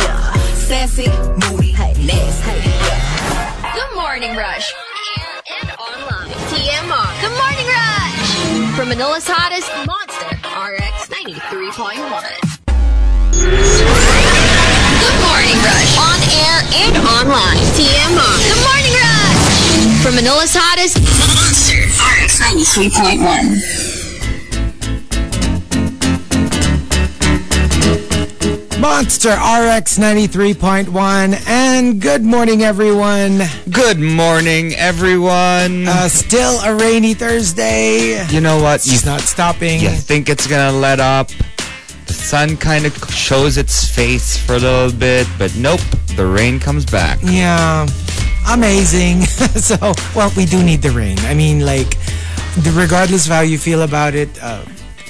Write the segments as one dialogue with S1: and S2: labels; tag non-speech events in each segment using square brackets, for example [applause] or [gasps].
S1: yeah. sassy, moody, nasty.
S2: The Morning Rush. And, and online. TMR. The Morning Rush. From Manila's hottest monster, RX 93.1. The Morning Rush. On air and online. TMR. The Morning Rush. From Manila's hottest monster, RX 93.1.
S3: Monster RX 93.1 and good morning everyone.
S4: Good morning, everyone.
S3: Uh, still a rainy Thursday.
S4: you know what? You,
S3: He's not stopping.
S4: you think it's gonna let up. The sun kind of shows its face for a little bit, but nope, the rain comes back.
S3: Mm, Yeah. Amazing. [laughs] so, well, we do need the rain. I mean, like, the, regardless of how you feel about it, uh,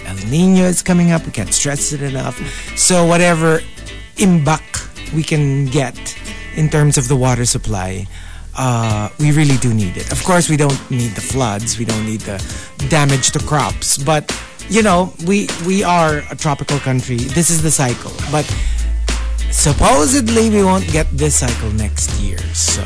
S3: El Nino is coming up. We can't stress it enough. So, whatever imbak we can get in terms of the water supply, uh, we really do need it. Of course, we don't need the floods. We don't need the damage to crops. But, you know, we, we are a tropical country. This is the cycle. But supposedly we won't get this cycle next year, so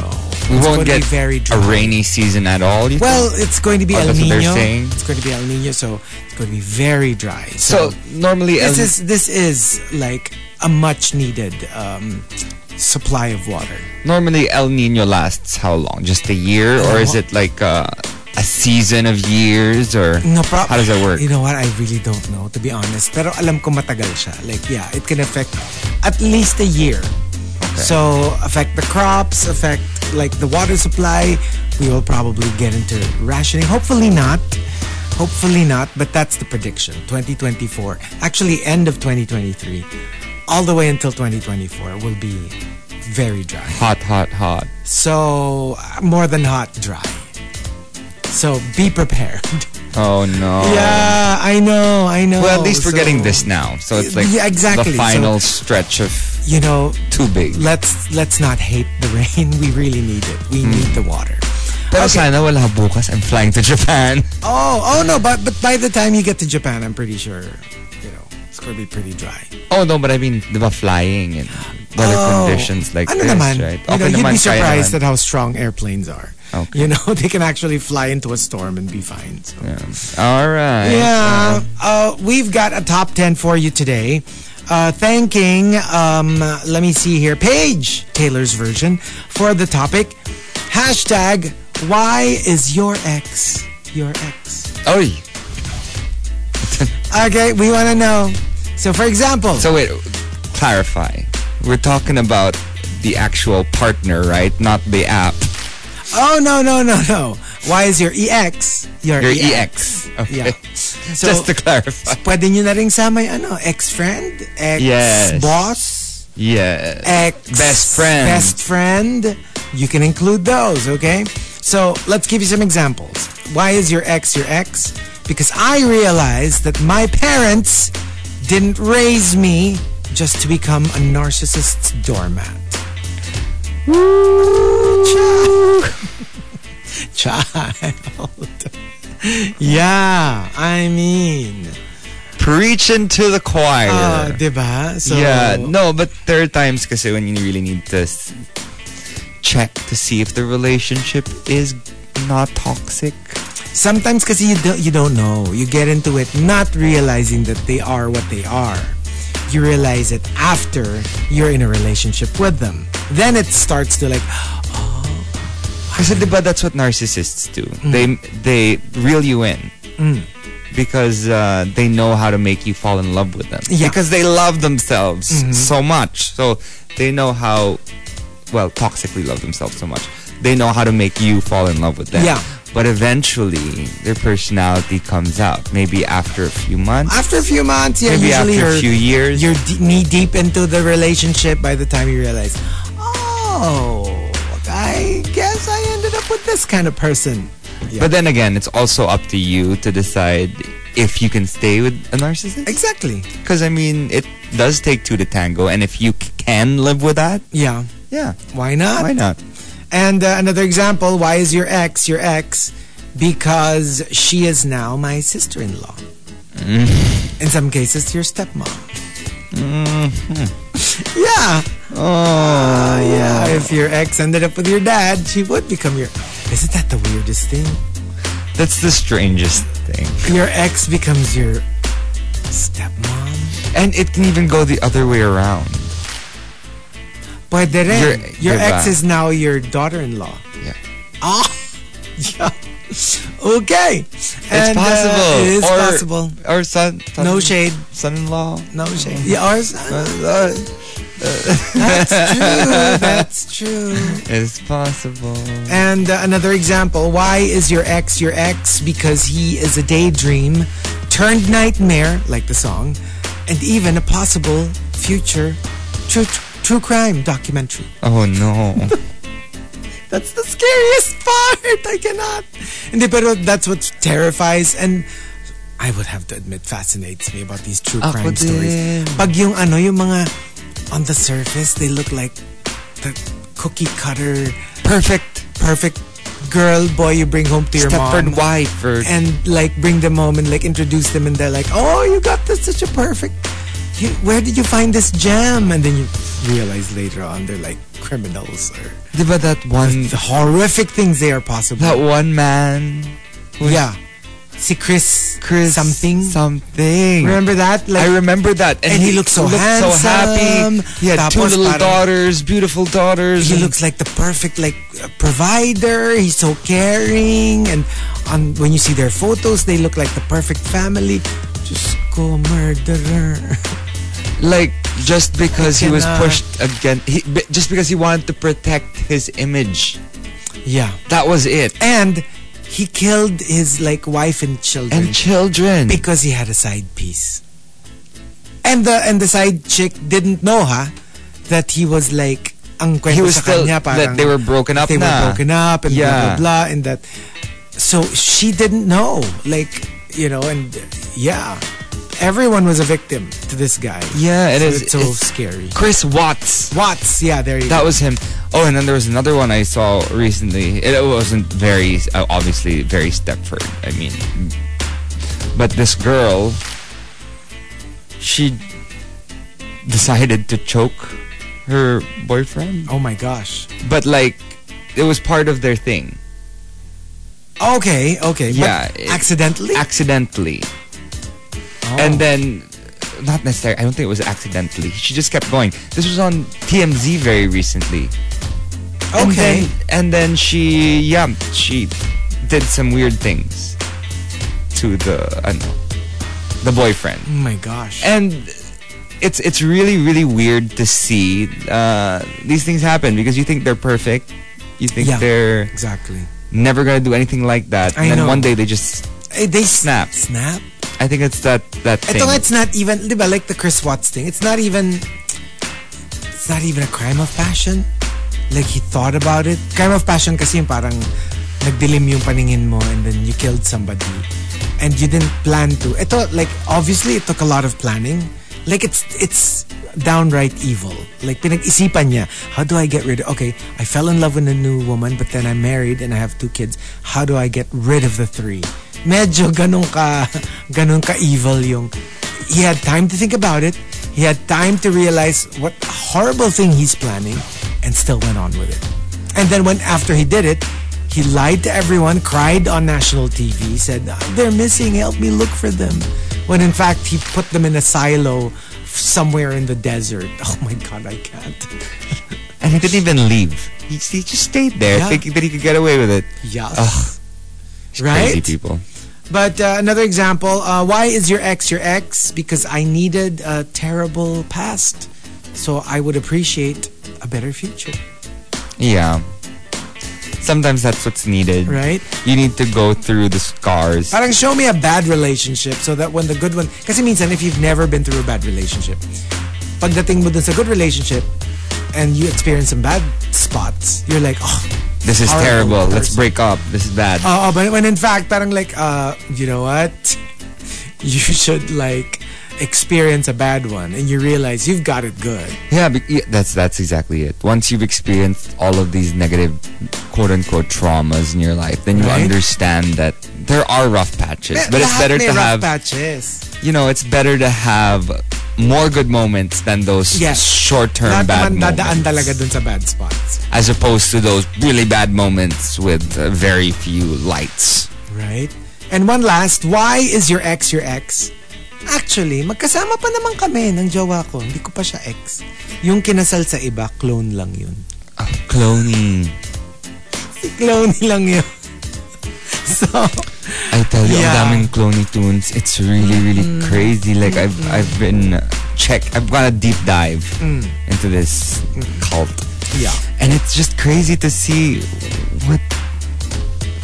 S4: We
S3: it's going
S4: won't
S3: to
S4: get
S3: be very
S4: a
S3: dry.
S4: rainy season at all. you
S3: Well, it's going to be
S4: Oh,
S3: El
S4: that's what they're
S3: Nino.
S4: saying?
S3: It's going to be El Nino, so it's going to be very dry. So,
S4: think? so normally
S3: this
S4: El-
S3: is this is like a much needed um, supply of water.
S4: normally El Nino lasts how long? Just a year, or
S3: Uh-huh.
S4: is it like uh, a season of years, or
S3: No problem.
S4: how does it work?
S3: You know what? I really don't know, to be honest. Pero alam ko matagal siya. Like, yeah, it can affect at least a year. So, affect the crops, affect like the water supply. We will probably get into rationing. Hopefully not. Hopefully not. But that's the prediction. 2024. Actually, end of 2023. All the way until 2024 will be very dry.
S4: hot, hot, hot.
S3: So, uh, more than hot, dry. So, be prepared.
S4: Oh no.
S3: Yeah, I know, I know.
S4: Well, at least we're
S3: So,
S4: getting this now, so it's like
S3: Yeah, exactly.
S4: the
S3: So-
S4: final stretch of
S3: You know,
S4: too big.
S3: let's let's not hate the rain. [laughs] We really need it.
S4: Hmm.
S3: We need the water.
S4: Pero sana wala bukas. I'm flying to Japan. [laughs]
S3: Oh, oh no, but but by the time you get to Japan, I'm pretty sure, you know, it's gonna be pretty dry.
S4: Oh no, but I mean, di ba flying and weather
S3: Oh,
S4: conditions like
S3: ano
S4: this,
S3: naman,
S4: right?
S3: You know,
S4: Okay
S3: you'd
S4: naman,
S3: be
S4: kaya
S3: surprised at
S4: naman.
S3: how strong airplanes are. You
S4: Okay.
S3: know, [laughs] they can actually fly into a storm and be fine. So.
S4: All right.
S3: Yeah. Uh, we've got a top 10 for you today. Uh, thanking, um, let me see here, Paige Taylor's version for the topic. Hashtag, why is your ex your ex?
S4: Oy.
S3: Okay, we want to know. So, for example,
S4: So wait, clarify. We're talking about the actual partner, right? Not the app.
S3: oh, no, no, no, no. Why is your ex your, E
S4: Your EX.
S3: Yeah.
S4: Okay.
S3: So,
S4: [laughs] Just to clarify.
S3: pwede nyo na rin sama yung ano, ex-friend,
S4: Yes.
S3: ex-boss.
S4: Yes.
S3: ex,
S4: Best friend.
S3: best friend. You can include those, okay? So let's give you some examples. Why is your ex your ex? Because I realized that my parents didn't raise me just to become a narcissist's doormat. Child. [laughs] yeah, I mean.
S4: Preaching to the choir.
S3: Uh, diba? So,
S4: yeah. No, but there are times kasi when you really need to s- check to see if the relationship is not toxic.
S3: sometimes kasi you don't, you don't know. You get into it not realizing that they are what they are. You realize it after you're in a relationship with them. Then it starts to like,
S4: Kasi
S3: Ah.
S4: diba that's what narcissists do.
S3: Mm.
S4: They they reel you in. Because uh, they know how to make you fall in love with them.
S3: Yeah. Mm-hmm.
S4: Because they love themselves so much. So they know how well, toxically love themselves so much. They know how to make you fall in love with them.
S3: Yeah.
S4: But eventually their personality comes out. Maybe after a few months.
S3: after a few months, yeah,
S4: maybe
S3: usually
S4: after a
S3: you're,
S4: few years.
S3: you're d- knee deep into the relationship by the time you realize, oh, oh, I guess I ended up with this kind of person. Yeah.
S4: But then again, it's also up to you to decide if you can stay with a narcissist.
S3: exactly.
S4: Because I mean, it does take two to tango, and if you c- can live with that,
S3: Yeah.
S4: yeah,
S3: Why not?
S4: why not?
S3: And uh, another example, why is your ex your ex? Because she is now my sister in law. In some cases, your stepmom. Yeah. Oh, yeah. If your ex ended up with your dad, she would become your. Isn't that the weirdest thing?
S4: That's the strangest thing.
S3: Your ex becomes your stepmom.
S4: And it can even go the other way around.
S3: Pwede rin.
S4: Your-
S3: Your
S4: diba?
S3: ex is now your daughter in law.
S4: Yeah.
S3: Ah! Yeah. Okay.
S4: It's
S3: And, uh,
S4: possible.
S3: it is
S4: or,
S3: possible.
S4: Or son, son-
S3: No shade.
S4: Son-in-law.
S3: No shame. Yeah, ours. that's true. [laughs] That's true.
S4: It's possible.
S3: And uh, another example why is your ex your ex? Because he is a daydream turned nightmare, like the song, and even a possible future true, true crime documentary. [laughs]
S4: Oh no.
S3: That's the scariest [laughs] part. I cannot. Hindi, pero uh, that's what terrifies and I would have to admit fascinates me about these true crime
S4: Ako
S3: stories.
S4: din.
S3: Pag yung ano, yung mga on the surface, they look like the cookie cutter perfect perfect girl boy you bring home to your
S4: Stepford
S3: mom
S4: wife or
S3: and like bring them home and like introduce them and they're like, "Oh, you got this such a perfect you, where did you find this gem?" And then you realize later on they're like criminals or
S4: Diba that one
S3: the horrific things they are possible.
S4: that one man who
S3: yeah. See Chris,
S4: Chris
S3: something.
S4: something
S3: Remember that? Like
S4: I remember that
S3: And he looked so handsome.
S4: happy he had two
S3: Tapos
S4: little
S3: parang-
S4: daughters beautiful daughters
S3: he
S4: and-
S3: looks like the perfect like uh, provider. He's so caring, and on when you see their photos, they look like the perfect family. Just go murderer. [laughs]
S4: like just because he was
S3: cannot.
S4: pushed again he, b- just because he wanted to protect his image
S3: yeah,
S4: that was it
S3: and he killed his like wife and children.
S4: and children
S3: because he had a side piece. And the and the side chick didn't know ha that he was like ang kwento
S4: he was
S3: sa
S4: still
S3: kanya parang
S4: that they were broken up
S3: they were
S4: na.
S3: broken up and blah blah
S4: Yeah.
S3: blah and that so she didn't know like you know and uh, yeah everyone was a victim to this guy
S4: yeah it
S3: so
S4: is
S3: it's so
S4: it's
S3: scary
S4: Chris Watts
S3: Watts yeah there you go
S4: That was him. Oh, and then there was another one I saw recently. It wasn't very, uh, obviously, very Stepford. I mean, but this girl, she decided to choke her boyfriend.
S3: oh my gosh
S4: But like, it was part of their thing,
S3: okay okay but
S4: Yeah, it-
S3: accidentally
S4: accidentally. And then, not necessarily. I don't think it was accidentally. She just kept going. This was on TMZ very recently. And
S3: okay
S4: then- and then she, yeah, she did some weird things to the, I know, the boyfriend.
S3: oh my gosh
S4: And it's it's really really weird to see uh, these things happen because you think they're perfect, you think
S3: Yeah.
S4: they're
S3: exactly
S4: never gonna do anything like that,
S3: I
S4: and then
S3: know.
S4: one day they just.
S3: Eh, they
S4: Snap.
S3: snap
S4: I think it's that that thing.
S3: Ito nga, it's not even, di ba, like the Chris Watts thing, it's not even, it's not even a crime of passion. Like, he thought about it. Crime of passion kasi yung parang nagdilim yung paningin mo and then you killed somebody. And you didn't plan to. Ito, like, obviously, it took a lot of planning. Like, it's, it's downright evil. Like, pinag-isipan niya, how do I get rid of, okay, I fell in love with a new woman, but then I'm married and I have two kids. How do I get rid of the three? Medyo ganun ka, ganun ka evil yung he had time to think about it. He had time to realize what a horrible thing he's planning and still went on with it. And then when after he did it, he lied to everyone, cried on national TV, said, "Ah, "They're missing, help me look for them." When in fact he put them in a silo f- somewhere in the desert. [laughs] Oh my god, I can't.
S4: and he didn't even leave. He, he just stayed there,
S3: Yeah.
S4: thinking that he could get away with it.
S3: Yeah.
S4: Crazy
S3: right?
S4: people.
S3: But uh, another example, uh, why is your ex your ex? Because I needed a terrible past. So I would appreciate a better future,
S4: Yeah. Sometimes that's what's needed.
S3: right?
S4: You need to go through the scars.
S3: Parang show me a bad relationship so that when the good one... Kasi minsan, if you've never been through a bad relationship, pagdating mo dun sa good relationship, and you experience some bad spots, you're like, oh,
S4: This is
S3: Horrible
S4: terrible.
S3: person.
S4: Let's
S3: Uh.
S4: break up. This is bad.
S3: Oo, but when in fact, parang like, uh, you know what? [laughs] You should like experience a bad one and you realize you've got it good.
S4: Yeah, be- yeah, that's that's exactly it. Once you've experienced all of these negative, quote unquote, traumas in your life, then you
S3: Right.
S4: understand that there are rough patches, but it's
S3: Lahat
S4: better
S3: may
S4: to
S3: rough
S4: have.
S3: patches.
S4: you know, it's better to have more good moments than those
S3: Yes.
S4: short-term
S3: Lahat
S4: bad
S3: naman dadaan talaga
S4: moments,
S3: dun sa bad spots.
S4: as opposed to those really bad moments with uh, very few lights.
S3: Right? And one last, why is your ex your ex? Actually, magkasama pa naman kami ng jowa ko. Hindi ko pa siya ex. Yung kinasal sa iba, clone lang yun. [laughs]
S4: Cloning.
S3: Si clone lang yun. [laughs] so,
S4: I tell you,
S3: Yeah.
S4: yeah. daming Cloney tunes. It's really, really crazy. Like I've, I've been check. I've got a deep dive into this cult.
S3: Yeah.
S4: and it's just crazy to see what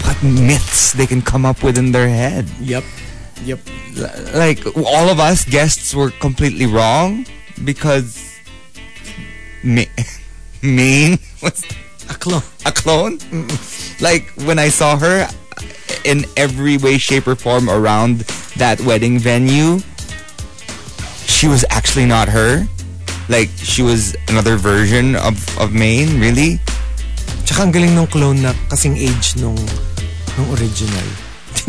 S4: what myths they can come up with in their head.
S3: Yep. Yep.
S4: Like all of us guests were completely wrong because me, [laughs] me was
S3: A clone.
S4: a clone. Like when I saw her in every way, shape, or form around that wedding venue, she was actually not her. Like she was another version of of Maine, really.
S3: Tsaka ang galing nung clone na kasing age nung, nung original. [laughs]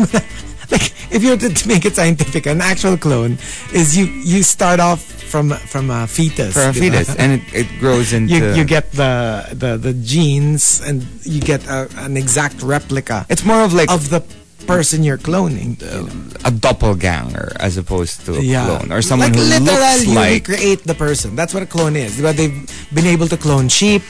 S3: like, if you were to make it scientific, an actual clone is you you start off from from a fetus.
S4: For a
S3: di ba?
S4: fetus, and it, it grows
S3: [laughs]
S4: into.
S3: You, you get the, the, the genes and you get a, an exact replica
S4: it's more of like
S3: of the person you're cloning. you know?
S4: a doppelganger as opposed to a clone or someone
S3: like,
S4: who
S3: literal,
S4: looks
S3: you
S4: like.
S3: recreate the person. That's what a clone is. But they've been able to clone sheep,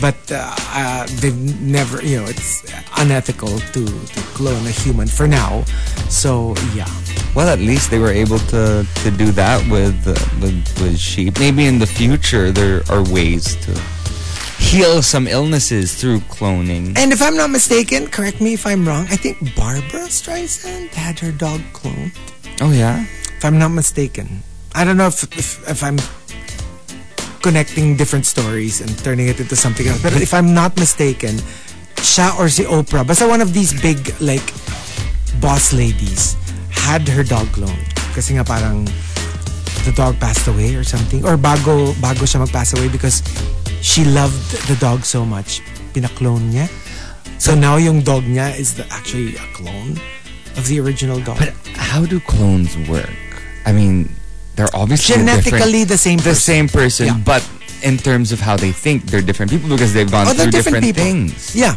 S3: but uh, uh, they've never, you know, it's unethical to, to clone a human for now. So yeah,
S4: Well, at least they were able to to do that with uh, with, with sheep. Maybe in the future there are ways to heal some illnesses through cloning.
S3: and if I'm not mistaken, correct me if I'm wrong. I think Barbara Streisand had her dog cloned.
S4: Oh yeah,
S3: If I'm not mistaken, I don't know if if, if I'm connecting different stories and turning it into something else. But if I'm not mistaken, siya or si Oprah, basta one of these big like boss ladies had her dog cloned. Kasi nga parang the dog passed away or something. Or bago, bago siya mag-pass away because she loved the dog so much. Pinaklone niya. So now yung dog niya is the, actually a clone of the original dog.
S4: but how do clones work? I mean, they're obviously
S3: Genetically the same
S4: the
S3: person.
S4: same person,
S3: Yeah.
S4: but in terms of how they think, they're different people because they've gone
S3: Oh,
S4: through
S3: they're different, people.
S4: things.
S3: Yeah.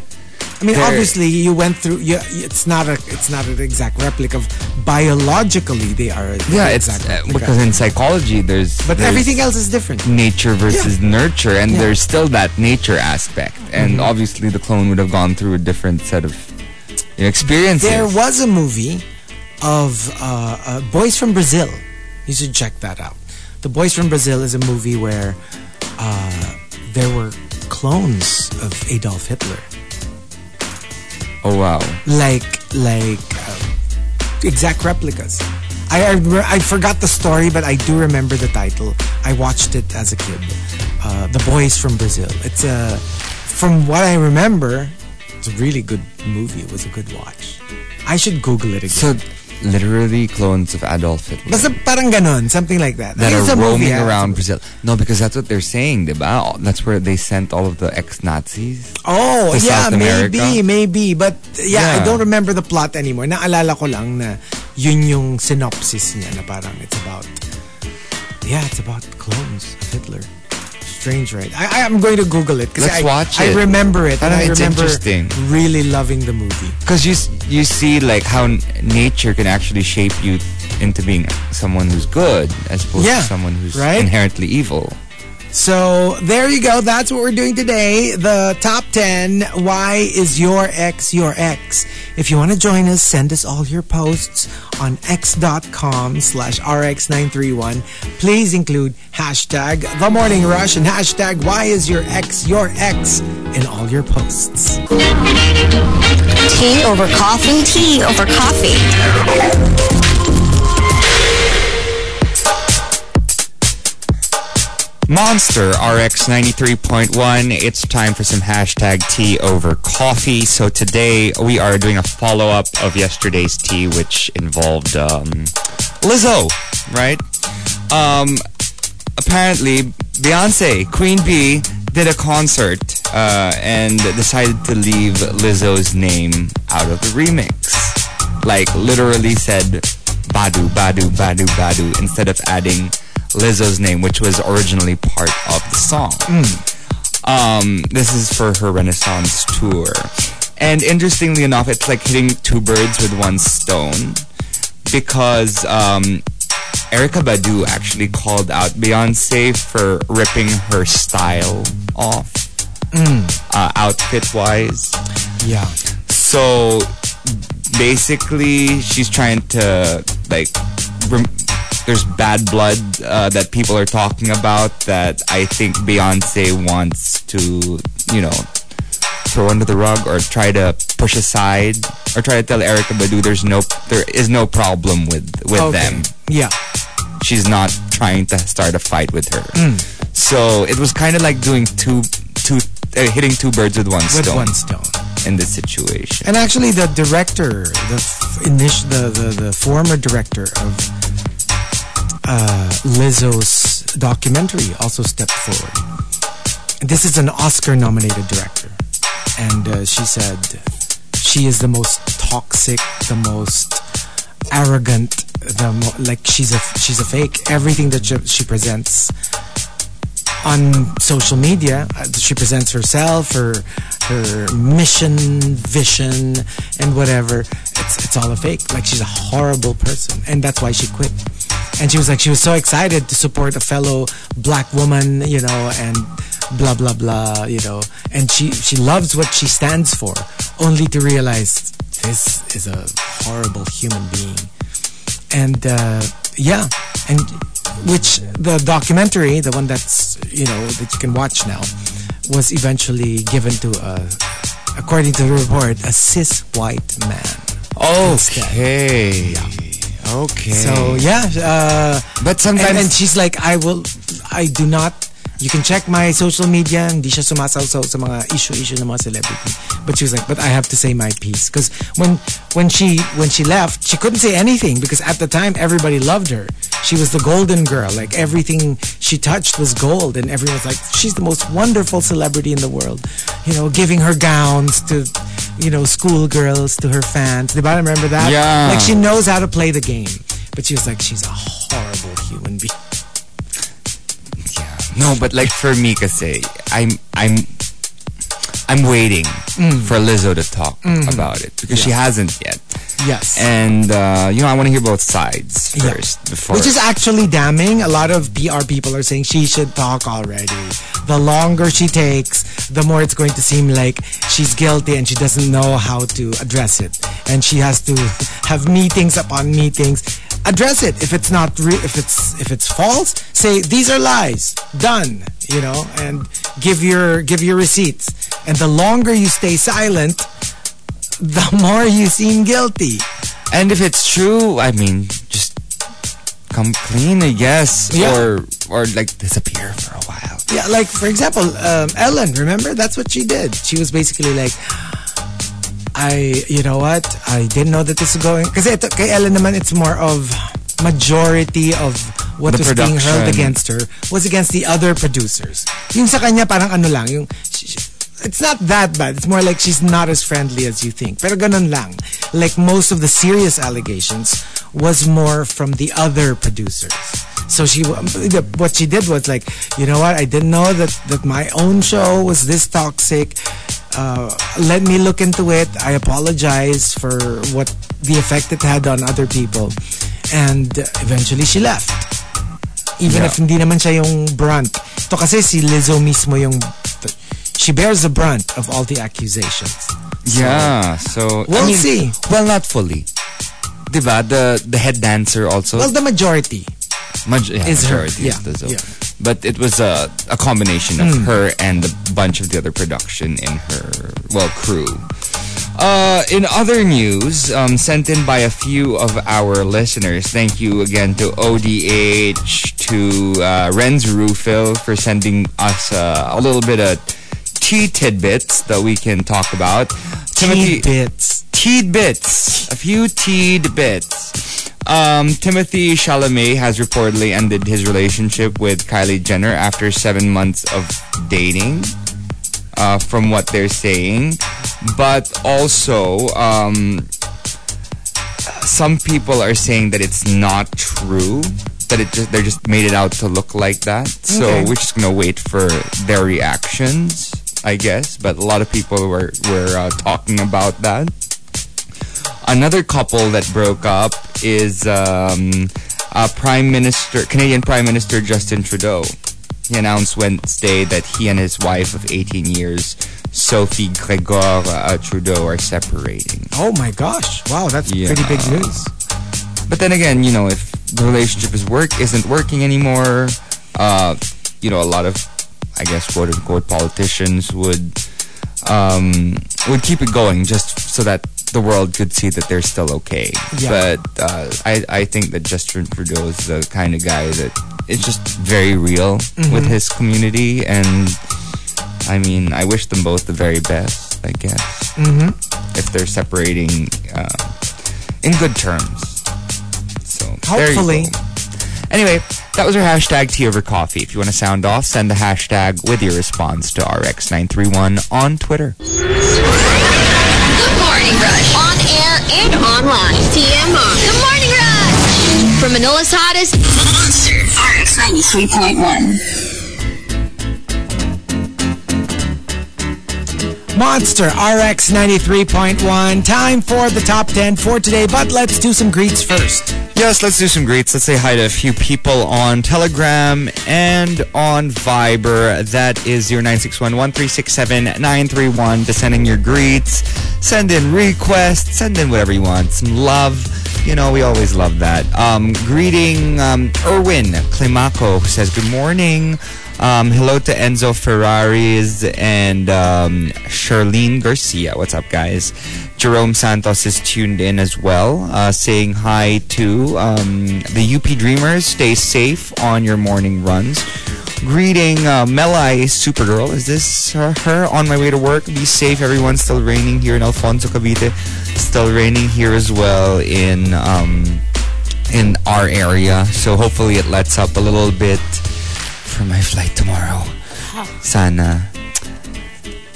S3: I mean,
S4: They're-
S3: obviously, you went through. You, it's not a. It's not an exact replica of. Biologically, they are. a-
S4: Yeah,
S3: an
S4: it's
S3: exact
S4: uh,
S3: replica.
S4: because in psychology there's
S3: But
S4: there's-
S3: everything else is different.
S4: nature versus nurture and
S3: Yeah.
S4: there's still that nature aspect and obviously the clone would have gone through a different set of you know, experiences
S3: There was a movie of uh, uh, Boys from Brazil. You should check that out. The Boys from Brazil is a movie where uh, there were clones of Adolf Hitler.
S4: oh wow
S3: like like uh, exact replicas. I, I re- I forgot the story, but I do remember the title. I watched it as a kid. Uh, the Boys from Brazil. It's a from what I remember, it's a really good movie. It was a good watch. I should Google it again.
S4: so literally clones of adolf hitler
S3: Basta parang ganon, something like that.
S4: that
S3: It's
S4: are
S3: a movie,
S4: roaming
S3: ah.
S4: around brazil no because that's what they're saying diba? that's where they sent all of the ex-nazis
S3: Oh,
S4: to
S3: yeah,
S4: South America.
S3: maybe, maybe. But yeah, I
S4: Yeah.
S3: don't remember the plot anymore. Naalala ko lang na yun yung synopsis niya na parang it's about, yeah, it's about clones of Hitler. Strange, right? I, I- I'm going to Google it. 'cause
S4: Let's
S3: I,
S4: watch
S3: I
S4: it.
S3: remember it. and
S4: Parang
S3: I
S4: it's
S3: remember
S4: interesting.
S3: really loving the movie.
S4: because you s- you see like how n- nature can actually shape you into being someone who's good as opposed
S3: Yeah,
S4: to someone who's
S3: right?
S4: inherently evil
S3: So there you go. That's what we're doing today. The top 10. Why is your ex your ex? If you want to join us, send us all your posts on x.com slash rx931. Please include hashtag the morning rush and hashtag why is your ex your ex in all your posts.
S1: Tea over coffee. Tea over coffee.
S4: Monster RX 93.1. It's time for some hashtag tea over coffee. So today we are doing a follow up of yesterday's tea, which involved um, Lizzo, right? Um, apparently, Beyonce, Queen Bee, did a concert uh, and decided to leave Lizzo's name out of the remix. Like, literally said Badu, Badu, Badu, Badu instead of adding Lizzo's name, which was originally part of the song. Um, this is for her Renaissance tour. And interestingly enough, it's like hitting two birds with one stone because um, Erica Badu actually called out Beyonce for ripping her style off, uh, outfit wise.
S3: Yeah.
S4: So basically, she's trying to like. Rem- there's bad blood uh, that people are talking about that I think Beyonce wants to, you know, throw under the rug or try to push aside or try to tell Erica Badu there's no there is no problem with with
S3: Okay.
S4: them
S3: Yeah.
S4: she's not trying to start a fight with her.
S3: Hmm.
S4: So it was kind of like doing two, two, uh, hitting two birds with one
S3: With
S4: stone
S3: one stone.
S4: in this situation.
S3: And actually, the director, the f- initial, the, the the former director of uh, Lizzo's documentary, also stepped forward. This is an Oscar-nominated director, and uh, she said she is the most toxic, the most arrogant, the mo- like she's a she's a fake. Everything that she, she presents on social media. uh, She presents herself, her her mission, vision, and whatever. It's it's all a fake. Like she's a horrible person, and that's why she quit. And she was like, she was so excited to support a fellow black woman, you know, and blah blah blah, you know. And she she loves what she stands for, only to realize this is a horrible human being and uh, yeah, and which the documentary, the one that's you know that you can watch now, was eventually given to a, according to the report, a cis white man.
S4: Okay. Okay.
S3: So yeah, uh,
S4: but
S3: and,
S4: sometimes
S3: and she's like, I will, I do not. You can check my social media. Hindi siya sumasalsaw sa mga issue-issue ng mga celebrity. But she was like, but I have to say my piece. Because when when she when she left, she couldn't say anything because at the time everybody loved her. She was the golden girl. Like everything she touched was gold, and everyone was like, she's the most wonderful celebrity in the world. You know, giving her gowns to, you know, schoolgirls to her fans. Diba? Remember that?
S4: Yeah.
S3: Like she knows how to play the game. But she was like, she's a horrible human being.
S4: no, but like for me, kasi I'm I'm I'm waiting
S3: Hmm.
S4: for Lizzo to talk about it because she hasn't yet.
S3: Yes.
S4: And uh, you know, I want to hear both sides
S3: Yeah.
S4: first before.
S3: Which is actually damning. A lot of PR people are saying she should talk already. The longer she takes, the more it's going to seem like she's guilty and she doesn't know how to address it. And she has to [laughs] have meetings upon meetings. Address it. If it's not re- if it's if it's false, say these are lies. Done. You know, and give your give your receipts. And the longer you stay silent, [laughs] the more you seem guilty.
S4: And if it's true, I mean, just come clean, I guess,
S3: Yeah.
S4: or or like disappear for a while.
S3: Yeah, like for example, um, Ellen. Remember, that's what she did. She was basically like, I, you know what? I didn't know that this was going. Because kay Ellen naman, it's more of majority of what
S4: The
S3: was being hurled
S4: production.
S3: against her was against the other producers. Yung sa kanya parang ano lang, yung sh- sh- it's not that bad. It's more like she's not as friendly as you think. Pero ganun lang. Like most of the serious allegations was more from the other producers. So she w- the- what she did was like, you know what? I didn't know that that my own show was this toxic. Uh, let me look into it. I apologize for what the effect it had on other people. And eventually she left. Even
S4: Yeah.
S3: if hindi naman siya yung brunt. To kasi si Lizzo mismo yung... She bears the brunt of all the accusations.
S4: Yeah, so
S3: We'll
S4: I mean,
S3: see.
S4: Well, not fully. Diba? The the head dancer also
S3: Well, the majority.
S4: Maj- yeah,
S3: is her.
S4: majority is
S3: Yeah,
S4: Lizzo.
S3: yeah. Hmm.
S4: But it was a, a combination of her and a bunch of the other production in her well crew. Uh, in other news, um, sent in by a few of our listeners. Thank you again to ODH, to uh, Renz Rufil for sending us uh, a little bit of tea tidbits that we can talk about. Timothy,
S3: Tidbits.
S4: tidbits. A few tidbits. Um, Timothy Chalamet has reportedly ended his relationship with Kylie Jenner after seven months of dating, uh, from what they're saying. But also, um, some people are saying that it's not true. That it just, they just made it out to look like that. So
S3: Okay.
S4: we're just gonna wait for their reactions, I guess. But a lot of people were were uh, talking about that another couple that broke up is um, uh, Prime Minister Canadian Prime Minister Justin Trudeau. He announced Wednesday that he and his wife of 18 years, Sophie Grégoire uh, Trudeau, are separating.
S3: Oh my gosh. Wow, that's
S4: Yeah.
S3: pretty big news.
S4: But then again, you know, if the relationship is work isn't working anymore, uh, you know, a lot of, I guess, quote unquote, politicians would um, would keep it going just so that the world could see that they're still okay.
S3: Yeah.
S4: But uh, I I think that Justin Trudeau is the kind of guy that is just very real with his community, and I mean, I wish them both the very best. I guess if they're separating uh, in good terms. So there you
S3: Hopefully.
S4: go. Anyway, that was our hashtag tea over coffee. If you want to sound off, send the hashtag with your response to RX931 on Twitter.
S2: The Morning Rush. On air and online. TMR. The Morning Rush. From Manila's hottest monster. RX 93.1.
S3: Monster RX 93.1. Time for the top 10 for today, but let's do some greets first.
S4: Yes, let's do some greets. Let's say hi to a few people on Telegram and on Viber. That is 0961-1367-931 to send in your greets. Send in requests. Send in whatever you want. Some love. You know, we always love that. Um, greeting um, Erwin Climaco, who says, Good morning. Um, hello to Enzo Ferraris and um, Charlene Garcia. What's up, guys? Jerome Santos is tuned in as well, uh, saying hi to um, the UP Dreamers. Stay safe on your morning runs. Greeting uh, Melai Supergirl. Is this her, her? On my way to work. Be safe, everyone. Still raining here in Alfonso Cavite. Still raining here as well in. Um, in our area. So hopefully it lets up a little bit for my flight tomorrow. Sana.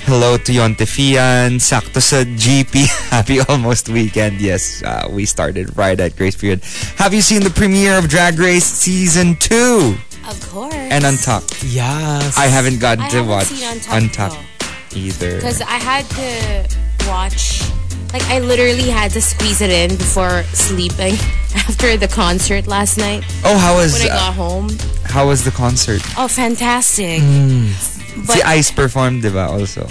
S4: Hello to Yonte Fian. Sakto sa GP. [laughs] Happy almost weekend. Yes, uh, we started right at grace period. Have you seen the premiere of Drag Race Season 2
S5: Of course.
S4: and Untucked?
S3: Yes.
S4: I haven't gotten
S5: I
S4: to
S5: haven't
S4: watch
S5: seen Untucked,
S4: either.
S5: Because I had to watch, like, I literally had to squeeze it in before sleeping [laughs] after the concert last night
S4: Oh, how was
S5: when I
S4: uh,
S5: got home.
S4: how was the concert?
S5: Oh, fantastic.
S4: Mm.
S5: But
S4: See, Ice performed, diba, also.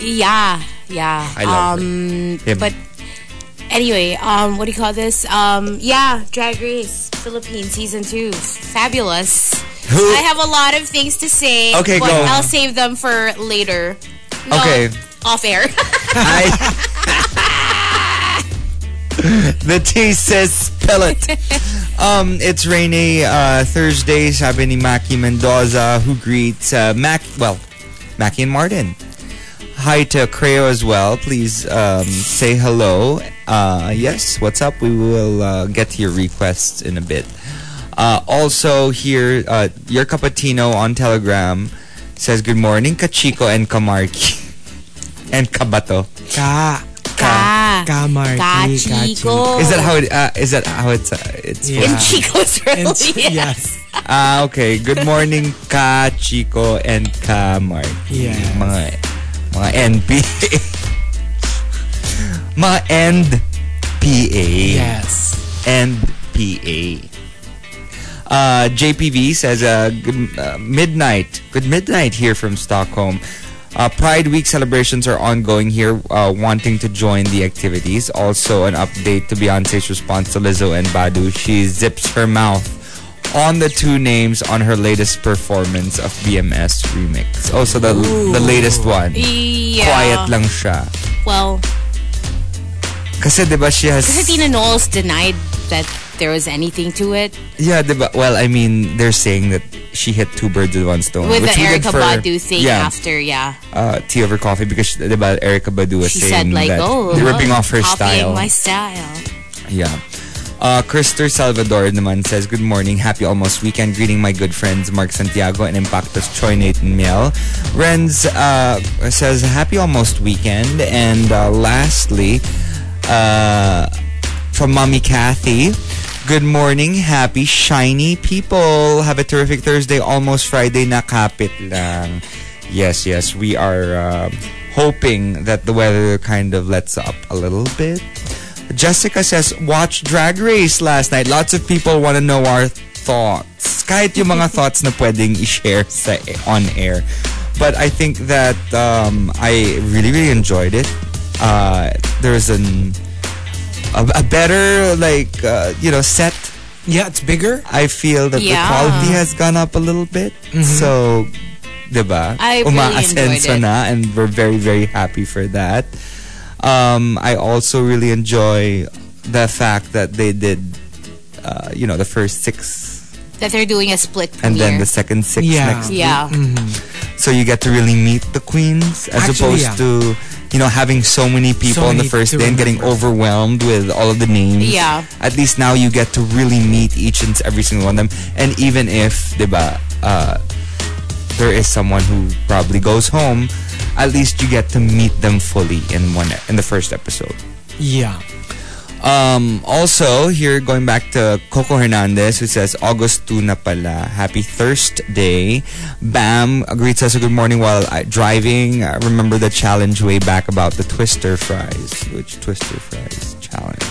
S5: yeah, yeah.
S4: I love her.
S5: um,
S4: Him.
S5: But anyway, um, what do you call this? Um, yeah, Drag Race Philippines season two, fabulous.
S4: Who-
S5: I have a lot of things to say.
S4: Okay,
S5: but
S4: go.
S5: I'll save them for later. No,
S4: Okay.
S5: Off air. [laughs]
S4: I- [laughs] the tea says spell it. Um, it's rainy uh, Thursday. Sabi ni Mackie Mendoza who greets uh, Mac. Well, Mackie and Martin. Hi to Creo as well. Please um, say hello. Uh, yes, what's up? We will uh, get to your requests in a bit. Uh, also here, uh, your cappuccino on Telegram says good morning, Kachiko and Kamarki [laughs] and Kabato. [laughs]
S3: Ka.
S5: Ka.
S3: Kamarki,
S5: Chico.
S4: Is that how it? Uh, is that how it's? Uh, it's
S3: Yeah.
S5: In Chico's [laughs] really?
S4: Oh,
S3: And, [laughs] yes.
S4: Ah, okay. Good morning, Ka Chico and Ka Mark.
S3: Yes.
S4: Mga mga NPA. [laughs] mga NPA.
S3: Yes.
S4: NPA. Uh, JPV says, uh, good, uh, midnight. Good midnight here from Stockholm. Uh, Pride Week celebrations are ongoing here, uh, wanting to join the activities. Also, an update to Beyonce's response to Lizzo and Badu. She zips her mouth on the two names on her latest performance of BMS remix. Also, the, the latest one.
S5: Yeah.
S4: Quiet lang siya.
S5: Well,
S4: Kasi diba she has...
S5: Christina Knowles denied that there was anything to it.
S4: Yeah, diba? well, I mean, they're saying that she hit two birds with one stone.
S5: With
S4: which
S5: the
S4: we did
S5: Erica
S4: for,
S5: Badu thing
S4: yeah,
S5: after, yeah.
S4: uh, tea over coffee because diba, Erica Badu was
S5: She
S4: saying
S5: said like,
S4: that
S5: oh,
S4: they're ripping
S5: look,
S4: off her
S5: copying
S4: style.
S5: my style.
S4: Yeah. Uh, Krister Salvador naman says, Good morning, happy almost weekend. Greeting my good friends Mark Santiago and Impactos Choi Nathan Miel. Renz uh, says, Happy almost weekend. And uh, lastly, uh, from Mommy Kathy, Good morning, happy, shiny people. Have a terrific Thursday, almost Friday na kapit lang. Yes, yes, we are uh, hoping that the weather kind of lets up a little bit. Jessica says, watch Drag Race last night. Lots of people want to know our thoughts. Kahit yung mga thoughts na pwedeng i-share sa, on air. But I think that um, I really, really enjoyed it. Uh, there's an, a, a better, like, uh, you know, set.
S3: Yeah, it's bigger.
S4: I feel that the
S5: Yeah.
S4: quality has gone up a little bit.
S3: Mm-hmm.
S4: So, diba?
S5: I really
S4: Umaasenso
S5: enjoyed it.
S4: na and we're very, very happy for that. Um, I also really enjoy the fact that they did, uh, you know, the first six
S5: That they're doing a split premiere.
S4: and then Mm-hmm. the second six
S3: Yeah.
S4: next
S5: yeah.
S4: so you get to really meet the queens as
S3: Actually,
S4: opposed
S3: yeah.
S4: to you know having so many people
S3: So
S4: on the
S3: many
S4: first
S3: to
S4: day and getting
S3: remember.
S4: overwhelmed with all of the names
S5: Yeah.
S4: at least now you get to really meet each and every single one of them and even if diba, uh, there is someone who probably goes home at least you get to meet them fully in one in the first episode
S3: Yeah.
S4: um, also, here going back to Coco Hernandez who says, August 2 na pala. Happy Thirst Day. Bam greets us a good morning while I, driving. I remember the challenge way back about the Twister Fries. Which Twister Fries challenge?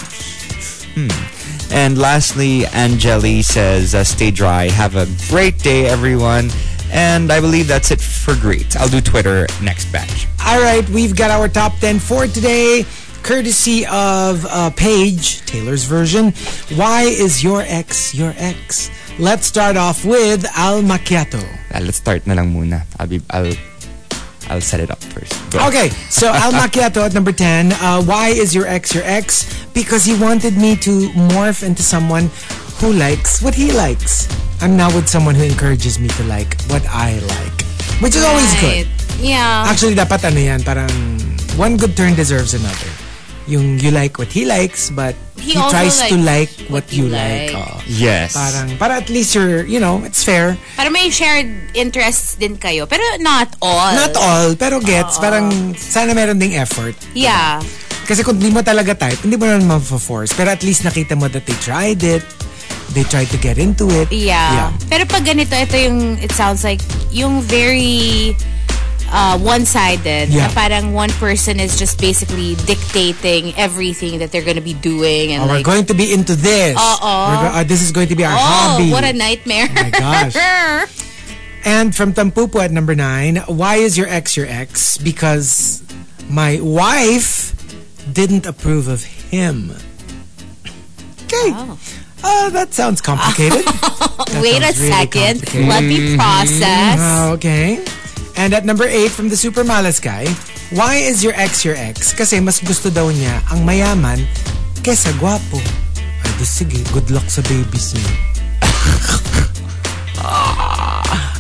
S4: Hmm. And lastly, Angeli says, uh, stay dry. Have a great day, everyone. And I believe that's it for greets. I'll do Twitter next batch.
S3: All right, we've got our top 10 for today, courtesy of uh, Paige, Taylor's version. Why is your ex your ex? Let's start off with Al Macchiato.
S4: Uh, let's start na lang muna. I'll be, I'll, I'll set it up first. Go.
S3: Okay, so Al Macchiato at number 10. Uh, why is your ex your ex? Because he wanted me to morph into someone who likes what he likes. I'm now with someone who encourages me to like what I like, which is always good.
S5: Yeah.
S3: Actually, dapat ano yan, parang one good turn deserves another. Yung you like what he likes, but he,
S5: He also
S3: tries to like
S5: likes
S3: what
S5: what
S3: you
S5: you
S3: like.
S5: like.
S3: Oo.
S4: Yes.
S3: Parang, para at least you're, you know, it's fair.
S5: Para may shared interests din kayo. Pero not all.
S3: Not all, pero gets.
S5: uh-uh.
S3: Parang, sana meron ding effort.
S5: Yeah.
S3: Kasi kung hindi mo talaga type, hindi mo naman ma-force. Pero at least nakita mo that they tried it. They tried to get into it.
S5: Yeah. Pero pag ganito, ito yung, it sounds like, yung very uh, one-sided.
S3: Yeah.
S5: Na parang one person is just basically dictating everything that they're gonna be doing. And
S3: Oh,
S5: like,
S3: we're going to be into this.
S5: Oo.
S3: We're go- uh, this is going to be our
S5: oh,
S3: hobby. Oh
S5: what a nightmare.
S3: my gosh. And from Tampupo at number nine, why is your ex your ex? Because my wife didn't approve of him. Okay.
S5: Wow.
S3: Uh, that sounds
S5: [laughs]
S3: complicated. That
S5: [laughs] Wait a
S3: sounds really
S5: second.
S3: complicated.
S5: Let me process.
S3: Ah, okay. And at number eight from the Super Malas guy, why is your ex your ex? Kasi mas gusto daw niya ang mayaman kesa gwapo. Ay, di sige, good luck sa babies niya.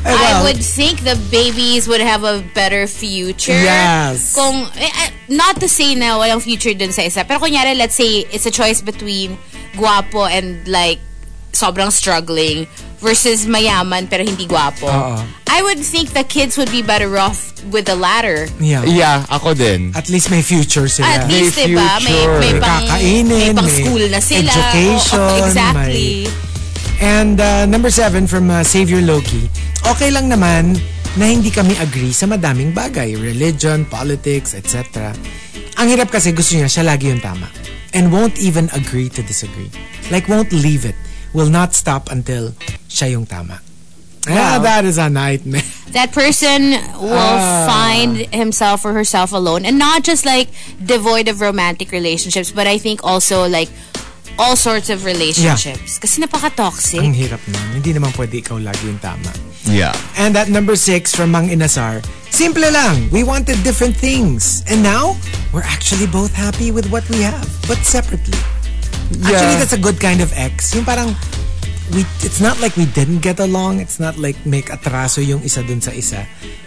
S3: Eh,
S5: I
S3: well,
S5: would think the babies would have a better future.
S3: Yes.
S5: Kung, eh, eh, not to say na walang future dun sa isa. Pero kunyari, let's say, it's a choice between guapo and like, sobrang struggling versus mayaman pero hindi guapo.
S3: Oo.
S5: I would think the kids would be better off with the latter.
S3: Yeah.
S4: Yeah, ako din.
S3: At least may future sila.
S5: At least,
S4: May
S5: diba, may, may
S4: future.
S5: pang,
S3: Kakainin,
S5: may pang
S3: may
S5: school na sila.
S3: education,
S5: Oo, exactly.
S3: And uh, number seven from uh, Savior Loki, okay lang naman na hindi kami agree sa madaming bagay, religion, politics, etc. Ang hirap kasi gusto niya siya lagi yung tama. And won't even agree to disagree. Like won't leave it. Will not stop until siya yung tama. Ah, that is a nightmare.
S5: that person will
S3: Ah.
S5: find himself or herself alone and not just like devoid of romantic relationships but i think also like all sorts of relationships kasi
S3: Ang
S5: napaka-toxic
S3: hirap nun. Hindi naman pwede ikaw lagi yung tama.
S4: Yeah.
S3: And at number six from Mang Inasar, simple lang. We wanted different things. And now, we're actually both happy with what we have, but separately. Actually,
S4: Yeah.
S3: that's a good kind of ex. Yung parang, we, it's not like we didn't get along. It's not like make atraso yung isa dun sa isa.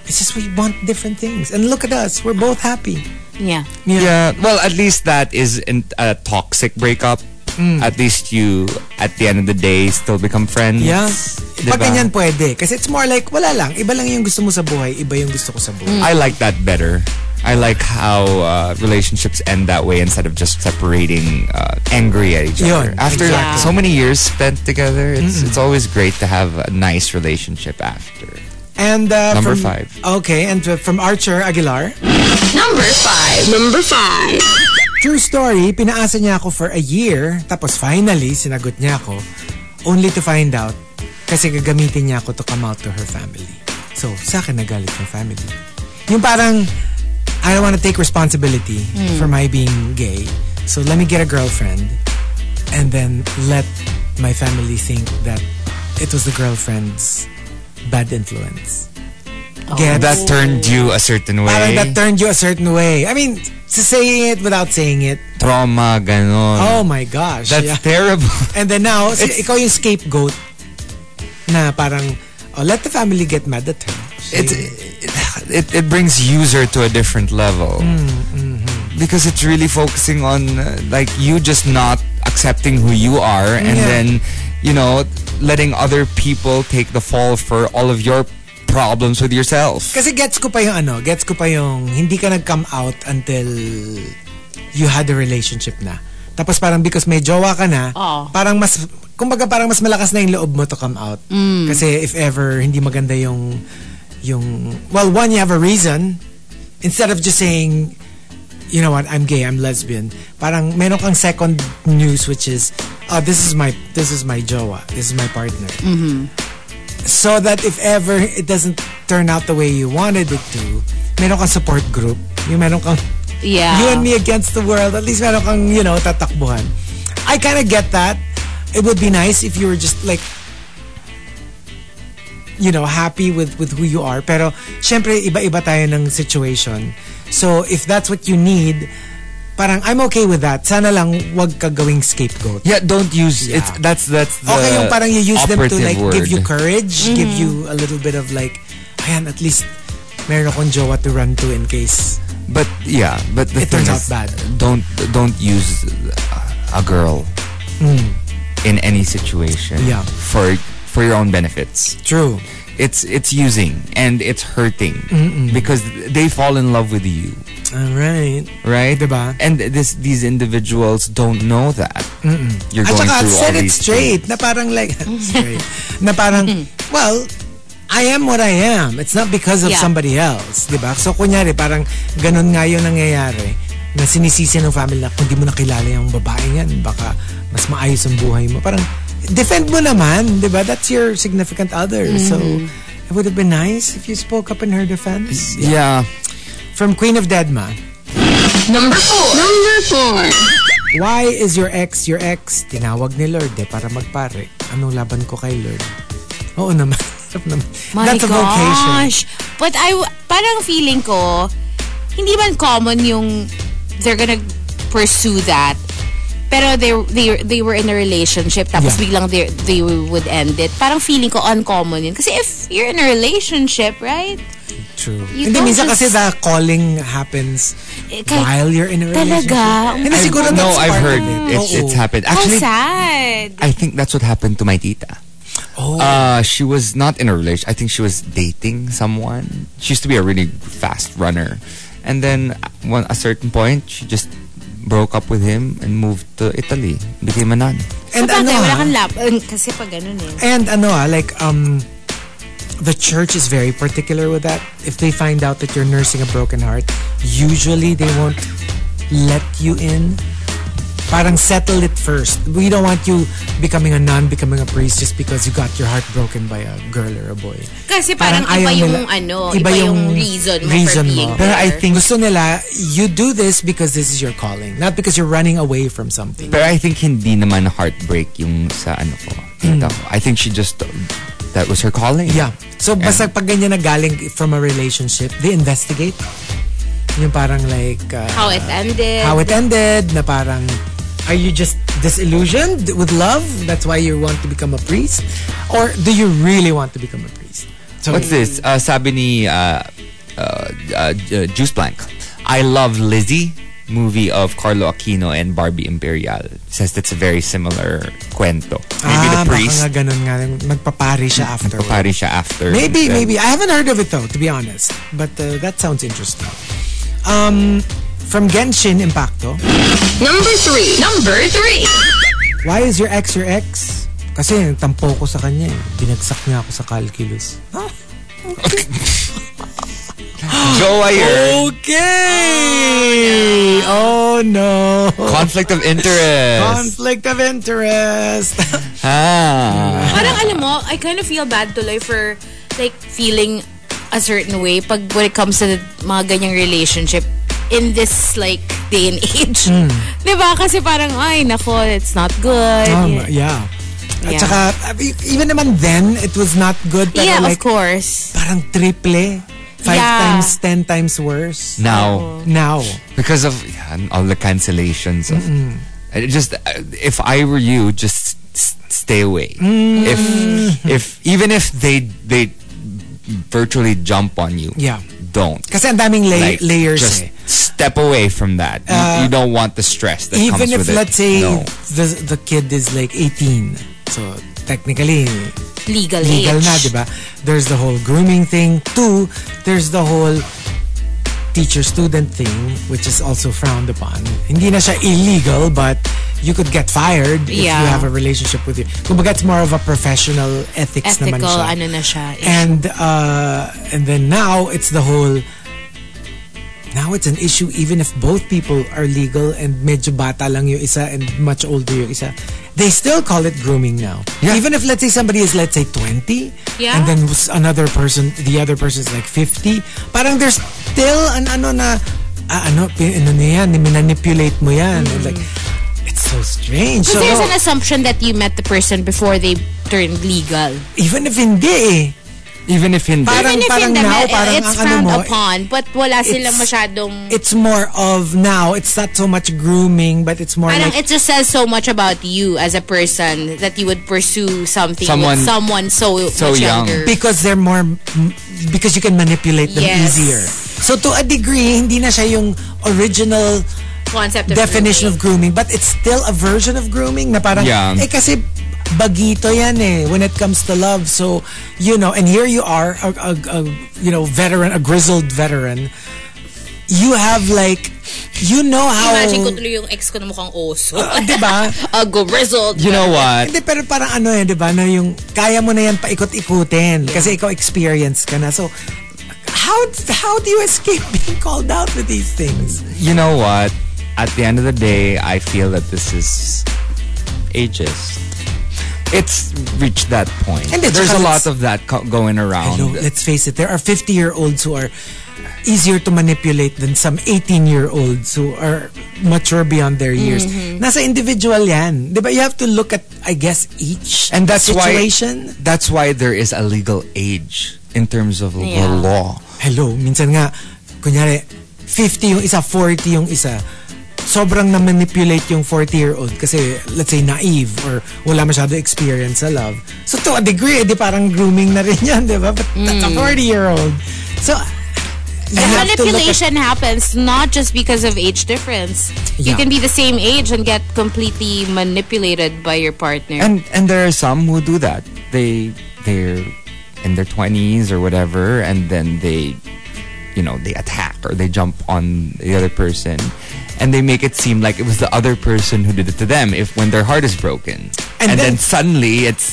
S3: It's just we want different things. And look at us. We're both happy.
S5: Yeah.
S4: Yeah. Well, at least that isn't a toxic breakup.
S3: Mm.
S4: At least you, at the end of the day, still become friends.
S3: Yeah. Pag
S4: Diba?
S3: ganyan pwede. Kasi it's more like, wala lang. Iba lang yung gusto mo sa buhay. Iba yung gusto ko sa buhay.
S4: I like that better. I like how uh, relationships end that way instead of just separating uh, angry at each
S3: Yun,
S4: other. After
S3: exactly.
S4: so many years spent together, it's it's always great to have a nice relationship after.
S3: And uh,
S4: Number
S3: from-
S4: five.
S3: Okay, and uh, from Archer Aguilar.
S2: Number five. Number five.
S3: True story, pinaasa niya ako for a year, tapos finally, sinagot niya ako, only to find out, kasi gagamitin niya ako to come out to her family. So, sa akin nagalit yung family. Yung parang, I don't wanna take responsibility
S4: Hmm.
S3: for my being gay, so let me get a girlfriend, and then let my family think that it was the girlfriend's bad influence.
S4: Oh.
S3: Gets?
S4: That turned you a certain way.
S3: Parang that turned you a certain way. I mean, s- saying it without saying it,
S4: trauma, ganon.
S3: Oh my gosh.
S4: Hmm.
S3: yeah.
S4: That's terrible. [laughs]
S3: And then now, si-
S4: It's-
S3: ikaw yung scapegoat na parang, oh, let the family get mad at her.
S4: It's, it, it, it brings user to a different level.
S3: Mm, mm-hmm.
S4: Because it's really focusing on uh, like you just not accepting who you are and
S3: Yeah.
S4: then, you know, letting other people take the fall for all of your problems with yourself.
S3: Kasi gets ko pa yung ano, gets ko pa yung hindi ka nag-come out until you had a relationship na. Tapos parang because may jowa ka na,
S5: Oo.
S3: parang mas, kumbaga parang mas malakas na yung loob mo to come out. Kasi if ever hindi maganda yung, yung, well, one, you have a reason. Instead of just saying, you know what, I'm gay, I'm lesbian. Parang meron kang second news which is, oh, this is my, this is my jowa, this is my partner so that if ever it doesn't turn out the way you wanted it to, meron kang support group. Yung meron kang
S5: Yeah.
S3: you and me against the world. At least meron kang, you know, tatakbuhan. I kind of get that. It would be nice if you were just like, you know, happy with, with who you are. Pero, syempre, iba-iba tayo ng situation. So, if that's what you need, parang I'm okay with that. Sana lang wag ka gawing scapegoat.
S4: Yeah, don't use
S3: Yeah.
S4: it's that's that's the
S3: Okay yung parang you use them to
S4: operative
S3: like give you
S4: word.
S3: courage, give you a little bit of like, ayan, at least meron akong jowa to run to in case.
S4: But yeah, but the
S3: It
S4: thing
S3: turns out
S4: is,
S3: bad.
S4: Don't don't use uh, a girl in any situation.
S3: Mm. Yeah.
S4: for for your own benefits.
S3: True.
S4: It's it's using and it's hurting because they fall in love with you,
S3: Alright.
S4: right?
S3: Diba?
S4: And this these individuals don't know that you're
S3: At
S4: going
S3: saka,
S4: through all
S3: said it
S4: these
S3: straight, na parang
S4: [laughs]
S3: like, [laughs] straight, na parang, well, I am what I am. It's not because of
S5: Yeah.
S3: somebody else. di ba? So, kunyari, parang ganun nga yung nangyayari na sinisisi ng family na kung di mo nakilala yung babae yan, baka mas maayos ang buhay mo. Parang, defend mo naman, di ba? That's your significant other. So, it would have been nice if you spoke up in her defense.
S4: things. Yeah.
S3: From Queen of Deadma,
S2: Number four. Number four.
S3: Why is your ex your ex? Tinawag ni Lord eh, para magpare. Anong laban ko kay Lord? Oo naman. [laughs] Sarap naman.
S5: My
S3: That's a vocation.
S5: gosh. But I, w- parang feeling ko, hindi man common yung they're gonna pursue that. Pero they they they were in a relationship tapos
S3: Yeah.
S5: biglang they they would end it. Parang feeling ko uncommon yun. Kasi if you're in a relationship, right?
S3: True.
S5: You
S3: Hindi,
S5: don't
S3: minsan
S5: just-
S3: kasi the calling happens
S5: Eh, kay-
S3: while you're in a relationship.
S5: Talaga?
S3: Hindi, siguro
S4: no,
S3: that's Oh,
S4: I've
S3: part
S4: heard
S3: of it.
S4: it's
S3: Oo.
S4: it's happened.
S5: How
S4: Actually,
S5: sad.
S4: I think that's what happened to my tita.
S3: Oh.
S4: Uh, she was not in a relation. I think she was dating someone. She used to be a really fast runner, and then at one a certain point, she just broke up with him and moved to Italy, became a nun.
S3: and
S5: Sabagay,
S3: ano,
S5: wala
S3: ha?
S5: kang lap. eh, Kasi pag ganun eh.
S3: And ano ah, like um the church is very particular with that. If they find out that you're nursing a broken heart, usually they won't let you in. Parang settle it first. We don't want you becoming a nun, becoming a priest just because you got your heart broken by a girl or a boy.
S5: Kasi parang,
S3: ayaw
S5: iba yung
S3: nila-
S5: ano, iba, yung, reason mo
S3: reason
S5: for being
S3: Pero I
S5: there.
S3: think gusto nila, you do this because this is your calling, not because you're running away from something.
S4: But I think hindi naman heartbreak yung sa ano ko. tita ko. I think she just that was her calling.
S3: Hmm. Yeah. So, basta pag ganyan na galing from a relationship, they investigate. Yung parang like, uh,
S5: How it ended.
S3: how it ended, na parang, are you just disillusioned with love? That's why you want to become a priest? Or do you really want to become a priest? So,
S4: What's this? Uh, sabi ni uh, uh, uh, Ju- Juice Blank. I love Lizzie movie of Carlo Aquino and Barbie Imperial. Says that's a very similar cuento. Maybe
S3: ah,
S4: the
S3: baka
S4: priest
S3: nga ganun nga. Magpapari siya afterward.
S4: pari siya after.
S3: Maybe,
S4: and then-
S3: maybe. I haven't heard of it though, to be honest. But uh, that sounds interesting. Um, from Genshin Impacto,
S2: Number three. Number three.
S3: why is your ex your ex? Kasi nagtampo ko sa kanya eh. Binagsak niya ako sa
S4: [laughs]
S3: calculus.
S4: [gasps] Joe Ayer.
S3: Okay! Oh no!
S4: Conflict of interest.
S3: Conflict of [laughs] interest!
S4: ah.
S5: Parang alam mo, I kind of feel bad tuloy for like feeling a certain way pag when it comes to mga ganyang relationship in this like day and age.
S3: Hmm.
S5: [laughs] Di ba? Kasi parang, ay, nako, it's not good.
S3: Tama, Um, yeah. At
S5: Yeah.
S3: saka, uh, e- even naman then, it was not good. Pero
S5: yeah,
S3: like,
S5: of course.
S3: parang triple. Five
S5: Yeah.
S3: times, ten times worse.
S4: Now,
S3: Now.
S4: because of yeah, and all the cancellations of I just uh, if I were you just s- stay away
S3: Mm.
S4: if if even if they they virtually jump on you
S3: Yeah.
S4: don't
S3: Kasi ang daming lay-
S4: Like,
S3: layers
S4: just
S3: eh.
S4: step away from that You- you, don't want the stress that
S3: Even
S4: comes
S3: if
S4: with it.
S3: let's say
S4: no.
S3: the the kid is like 18. So technically
S5: Legal,
S3: legal
S5: age.
S3: na, diba? 'di ba? There's the whole grooming thing. Two, there's the whole teacher student thing which is also frowned upon. Hindi na siya illegal but you could get fired if you
S5: Yeah.
S3: have a relationship with you. Kumbaga it's more of a professional ethics naman
S5: Ethical,
S3: siya.
S5: ano na siya.
S3: and uh, and then now it's the whole now it's an issue even if both people are legal and medyo bata lang yung isa and much older yung isa they still call it grooming now even if let's say somebody is let's say 20
S5: Yeah.
S3: and then s- another person the other person is like 50 parang there's still an ano na ah, ano pin- ano na yan manipulate mo yan and like it's so strange so,
S5: Because Mm. there's
S3: no,
S5: an assumption that you met the person before they turned legal.
S3: even if hindi eh
S4: even if hindi
S3: Parang-
S5: Even if
S3: parang
S5: in the
S3: now,
S5: middle,
S3: parang
S5: eh,
S3: ang
S5: it's
S3: ano
S5: frowned
S3: mo,
S5: upon, but wala silang
S3: it's-
S5: masyadong...
S3: it's more of now it's not so much grooming but it's more
S5: Parang
S3: like
S5: it just says so much about you as a person that you would pursue something
S4: Someone-
S5: with someone so
S4: so
S5: much
S4: young.
S5: younger.
S3: because they're more because you can manipulate them
S5: Yes.
S3: easier so to a degree hindi na siya yung original
S5: Concept of
S3: definition of grooming but it's still a version of grooming na parang
S4: Yeah.
S3: eh kasi bagito yan eh when it comes to love so you know and here you are a, a, a you know veteran a grizzled veteran you have like you know how Uh,
S5: Imagine ko tuloy yung ex ko na mukhang oso.
S3: diba?
S5: [laughs] a grizzled.
S4: you know what
S3: Hindi, pero parang ano eh, di ba? Na yung kaya mo na yan paikot-ikutin kasi ikaw experienced ka na. So, how how do you escape [laughs] being called out with these things?
S4: you know what at the end of the day I feel that this is ages it's reached that point
S3: And it's
S4: there's a
S3: because
S4: lot
S3: it's-
S4: of that co- going around
S3: Hello, let's face it, there are 50-year-olds who are easier to manipulate than some 18-year-olds who are mature beyond their years.
S4: Mm-hmm.
S3: Nasa individual yan. Di ba? You have to look at, I guess, each
S4: and that's
S3: situation.
S4: why that's why there is a legal age in terms of the
S5: Yeah.
S4: law
S3: Hello, minsan nga, kunyari, 50 yung isa, 40 yung isa. Sobrang na-manipulate yung 40-year-old kasi, let's say, naive or wala masyado experience sa love. So, to a degree, eh, di parang grooming na rin yan, di ba? But that's a 40-year-old. So, you have to
S5: The
S3: look at-
S5: manipulation happens not just because of age difference.
S3: Yeah.
S5: You can be the same age and get completely manipulated by your partner.
S4: and and there are some who do that they they're in their 20s or whatever and then they you know they attack or they jump on the other person and they make it seem like it was the other person who did it to them if when their heart is broken
S3: And
S4: and,
S3: then-
S4: then, suddenly it's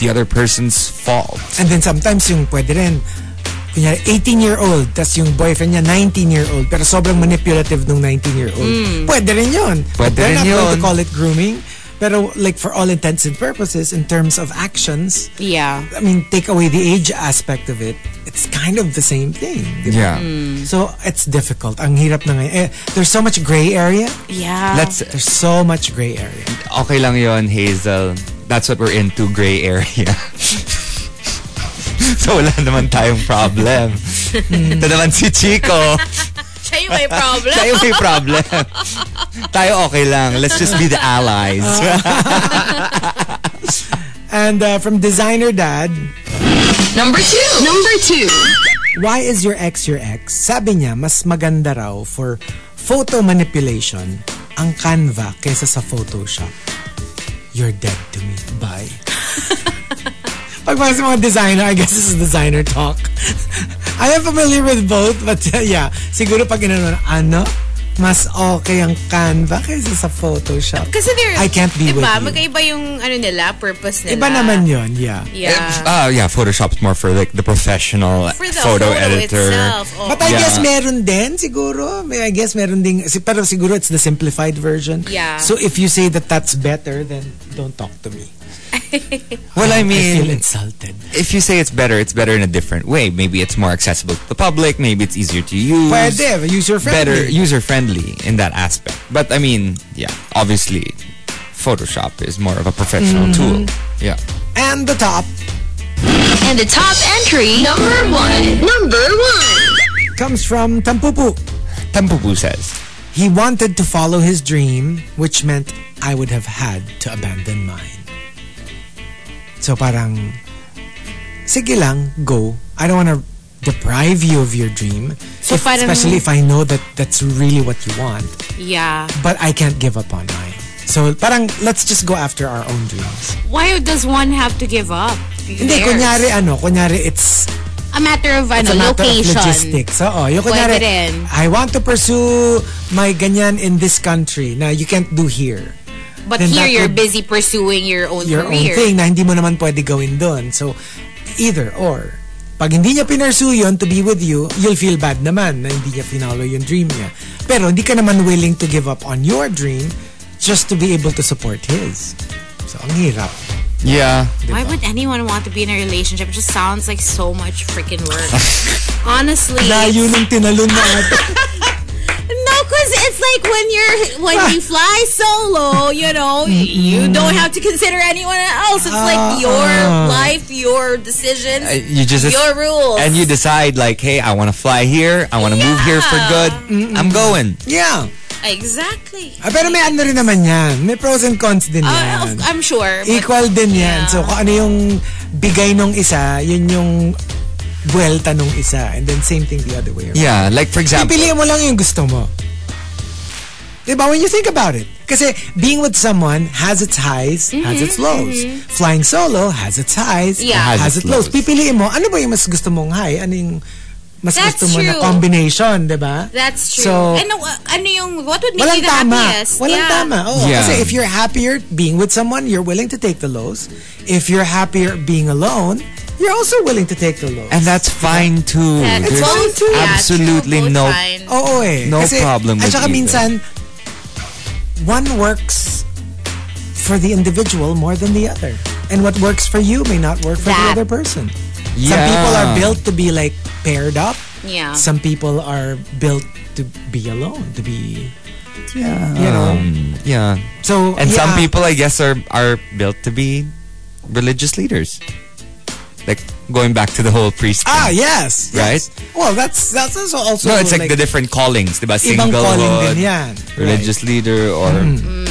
S4: the other person's fault
S3: And then sometimes yung pwede rin, kunyari 18-year-old, tas yung boyfriend niya 19-year-old, pero sobrang manipulative nung 19-year-old. Pwede rin yun. But
S4: Pwede
S3: they're
S4: rin
S3: not going
S4: yun.
S3: to call it grooming. Pero like for all intents and purposes, in terms of actions,
S5: yeah.
S3: I mean, take away the age aspect of it, it's kind of the same thing. di ba?
S4: yeah
S3: So, it's difficult. Ang hirap na ngayon. Eh, there's so much gray area.
S5: Yeah.
S4: let's
S3: There's so much gray area.
S4: okay lang yon Hazel. That's what we're into, gray area. [laughs] [laughs] so wala naman tayong problem. Ito naman si Chico.
S5: Siya yung may problem.
S3: [laughs]
S4: Tayo may problem. Tayo okay lang. Let's just be the allies. [laughs]
S5: Oh,
S3: And uh, from Designer Dad,
S2: Number two. Number two.
S3: Why is your ex your ex? Sabi niya, mas maganda raw for photo manipulation ang Canva kesa sa Photoshop. You're dead to me. Bye. [laughs] Pag mga sa mga designer, I guess this is designer talk. [laughs] I am familiar with both, but [laughs] uh, yeah, siguro pag inano, ano, mas okay ang Canva kaysa sa Photoshop.
S5: Kasi they're,
S3: I can't be
S5: diba,
S3: with you.
S5: magkaiba yung ano nila, purpose nila.
S3: Iba naman yun, yeah.
S5: diba? Yeah.
S4: Uh, yeah, Photoshop's more for like the professional
S5: For the
S4: photo,
S5: photo
S4: editor.
S5: itself. Oh, oo.
S3: But I
S4: Yeah.
S3: guess meron din siguro. May- I guess meron ding si- pero siguro it's the simplified version.
S5: Yeah.
S3: So if you say that that's better then don't talk to me.
S4: Well, I
S3: I feel
S4: mean,
S3: insulted.
S4: if you say it's better, it's better in a different way. Maybe it's more accessible to the public. Maybe it's easier to use.
S3: Pwede, user
S4: Better,
S3: friendly.
S4: user friendly in that aspect. But I mean, yeah, obviously, Photoshop is more of a professional tool. Yeah.
S3: And the top
S2: And the top entry. Number one. Number one.
S3: comes from Tampupu.
S4: Tempupu says,
S3: He wanted to follow his dream which meant I would have had to abandon mine. So parang sige lang, go. I don't want to deprive you of your dream.
S5: So
S3: If-
S5: parang-
S3: especially if I know that that's really what you want.
S5: yeah.
S3: but I can't give up on mine. So parang let's just go after our own dreams.
S5: Why does one have to give up?
S3: Hindi,
S5: Theirs.
S3: kunyari ano, kunyari it's,
S5: A matter of
S3: it's
S5: ano,
S3: a matter
S5: location.
S3: of logistics. Oo, yung kunyari,
S5: Pwede rin.
S3: I want to pursue my ganyan in this country na you can't do here.
S5: But
S3: Then
S5: here
S3: that
S5: you're
S3: would-
S5: busy pursuing your own
S3: Your
S5: career.
S3: own thing na hindi mo naman pwede gawin doon. So, either or. Pag hindi niya pinursue yun to be with you, you'll feel bad naman na hindi niya pinalo yung dream niya. Pero hindi ka naman willing to give up on your dream just to be able to support his. So, ang hirap.
S4: yeah.
S3: diba?
S5: Why would anyone want to be in a relationship? It just sounds like so much freaking
S3: [laughs]
S5: work. Honestly.
S3: Layo ng tinalon na ate.
S5: No, because it's like when you're when
S3: [laughs]
S5: you fly solo, you know, you don't have to consider anyone else. It's like
S3: Uh-uh.
S5: your life, your decisions,
S4: Uh, you just
S5: your rules.
S4: and you decide like, hey, I want to fly here. I want to move here for good. I'm going.
S3: [laughs] Yeah.
S5: exactly.
S3: Ah, pero may ano rin naman yan. May pros and cons din
S5: Uh,
S3: yan.
S5: of- I'm sure. but-
S3: Equal din yan.
S5: Yeah.
S3: So kung ano yung bigay nung isa, yun yung buwelta nung isa. And then same thing the other way around.
S4: Yeah, like for example,
S3: Pipiliin mo lang yung gusto mo. Diba? When you think about it. Kasi being with someone has its highs, has its lows. Flying solo has its highs,
S5: Mm-hmm. Yeah.
S3: has, its lows. Pipiliin mo, ano ba yung mas gusto mong high? Ano yung mas
S5: That's
S3: gusto mo na
S5: true.
S3: combination, diba?
S5: That's true.
S3: So-
S5: ano, uh, ano yung, what would make
S3: Walang
S5: you the
S3: tama.
S5: happiest?
S3: Walang
S5: Yeah.
S3: tama. Oo.
S4: Yeah.
S3: Kasi if you're happier being with someone, you're willing to take the lows. If you're happier being alone, you're also willing to take the lows.
S4: and that's fine too.
S5: That's
S4: There's
S5: both-
S3: too.
S5: yeah,
S4: absolutely
S5: both
S4: no.
S5: fine.
S3: Oo eh.
S4: No
S3: Kasi,
S4: problem
S3: At
S4: with
S3: saka
S4: either.
S3: minsan, one works for the individual more than the other. And what works for you may not work for
S5: That.
S3: the other person. Some
S4: Yeah.
S3: people are built to be like paired up.
S5: Yeah.
S3: Some people are built to be alone, to be, yeah, you know.
S4: Um, yeah,
S3: So
S4: and some
S3: yeah.
S4: people, I guess, are are built to be religious leaders. Like going back to the whole priest.
S3: Ah,
S4: thing,
S3: yes.
S4: Right?
S3: yes. Well, that's that's also also
S4: No, it's like, the different callings, diba?
S3: ibang calling din
S4: Singlehood,
S3: yan.
S4: religious leader, or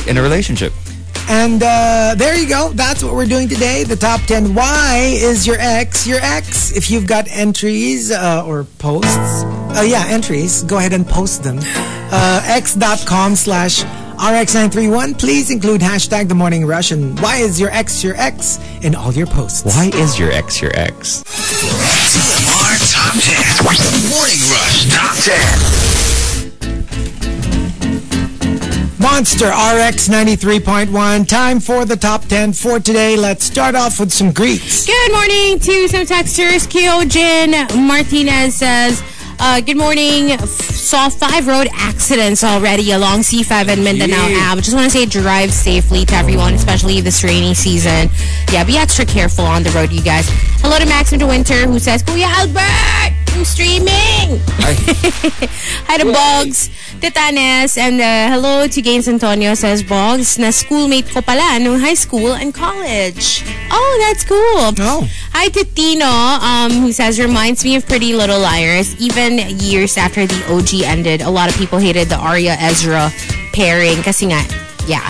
S4: in a relationship.
S3: Right. And uh, there you go. That's what we're doing today. The top 10 why is your ex your ex? If you've got entries uh, or posts, uh, yeah, entries, go ahead and post them. Uh, x.com slash RX931. Please include hashtag the morning rush and why is your ex your ex in all your posts.
S4: Why is your ex your ex?
S6: TMR Top 10. Morning Rush Top 10.
S3: Monster RX 93.1. Time for the top 10 for today. Let's start off with some greets.
S5: Good morning to some texters. Kyojin Martinez says, uh, good morning. F- saw five road accidents already along C5 and Mindanao Ave. Just want to say drive safely to everyone, especially this rainy season. Yeah, be extra careful on the road, you guys. Hello to Maxim De Winter who says, Kuya Albert, I'm streaming. Hi to Bogs, Titanes, and uh, hello to Gaines Antonio, says Bogs, na schoolmate ko pala nung high school and college. Oh, that's cool.
S3: Oh.
S5: Hi to Tino, um, who says, reminds me of Pretty Little Liars. Even years after the OG ended, a lot of people hated the Arya-Ezra pairing. Kasi nga, yeah,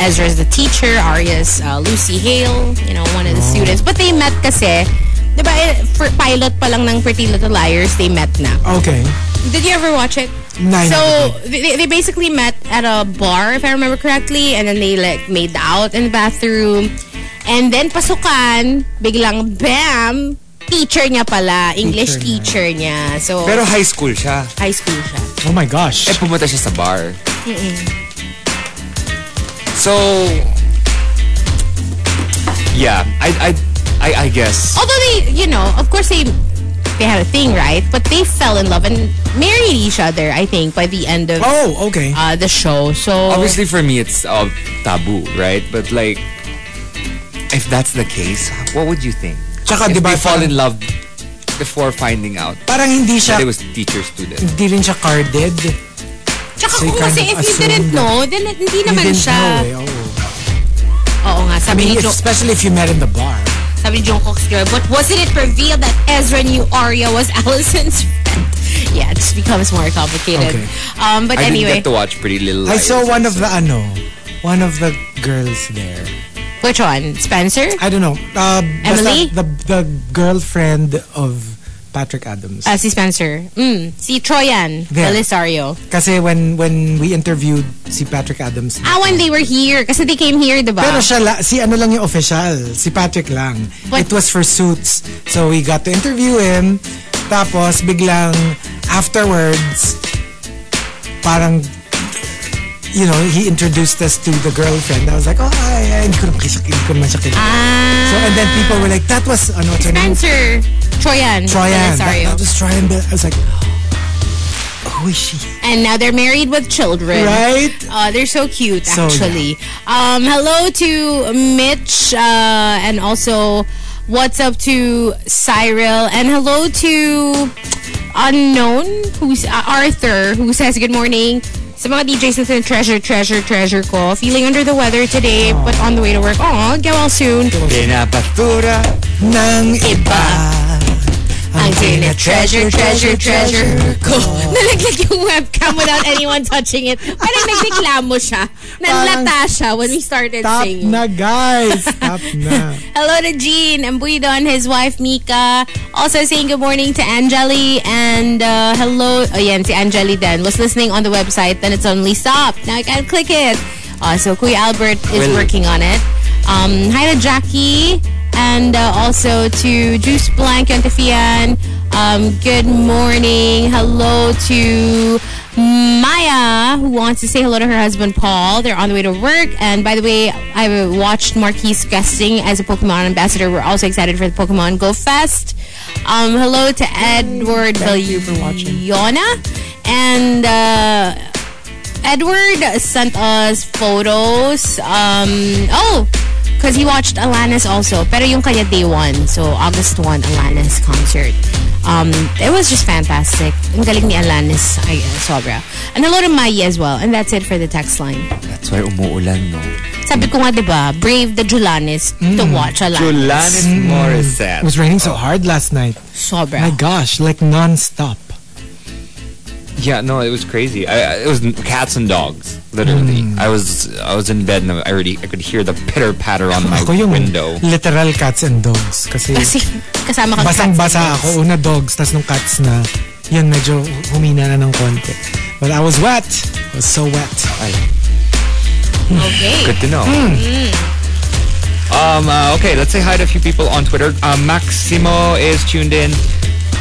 S5: Ezra's the teacher, Arya's uh, Lucy Hale, you know, one of the students. But they met kasi, di ba, eh, for pilot pa lang ng Pretty Little Liars, they met na.
S3: Okay.
S5: Did you ever watch it?
S3: No, I
S5: So they, they basically met at a bar, if I remember correctly, and then they like made out in the bathroom. And then pasukan, biglang bam, teacher niya pala, English
S3: Teacher
S5: teacher, niya. So
S4: Pero high school siya.
S5: high school siya.
S3: Oh my gosh.
S4: Eh, pumunta siya sa bar. So, yeah, I, I, I, I guess.
S5: Although they, you know, of course they they had a thing, right? But they fell in love and married each other, I think, by the end of
S3: Oh, okay.
S5: uh, the show. So
S4: Obviously, for me, it's uh, taboo, right? But like, if that's the case, what would you think?
S3: Tsaka,
S4: if
S3: di ba,
S4: they fall
S3: parang-
S4: in love before finding out
S3: Parang hindi siya,
S4: that it was teacher-student.
S3: hindi rin siya carded.
S5: Tsaka
S3: So you kind
S5: kung kasi
S3: of
S5: if you
S3: assume
S5: didn't
S3: that-
S5: know, then hindi
S3: You
S5: naman
S3: didn't
S5: siya.
S3: know eh, oo.
S5: Oo nga,
S3: I
S5: sabi
S3: mean,
S5: ni
S3: if-
S5: Jo-
S3: especially if you met in the bar.
S5: Sabi ni Jungkook's girl, but wasn't it revealed that Ezra knew Arya was [laughs] Allison's friend? Yeah, it just becomes more complicated.
S3: Okay.
S5: Um, but
S4: I didn't
S5: anyway,
S4: get to watch Pretty Little
S3: I
S4: Liars.
S3: saw one of the, ano, one of the girls there.
S5: which one? Spencer?
S3: I don't know. Uh, basta
S5: Emily?
S3: The, the girlfriend of Patrick Adams.
S5: Uh, si Spencer. Mm, si Troyan
S3: There.
S5: Belisario.
S3: Kasi when when we interviewed si Patrick Adams.
S5: Ah, when they were here. Kasi they came here, diba?
S3: Pero siya la, si ano lang yung official, si Patrick lang.
S5: But-
S3: It was for suits. So we got to interview him. Tapos biglang afterwards parang you know, he introduced us to the girlfriend. I was like, oh, ay, ay, hindi ko naman siya, hindi ko naman siya kilala.
S5: ah,
S3: So, and then people were like, that was, ano, what's her name?
S5: Spencer. Troyan.
S3: Troyan. That,
S5: Belisario.
S3: that was Troyan. Bel- I was like, who is she?
S5: And now they're married with children.
S3: Right?
S5: Uh, they're so cute,
S3: So,
S5: actually. Um, hello to Mitch, uh, and also what's up to Cyril, and hello to unknown who's uh, Arthur, who says good morning. Sa mga DJs natin, treasure, treasure, treasure ko. Feeling under the weather today, but on the way to work. Aw, get well soon.
S3: Pinapatura ng iba.
S5: Ang tina treasure, treasure, treasure ko. [laughs] Nalaglag yung webcam without anyone touching it. Parang nagreklamo siya. Nanlata siya when we started
S3: Stop
S5: singing.
S3: na, guys. Stop na.
S5: Hello to Jean Ambuido and his wife Mika. Also saying good morning to Angeli and uh, hello. Oh, yan, si Angeli then was listening on the website. Then it's only stopped. Now I can't click it. Uh, so Kuya Albert is
S4: Well-
S5: working on it. Um, hi to Jackie and uh, also to Juice Blank and Tifian. Um, good morning. Hello to Maya, who wants to say hello to her husband Paul. They're on the way to work. And by the way, I watched Marquise guesting as a Pokemon ambassador. We're also excited for the Pokemon Go Fest. Um, hello to Edward Thank you for watching. And uh, Edward sent us photos. Um, oh, because he watched Alanis also. Pero yung kanya day one. So, August 1, Alanis concert. Um, it was just fantastic. Ang galing ni Alanis. Ay, uh, sobra. And hello to Mayi as well. And that's it for the text line.
S4: That's why umuulan, no?
S5: Sabi ko nga, di ba, brave the Julanis to
S3: Mm.
S5: watch Alanis.
S4: Julanis
S3: It was
S4: Morissette.
S3: raining so hard last night.
S5: Sobra.
S3: My gosh, like non-stop.
S4: Yeah, no, it was crazy. I, I- it was n- cats and dogs, literally. I was I was in bed and I already I could hear the pitter patter on my
S3: Ako yung
S4: window.
S3: literal cats and dogs. Kasi
S5: Kasi kasama kang
S3: basang-basa
S5: cats and dogs.
S3: ako. Una dogs, tas nung cats na, yun, medyo humina na ng konti. But I was wet. I was so wet.
S4: Ay,
S5: Okay.
S4: good to know. Um, uh, okay, let's say hi to a few people on Twitter. Uh, Maximo is tuned in.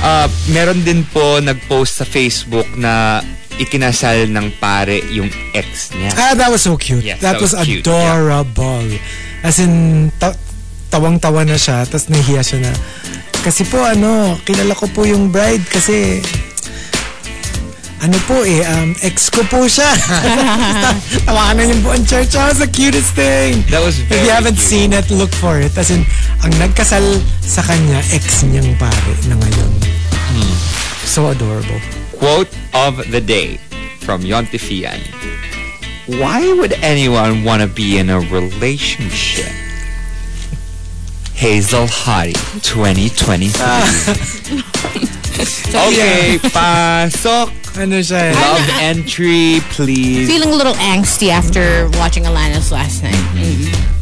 S4: Uh, meron din po nag-post sa Facebook na ikinasal ng pare yung ex niya.
S3: Ah, that was so cute.
S4: Yes,
S3: that,
S4: that
S3: was,
S4: was cute,
S3: adorable. As in, ta- tawang-tawa na siya, tapos nahiya siya na. Kasi po, ano, kilala ko po yung bride kasi, ano po eh, um, ex ko po
S4: [laughs]
S3: siya. Tawanan yung buong church. That was the cutest thing.
S4: That was
S3: If you
S4: very
S3: haven't seen
S4: cute.
S3: it, look for it. As in, ang nagkasal sa
S4: Hmm.
S3: kanya, ex niyang pare na ngayon. So adorable.
S4: quote of the day from Yontifian. Why would anyone want to be in a relationship? [laughs] Hazel Hari 2023.
S3: [laughs]
S4: okay, pasok.
S3: Ano siya eh?
S4: Love entry, please.
S5: Feeling a little angsty after watching Alanis last night.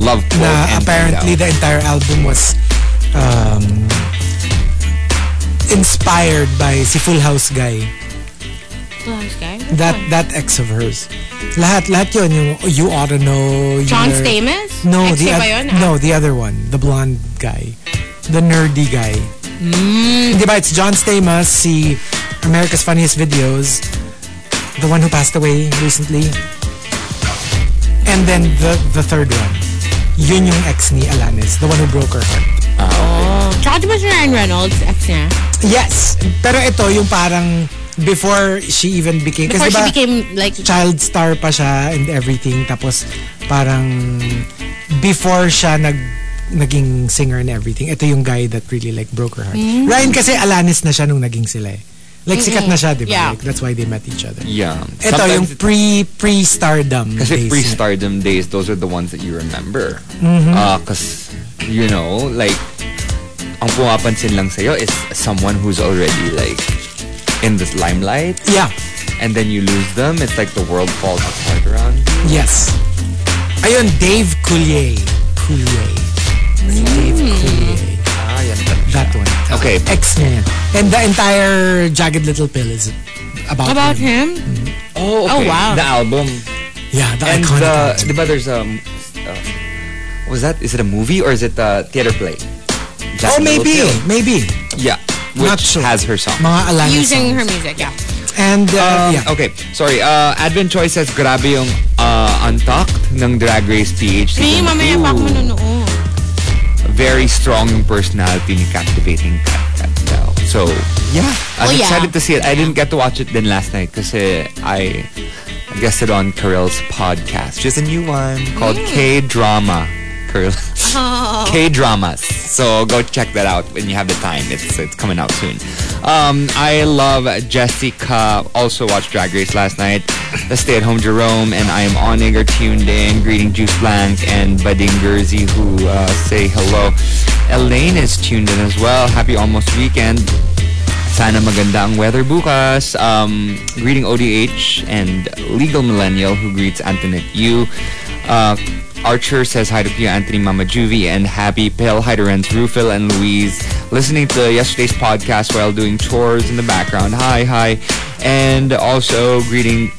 S4: Love quote.
S3: na
S4: entry
S3: apparently
S4: daw.
S3: the entire album was um, inspired by si Full House guy. That that ex of hers. Lahat lahat yun yung you ought to know.
S5: John
S3: your-
S5: Stamos?
S3: No,
S5: Ex
S3: the
S5: niya
S3: oth-
S5: ba yun?
S3: no, the other one, the blonde guy, the nerdy guy. Mm. Diba, it's John Stamos, si America's Funniest Videos, the one who passed away recently, and then the the third one. Yun yung ex ni Alanis, the one who broke her heart.
S5: Tsaka diba si Ryan Reynolds, ex niya?
S3: Yes, pero ito yung parang before she even became
S5: Before
S3: kasi
S5: she
S3: ba,
S5: became like,
S3: child star pa siya and everything tapos parang before siya nag naging singer and everything ito yung guy that really like broke her heart
S5: Mm.
S3: Ryan kasi Alanis na siya nung naging sila eh like sikat na siya di ba
S5: Yeah.
S3: like, that's why they met each other
S4: Yeah.
S3: ito
S4: Sometimes
S3: yung
S4: it's-
S3: pre pre stardom
S4: Kasi pre-stardom days, those are the ones that you remember.
S3: Mm-hmm.
S4: Because, you know, like, ang pumapansin lang sa'yo is someone who's already, like, in this limelight.
S3: yeah
S4: And then you lose them. It's like the world falls apart around you.
S3: yes ayun Dave Coulier Coulier Dave
S5: Mm.
S3: Coulier
S4: Ah, yan
S3: that one
S4: Okay.
S3: ex niya yan. and the entire Jagged Little Pill is about,
S5: about him?
S4: Oh, okay.
S5: Oh, wow.
S4: The album.
S3: yeah the
S4: And
S3: iconic
S4: the,
S3: one.
S4: di ba there's um, uh, what was that, is it a movie or is it a theater play?
S3: Oh,
S4: Jack Little
S3: maybe,
S4: Pill.
S3: maybe.
S4: Yeah. Which
S3: Not sure.
S4: has her song.
S3: Mga Alanis
S5: Using her
S3: songs.
S5: music, yeah.
S3: And, uh,
S4: Um,
S3: yeah.
S4: Okay, sorry. Uh, Advent Choice says, grabe yung uh, Untucked ng Drag Race PH.
S5: Hindi,
S4: Season
S5: mamaya pa
S4: two.
S5: ako manonood.
S4: Very strong yung personality ni Captivating Cat Cat daw. So, yeah. I'm
S5: Oh, yeah.
S4: excited to see it. I didn't get to watch it then last night kasi I guested on Karel's podcast. She has a new one called K-Drama. Karel. K-dramas. So go check that out when you have the time. It's it's coming out soon. Um, I love Jessica. Also watched Drag Race last night. The Stay at Home Jerome and I am Onig are tuned in. Greeting Juice Blank and Budding Guernsey who uh, say hello. Elaine is tuned in as well. Happy almost weekend. Sana maganda ang weather bukas. Um, greeting ODH and Legal Millennial who greets Antoinette Yu. Uh, Archer says hi to Pia Anthony Mama Juvie and happy pale hi to Renz Rufil and Louise. Listening to yesterday's podcast while doing chores in the background. Hi, hi. And also greeting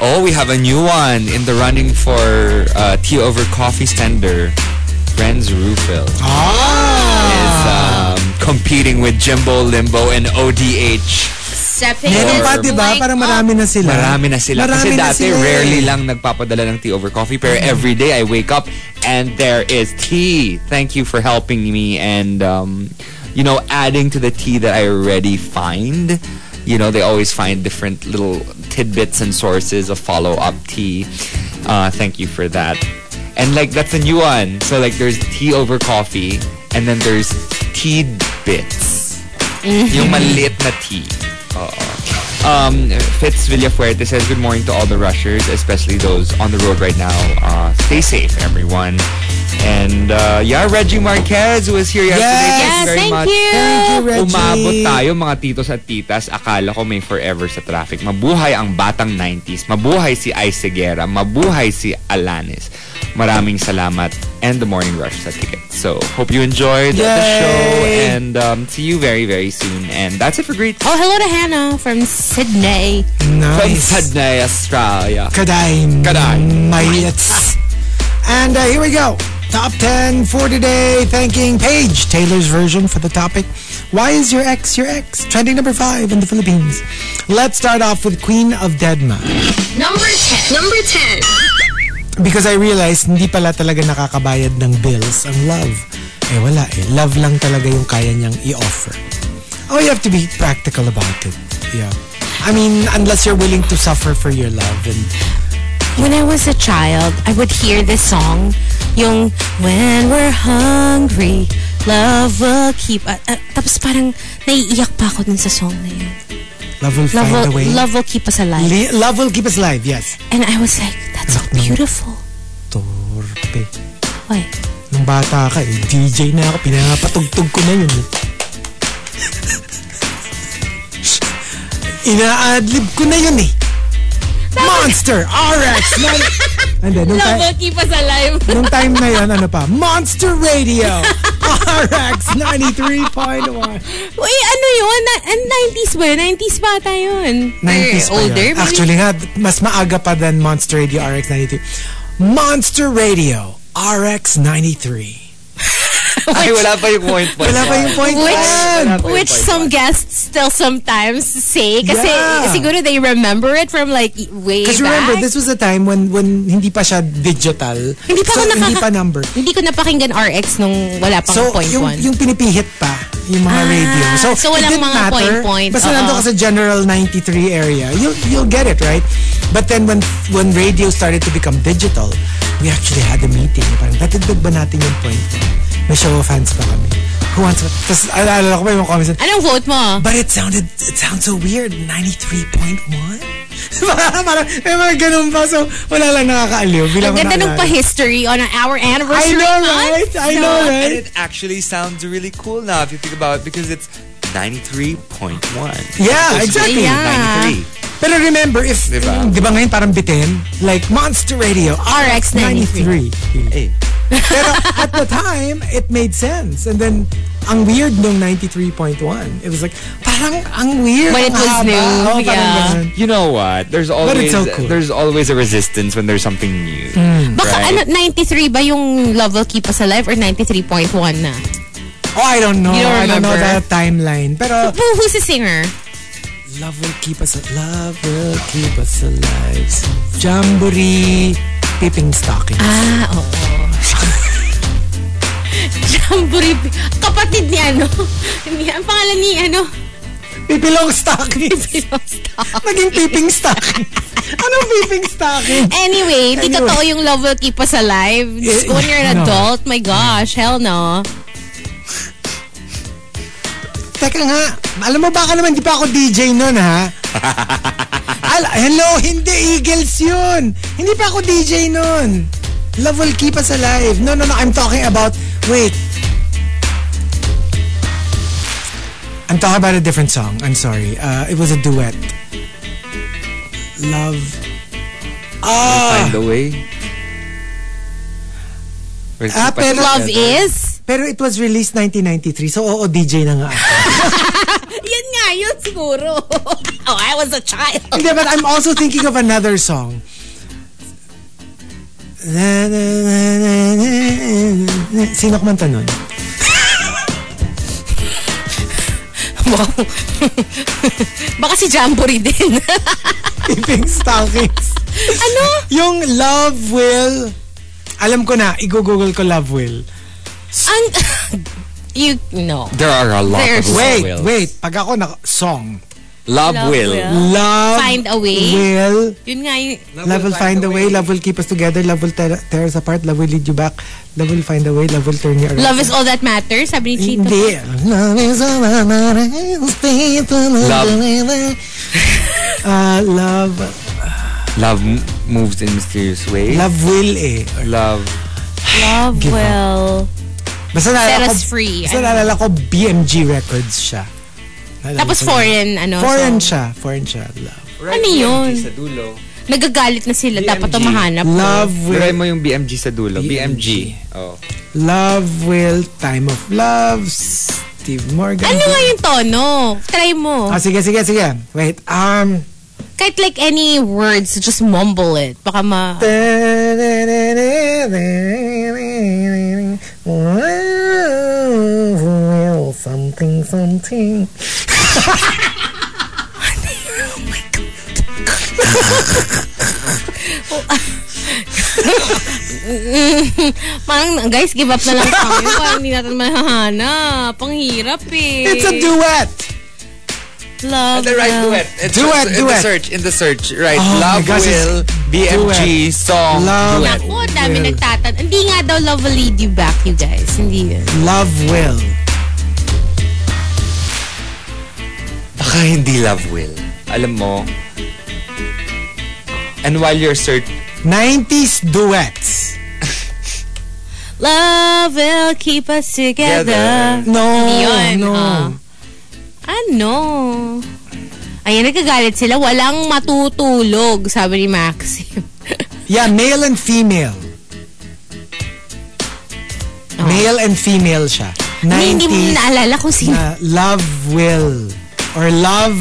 S4: Oh, we have a new one in the running for uh, tea over coffee standard. Renz Rufil
S3: Ah.
S4: is um, competing with Jimbo Limbo and ODH.
S5: Stepping
S3: Meron
S5: is
S3: pa, di ba?
S5: like
S3: Parang marami na sila.
S4: Marami na sila.
S3: Marami
S4: Kasi
S3: na
S4: dati,
S3: sila Mm-hmm. eh.
S4: rarely lang nagpapadala ng tea over coffee. Pero every day, I wake up and there is tea. Thank you for helping me and, um, you know, adding to the tea that I already find. You know, they always find different little tidbits and sources of follow-up tea. Uh, thank you for that. And, like, that's a new one. So, like, there's tea over coffee and then there's tea bits. [laughs] Yung maliit na tea. Um, Fitz Villafuerte says, Good morning to all the rushers, especially those on the road right now. Uh, stay safe, everyone. And uh, yeah, Reggie Marquez who was here yesterday. Thank you
S5: Yes,
S4: very
S5: thank
S4: much.
S5: you.
S3: Thank you, Reggie.
S4: Umabot tayo mga titos at titas. Akala ko may forever sa traffic. Mabuhay ang batang 90s. Mabuhay si Ice Seguera. Mabuhay si Alanis. Maraming salamat and the morning rush sa ticket. So, hope you enjoyed the
S3: Yay!
S4: show and um, see you very, very soon. And that's it for greets.
S5: Oh, hello to Hannah from Sydney.
S4: From
S3: Nice.
S4: Sydney, Australia.
S3: Kadaim.
S4: Kadaim.
S3: Mayats. And uh, here we go. Top 10 for today. Thanking Paige Taylor's version for the topic. Why is your ex your ex? Trending number 5 in the Philippines. Let's start off with Queen of Deadma.
S2: Number 10. Number 10.
S3: Because I realized hindi pala talaga nakakabayad ng bills ang love. Eh wala eh. Love lang talaga yung kaya niyang i-offer. Oh, you have to be practical about it. Yeah. I mean, unless you're willing to suffer for your love. And
S5: When I was a child, I would hear this song, yung When we're hungry, love will keep... Uh, tapos parang naiiyak pa ako dun sa song na yun.
S3: Love will
S5: Love
S3: find
S5: will,
S3: a way.
S5: love will keep us alive.
S3: Li- love will keep us alive, yes.
S5: and I was like, that's so
S3: Nak- nak-
S5: beautiful.
S3: Torpe.
S5: Why?
S3: Nung bata ka, eh, DJ na ako. Pinapatugtog ko na yun. eh. [laughs] Ina-adlib ko na yun eh. Monster RX! Nine- And then, nung,
S5: Love
S3: ti-
S5: will keep us alive.
S3: nung time na yun, ano pa? Monster Radio! RX 93.1
S5: Uy, ano yun? Na- and 90s ba yun? 90s bata yun.
S3: 90s pa
S5: Or older,
S3: yun.
S5: maybe?
S3: Actually nga, mas maaga pa than Monster Radio RX 93. Monster Radio RX 93.
S4: Ay, wala pa yung point pa.
S3: Wala pa yung point
S5: Which,
S3: yan.
S4: pa yung
S5: which
S4: point
S5: some guests still sometimes say. Kasi
S3: Yeah.
S5: siguro they remember it from like way
S3: Because
S5: back.
S3: remember, this was a time when when hindi pa siya digital.
S5: Hindi pa
S3: so,
S5: ako
S3: hindi
S5: nakaka-
S3: pa number.
S5: Hindi ko napakinggan RX nung wala pang
S3: So,
S5: point
S3: yung,
S5: one.
S3: yung pinipihit pa yung mga
S5: Ah,
S3: radio. So,
S5: so walang
S3: it didn't
S5: mga
S3: matter.
S5: point-point,
S3: Basta
S5: oo.
S3: nandun ka sa general 93 area, you'll, you'll get it, right? But then when when radio started to become digital, we actually had a meeting. Parang, tatagdag ba natin yung point? May show of hands pa kami. Who wants Tapos, alala ko pa yung mga comments.
S5: Anong vote mo?
S3: But it sounded, it sounds so weird. 93.1? [laughs] parang, parang, may mga ganun pa. So, wala lang nakakaaliw. Bilang ko
S5: Ang ganda nung
S3: naalala.
S5: pa-history on our
S3: I
S5: anniversary
S3: know,
S5: month.
S3: right? I
S5: So,
S3: know,
S4: And
S3: right?
S4: it actually sounds really cool now if you think about it because it's 93.1.
S3: Yeah, exactly.
S5: Yeah.
S4: 93.
S3: Pero remember, if, di ba,
S4: Diba?
S3: ngayon parang bitin? Like, Monster Radio,
S5: RX 93.
S3: 93.
S4: Hey,
S3: Pero at the time, it made sense. And then, ang weird nung 93.1. It was like, parang ang weird.
S5: When it
S3: ang
S5: was
S3: haba.
S5: new,
S3: Oo, parang
S5: yeah.
S3: ganun.
S4: you know what? There's
S3: it's
S4: always
S3: so cool.
S4: there's always a resistance when there's something new.
S5: Baka
S4: Right.
S5: ano, 93 ba yung Love Will Keep Us Alive or 93.1 na?
S3: Oh, I don't know.
S5: You
S3: I
S5: don't
S3: don't know the
S5: remember?
S3: timeline. Pero,
S5: Who, who's the singer?
S3: love will keep us, love will keep us alive. Jamboree, Pipping Stockings.
S5: Ah, oo. [laughs] Jamboree. Kapatid ni ano? [laughs] Ni, ang pangalan ni ano? [laughs]
S3: Pipilong Stockings.
S5: Stop.
S3: Naging Pipping Stockings. Anong Pipping Stockings?
S5: Anyway, hindi
S3: Anyway.
S5: totoo yung love will keep us alive. Just
S3: Eh,
S5: when you're
S3: [laughs]
S5: an
S3: no.
S5: adult, my gosh, hell no.
S3: Teka nga, alam mo baka naman di pa ako DJ nun ha? Al- Hello, hindi Eagles yun. Hindi pa ako DJ nun. Love will keep us alive. No, no, no, I'm talking about, wait. I'm talking about a different song. I'm sorry. Uh, it was a duet. Love. Ah,
S4: Find a way. Where's
S3: Ah,
S4: the
S3: pero-
S5: Love
S4: packet?
S5: is?
S3: pero it was released 1993. So, oo, DJ na nga ako.
S5: Yan nga, yun siguro. [laughs] oh, I was a
S3: [laughs]
S5: child.
S3: Hindi, but I'm also thinking of another song. Sino kumanta nun?
S5: Wow. [laughs] Baka si Jamboree din. [laughs]
S3: Pink Stockings.
S5: ano?
S3: Yung Love Will... Alam ko na, i-google ko Love Will.
S5: Ang... [laughs] you, no.
S4: There are a lot
S5: There's-
S4: of
S3: Wait,
S4: will.
S3: wait. Pag ako na... Song.
S4: Love,
S5: Love
S4: will.
S5: will.
S3: Love
S5: Find a way.
S3: Will...
S5: Yun nga yung...
S3: Love will find a way. Love will keep us together. Love will tear, tear us apart. Love will lead you back. Love will find a way. Love will turn you around.
S5: Love is all that matters, sabi ni Chito.
S3: Hindi. Love is all that matters. Ah, love.
S4: Love m- moves in mysterious ways.
S3: Love will eh.
S4: Love.
S5: Love will...
S3: Basta
S5: Set
S3: naalala
S5: us
S3: ko-
S5: free.
S3: Basta
S5: Ano?
S3: naalala ko, BMG Records siya. Naalala
S5: Tapos
S3: ko yun.
S5: foreign, ano?
S3: Foreign
S5: so-
S3: siya. Foreign siya. Love.
S5: Ano yun?
S4: Sa dulo.
S5: Nagagalit na sila. Dapat
S4: BMG.
S5: tumahanap.
S3: Love will.
S4: Try mo yung BMG sa dulo. BMG. Oh.
S3: Love will. Time of love. Steve Morgan.
S5: Ano nga yung tono? Try mo.
S3: Ah, sige, sige, sige. Wait. Um,
S5: Kahit like any words, just mumble it. Baka ma...
S3: Something, something.
S5: Parang, guys, give up na lang
S3: [laughs]
S5: tayo. Parang hindi natin mahahanap. Ang hirap eh.
S3: It's a duet.
S4: Oh,
S5: Love
S4: The right
S5: will-
S4: duet. It's
S3: Duet,
S4: in
S3: duet.
S4: the search, in the search. Right.
S3: Oh my
S4: Love
S3: gosh, it's
S4: will. BMG song.
S3: Love-
S4: duet.
S5: Naku, ang dami
S3: Well.
S5: nagtatan. Hindi nga daw love will lead you back, you guys. Hindi yun.
S3: Love will.
S4: Baka hindi love will. alam mo, and while you're cert,
S3: 90s duets.
S5: Love will keep us together.
S4: Together.
S3: No,
S5: Yun,
S3: Oh, no.
S5: ah. Ano? Ayan, nagagalit sila. Walang matutulog, sabi ni Maxim. [laughs]
S3: Yeah, male and female. Male and female siya.
S5: Ah. Hindi mo
S3: 90s
S5: naalala kung sino.
S3: na love will or love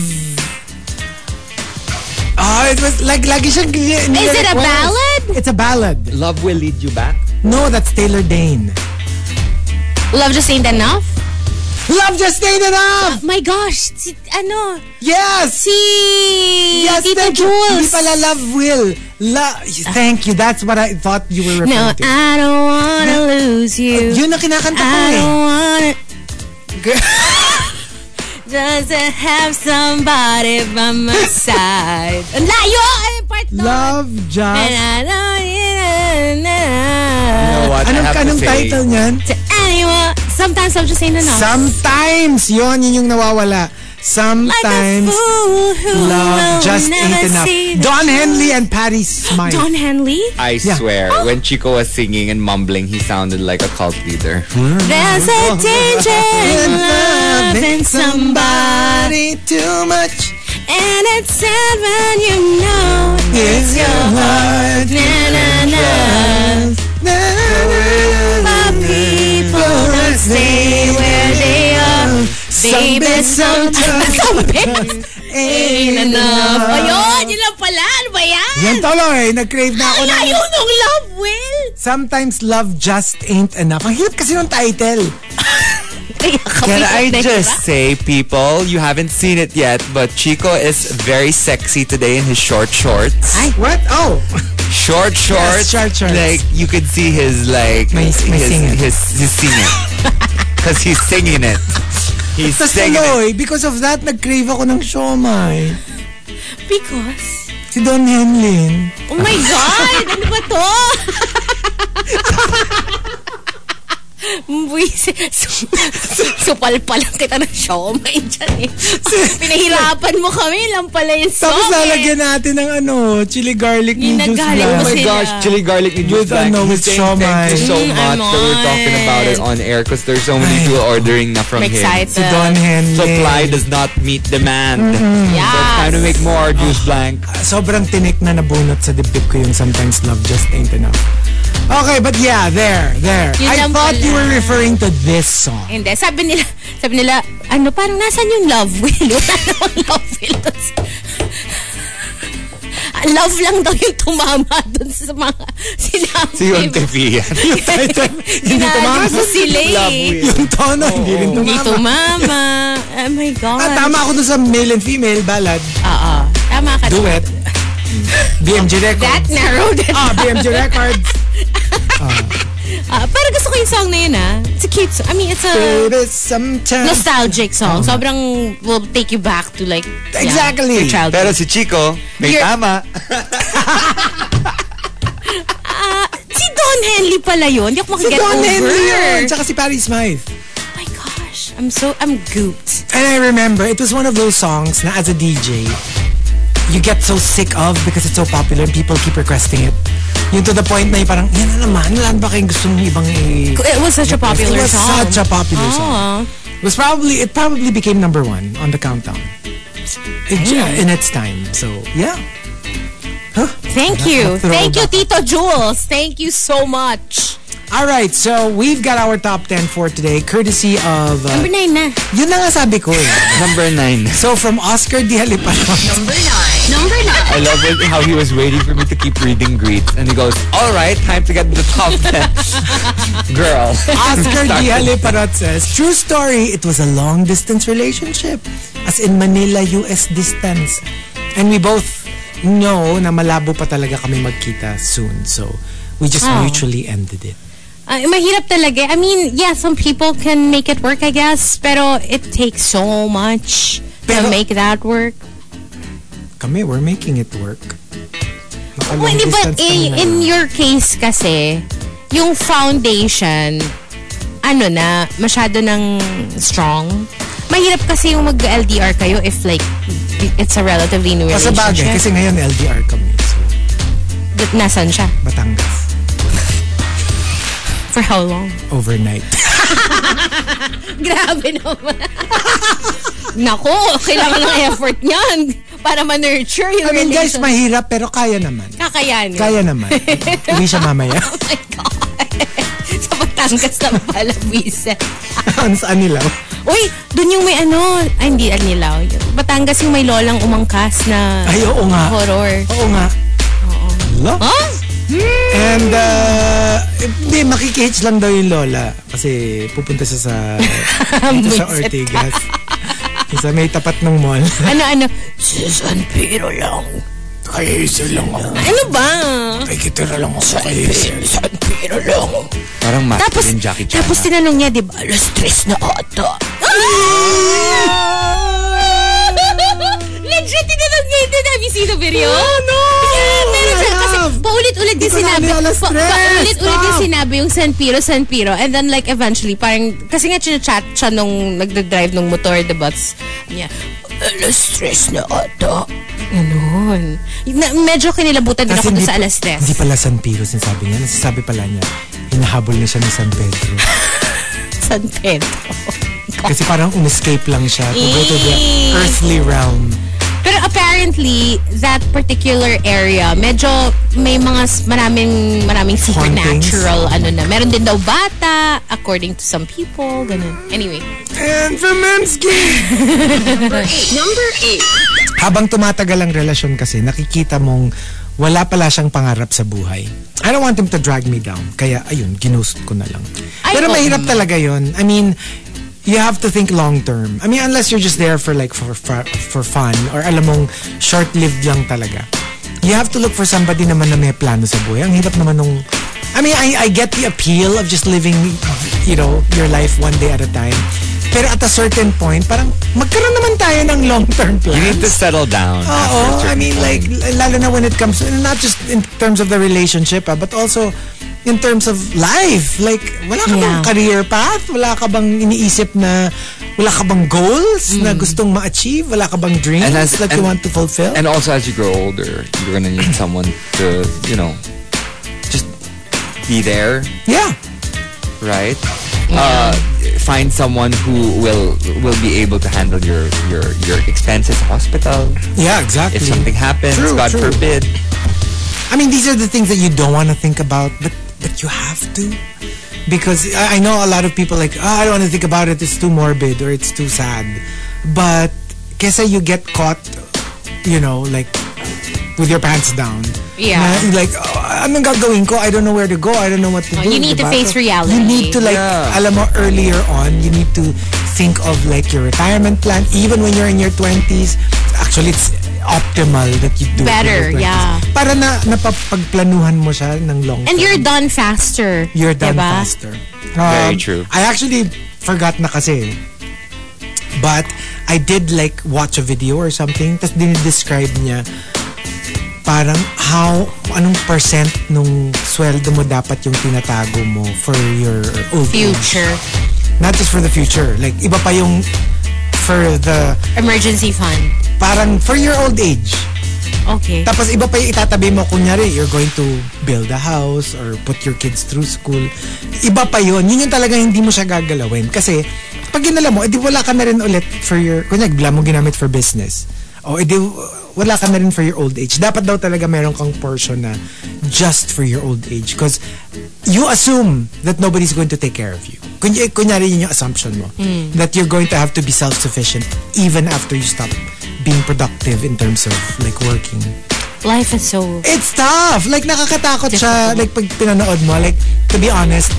S3: Oh, it was like lagi siyang
S5: Is it a ballad?
S3: It's a ballad.
S4: love will lead you back.
S3: No, that's Taylor Dane.
S5: Love Just Ain't Enough?
S3: Love just ain't enough.
S5: My gosh, si, ano,
S3: Yes.
S5: si
S3: Yes,
S5: Tita
S3: thank you. Hindi
S5: Jules.
S3: pala love will. Lo- thank you. That's what I thought you were
S5: No,
S3: referring to.
S5: I don't wanna
S3: ¿Eh?
S5: lose you.
S3: Yun ang kinakanta ko
S5: I
S3: eh.
S5: don't wanna... [laughs] Just to have somebody by my
S3: [laughs]
S5: side. Ang layo! Ay,
S3: eh,
S5: part two.
S3: Love
S5: And
S3: just...
S5: I don't na, na,
S4: You know
S5: na,
S4: what? I
S3: Anong,
S4: have to
S3: anong
S4: say,
S3: title niyan?
S5: To anyone. Sometimes I'm just saying enough.
S3: Sometimes, yon yun yung nawawala.
S5: like a
S3: Sometimes,
S5: fool who will
S3: love just
S5: never
S3: ain't enough.
S5: see the
S3: Don
S5: truth.
S3: Henley and Patty Smythe.
S5: Don Henley?
S4: I
S3: Yeah. Oh.
S4: swear, when Chico was singing and mumbling, he sounded like a cult leader.
S3: Oh,
S5: There's a danger in loving somebody.
S3: too much.
S5: And it's sad when you know
S3: It's your heart.
S5: na na na.
S3: Na, na, na,
S5: But people don't stay where they are. Baby, [laughs] sometimes sometimes ain't enough. Ayun, yun lang pala. Ano ba yan?
S3: Yan tuloy, nag-crave na ako
S5: Ang
S3: ng
S5: layo nung love, Will.
S3: Sometimes love just ain't enough. Ang hirap kasi ng title.
S4: Can I
S3: ah.
S4: just say, people, you haven't seen it yet, but Chico is very sexy today in his short shorts.
S3: What? Oh!
S4: Short shorts.
S3: short shorts.
S4: Like you could see his like
S3: My- my
S4: his,
S3: singing.
S4: his his
S3: [laughs]
S4: singing. Cause he's singing it. He's
S3: Tapos
S4: singing it.
S3: tuloy, eh. because of that, nag-crave ako ng siomay.
S5: Because...
S3: Si Don Henlin.
S5: Oh my God! ano ba to? Buwis. So, supal pa lang kita ng siomay dyan eh. Pinahirapan mo kami lang pala yung song
S3: Tapos
S5: eh.
S3: lalagyan natin ng ano, chili garlic
S5: Yung
S3: noodles
S5: nagaling
S3: lang.
S4: Oh
S5: mo
S4: my
S5: sila.
S4: gosh, chili garlic and
S3: With,
S4: black.
S3: ano,
S4: He's
S3: with
S4: saying Thank
S3: siomay.
S4: you so
S5: Mm,
S4: much that we're
S5: amoy.
S4: talking about it on air because there's so many
S3: Ay.
S4: people ordering na from
S5: I'm
S4: him.
S5: excited.
S3: Si Don Henley.
S4: Supply does not meet demand. So it's time to
S5: Yes.
S4: make more juice blank.
S3: Sobrang tinik na nabunot sa dibdib ko yung sometimes love just ain't enough. Okay, but yeah, there, there.
S5: Yun
S3: I
S5: lang
S3: thought
S5: pala.
S3: you were referring to this
S5: [laughs]
S3: song.
S5: Hindi. Sabi nila, sabi nila, ano, parang nasan yung love wheel? [laughs] Wala namang love wheel. Tapos, love lang daw yung tumama dun sa mga sinabi.
S4: Si Yon TV yan.
S3: Yung
S5: [laughs]
S3: title, hindi tumama.
S5: Sinabi sa sila
S4: Love oh,
S5: eh.
S4: wheel.
S3: Yung tono, hindi rin
S5: Hindi
S3: tumama.
S5: tumama. Oh my God.
S3: Ah, tama ako dun sa male and female ballad.
S5: Oo. Tama Ah, ka. [laughs]
S3: Duet. BMG
S5: That
S3: Records.
S5: narrowed it
S3: Ah,
S5: up.
S3: BMG
S5: [laughs]
S3: Records.
S5: Ah, pero gusto ko yung song na yun ah. It's a cute song. I mean, it's a
S3: Baby, sometimes.
S5: nostalgic song. Sobrang will take you back to like yeah,
S3: Exactly.
S5: your
S4: [laughs]
S5: childhood.
S4: Pero si Chico, may
S5: You're-
S4: tama.
S5: Si Don Henley pala yun. Hindi ako
S3: Si
S5: makaget
S3: Don
S5: over.
S3: Henley yun. Tsaka si Patty Smythe.
S5: Oh my gosh. I'm so, I'm gooped.
S3: And I remember, it was one of those songs na as a DJ, you get so sick of because it's so popular and people keep requesting it. Yun to the point na yung parang, yan na naman, wala na ba kayong gusto ng ibang i-
S5: It was such a popular
S3: It was
S5: song.
S3: such a popular song.
S5: Oh.
S3: It was probably, it probably became number one on the countdown. It, in its time. So, yeah.
S5: Thank you.
S3: Throwback.
S5: Thank you, Tito Jules. Thank you so much.
S3: All right, so we've got our top 10 for today, courtesy of... Uh,
S5: Number nine na.
S3: yun na nga sabi ko eh.
S4: Number nine.
S3: So, from Oscar Dialipanon.
S2: Number nine. Number nine.
S4: I love it, how he was waiting for me to keep reading greets. And he goes, all right, time to get to the top 10. [laughs] Girl.
S3: Oscar
S4: Start
S3: Diale Parot says, True story, it was a long distance relationship. As in Manila, US distance. And we both know na malabo pa talaga kami magkita soon. So, we just
S5: Oh.
S3: mutually ended it.
S5: Ah, mahirap talaga. I mean, yeah, some people can make it work, I guess. Pero it takes so much
S3: Pero-
S5: to make that work.
S3: Kami, we're making it work. Naka-long
S5: Well, hindi, but
S3: distance kami
S5: in,
S3: na
S5: in
S3: yun.
S5: your case kasi, yung foundation, ano na, masyado ng strong. Mahirap kasi yung mag-LDR kayo if like, it's a relatively new
S3: Kasi bagay,
S5: relationship.
S3: kasi ngayon LDR kami. So,
S5: D- Nasaan siya?
S3: Batangas.
S5: For how long? [laughs]
S3: Overnight.
S5: Grabe naman. [laughs] Nako, kailangan ng effort niyan para ma-nurture yung
S3: I mean, guys,
S5: relationship. Ah.
S3: mahirap pero kaya naman.
S5: Kakayanin.
S3: Kaya naman. Uwi siya mamaya. [laughs]
S5: Oh my God. [laughs] Sa Batangas na pala, Buiset.
S3: Ang saan nila?
S5: Uy, dun yung may ano, ay hindi Anilaw. Yung Batangas yung may lolang umangkas na
S3: Ay, oo nga.
S5: horror.
S3: Oo nga. Lo?
S5: Huh?
S3: And, uh, hindi, makikihits lang daw yung lola. Kasi pupunta siya
S5: [laughs]
S3: sa, dito sa
S5: Buiset.
S3: Ortigas. sa may tapat ng mall.
S5: Ano, ano? Susan Pero lang. Ano ba?
S4: Parang master
S5: Tapos,
S4: yung Jackie Chan.
S5: tapos tinanong niya, di ba, alas tres na ata. Ah! Legit, tinanong niya yun. Have you seen the video? Oh, no! Yeah, meron siya.
S3: I
S5: Kasi
S3: have.
S5: paulit-ulit din
S3: Hindi ko na
S5: sinabi.
S3: alam, alas
S5: pa-
S3: tres.
S5: Paulit-ulit din
S3: Stop.
S5: sinabi yung San Piro, San Piro. And then like eventually, parang, kasi nga chinachat siya nung nagdadrive ng motor, the bus. Niya, alas tres na ata. Ganun. "Ano Na, medyo kinilabutan din
S3: Kasi
S5: ako dun
S3: hindi
S5: sa
S3: pa-
S5: alas tres.
S3: Hindi pala San Piro sinasabi niya. Nasasabi pala niya, hinahabol na siya ng San Pedro.
S5: San Pedro.
S3: Kasi parang unescape lang siya to go to the
S5: Eh.
S3: earthly realm.
S5: Pero apparently, that particular area, medyo may mga s- maraming, maraming supernatural ano na. Meron din daw bata, according to some people, ganun. Anyway.
S3: And for Memski!
S2: [laughs] Number eight.
S3: habang tumatagal ang relasyon kasi, nakikita mong wala pala siyang pangarap sa buhay. I don't want him to drag me down. Kaya, ayun, ginost ko na lang.
S5: Ay,
S3: Pero
S5: oo.
S3: mahirap talaga yon. I mean, you have to think long term. I mean, unless you're just there for like, for, for, for fun or alam mong short-lived lang talaga. You have to look for somebody naman na may plano sa buhay. Ang hirap naman nung... I mean, I, I get the appeal of just living, you know, your life one day at a time. Pero at a certain point, parang magkaroon naman tayo ng long-term plan.
S4: You need to settle down.
S5: Oh,
S3: Oo, I mean like, lalo na when it comes, not just in terms of the relationship, ah, but also in terms of life. Like, wala ka bang
S5: Yeah.
S3: career path? Wala ka bang iniisip na, wala ka bang goals na gustong ma-achieve? Wala ka bang dreams
S4: And as-
S3: that you
S4: and-
S3: want to fulfill?
S4: And also, as you grow older, you're gonna need someone to, you know, just be there,
S3: yeah.
S4: right? Uh, find someone who will will be able to handle your your your expenses, hospital.
S3: Yeah, exactly.
S4: If something happens,
S3: True,
S4: God
S3: true.
S4: forbid.
S3: I mean, these are the things that you don't want to think about, but but you have to. Because I, I know a lot of people like, oh, I don't want to think about it. It's too morbid or it's too sad. But kesa you get caught, you know, like with your pants down.
S5: Yeah.
S3: Na, like, oh, anong gagawin ko? I don't know where to go. I don't know what to
S5: Oh,
S3: do.
S5: you need to
S3: diba?
S5: face
S3: So,
S5: reality.
S3: You need to like,
S4: Yeah.
S3: alam mo, earlier on, you need to think of like your retirement plan. Even when you're in your 20s, actually it's optimal that you do it in
S5: Better,
S3: your 20s.
S5: yeah.
S3: Para na napapagplanuhan mo siya ng long
S5: And
S3: term.
S5: you're done faster.
S3: You're done
S5: diba?
S3: faster. Um,
S4: Very true.
S3: I actually forgot na kasi. But I did like watch a video or something. Tapos dinidescribe niya parang how, anong percent nung sweldo mo dapat yung tinatago mo for your old age.
S5: Future.
S3: Not just for the future. Like iba pa yung for the,
S5: Emergency fund.
S3: parang for your old age.
S5: Okay.
S3: Tapos iba pa yung itatabi mo. Kunyari, you're going to build a house or put your kids through school. Iba pa yun. Yun yung talaga hindi mo siya gagalawin. Kasi pag ginala mo, edi wala ka na rin ulit for your... Kunyari, bigla mo ginamit for business. O edi wala ka na rin for your old age. Dapat daw talaga meron kang portion na just for your old age. Because you assume that nobody's going to take care of you. Kuny- Kunyari, yun yung assumption mo. That you're going to have to be self-sufficient even after you stop being productive in terms of like working.
S5: Life is so...
S3: It's tough. Like, nakakatakot siya. Like, pag pinanood mo, like, to be honest,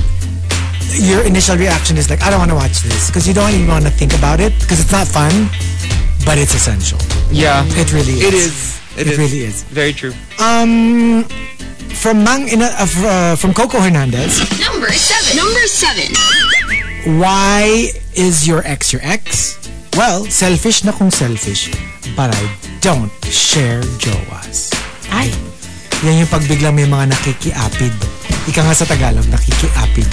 S3: your initial reaction is like, I don't want to watch this. Because you don't even want to think about it. Because it's not fun. But it's essential.
S4: Yeah,
S3: It really is.
S4: it is.
S3: It, really is.
S4: Very true.
S3: From Mang, Ina, uh, fr- uh, from Coco Hernandez,
S2: Number seven. Number seven.
S3: why is your ex your ex? Well, selfish na kung selfish. But I don't share jowas.
S5: Ay,
S3: Yan yung pagbiglang may mga nakikiapid. Ika nga sa Tagalog, nakikiapid.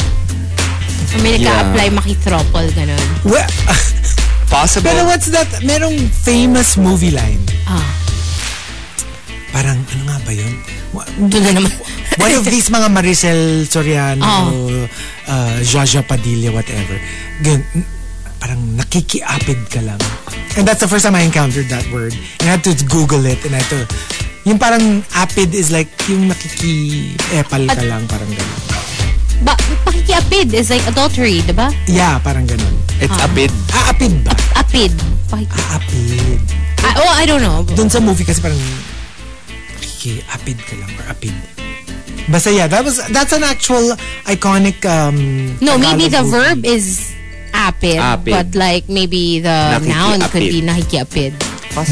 S5: may nagka-apply makitropol, ganun.
S3: Well, [laughs]
S4: possible.
S3: Pero what's that? Merong famous movie line.
S5: Ah.
S3: Parang, ano nga ba yun? Wa-
S5: Doon na naman.
S3: One of these mga Maricel Soriano,
S5: Oh.
S3: uh, Jaja Padilla, whatever. Gan, parang nakikiapid ka lang. And that's the first time I encountered that word. And I had to Google it and I had to... Yung parang apid is like yung nakiki-epal ka
S5: At-
S3: lang, parang ganun.
S5: ba, pakikiapid is like adultery, di ba?
S3: Yeah, parang ganun.
S4: It's
S3: Ah.
S4: a bit.
S3: Aapid ba?
S5: Apid. Pakiki-
S3: Aapid.
S5: Ah, oh, I don't know.
S3: Doon sa movie kasi parang nakikiapid ka lang or apid. Basta yeah, that was that's an actual iconic um
S5: No, maybe the
S3: Tagalog movie.
S5: verb is apid,
S4: Apid.
S5: but like maybe the noun could be nakikiapid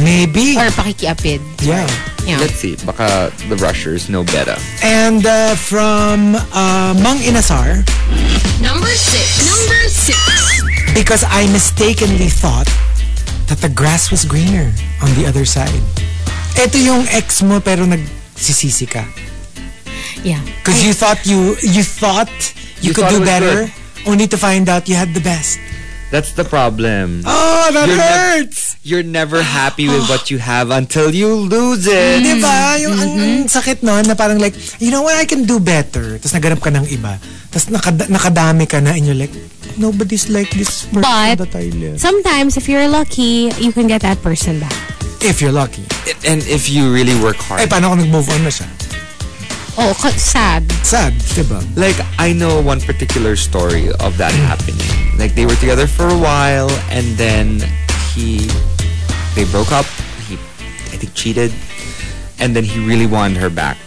S3: Maybe.
S5: or pakikiapid.
S3: yeah.
S5: Yeah.
S4: Let's see. Baka the rushers know better.
S3: And uh, from uh, Mang Inasar,
S2: Number six. Number six.
S3: because I mistakenly thought that the grass was greener on the other side. Ito yung ex mo pero nagsisisi ka.
S5: Yeah.
S3: Because you thought you you thought you,
S4: You
S3: could
S4: thought
S3: do
S4: it was
S3: better, only to find out you had the best.
S4: That's the problem.
S3: Oh, that
S4: You're nev-
S3: hurts!
S4: You're never happy
S3: Ah.
S4: with what you have until you lose it.
S3: Diba? Yung ang- ang sakit nun na parang like, you know what, I can do better. Tapos naganap ka ng iba. Tapos nakada- nakadami ka na and you're like, nobody's like this person
S5: But-
S3: that I love.
S5: Sometimes, if you're lucky, you can get that person back.
S3: If you're lucky.
S4: And if you really work hard.
S3: Ay, paano kung nag-move on na siya?
S5: Oh, ka- sad.
S3: Sad, diba?
S4: Like, I know one particular story of that happening. Like, they were together for a while, and then he, they broke up. He, I think, cheated, and then he really wanted her back.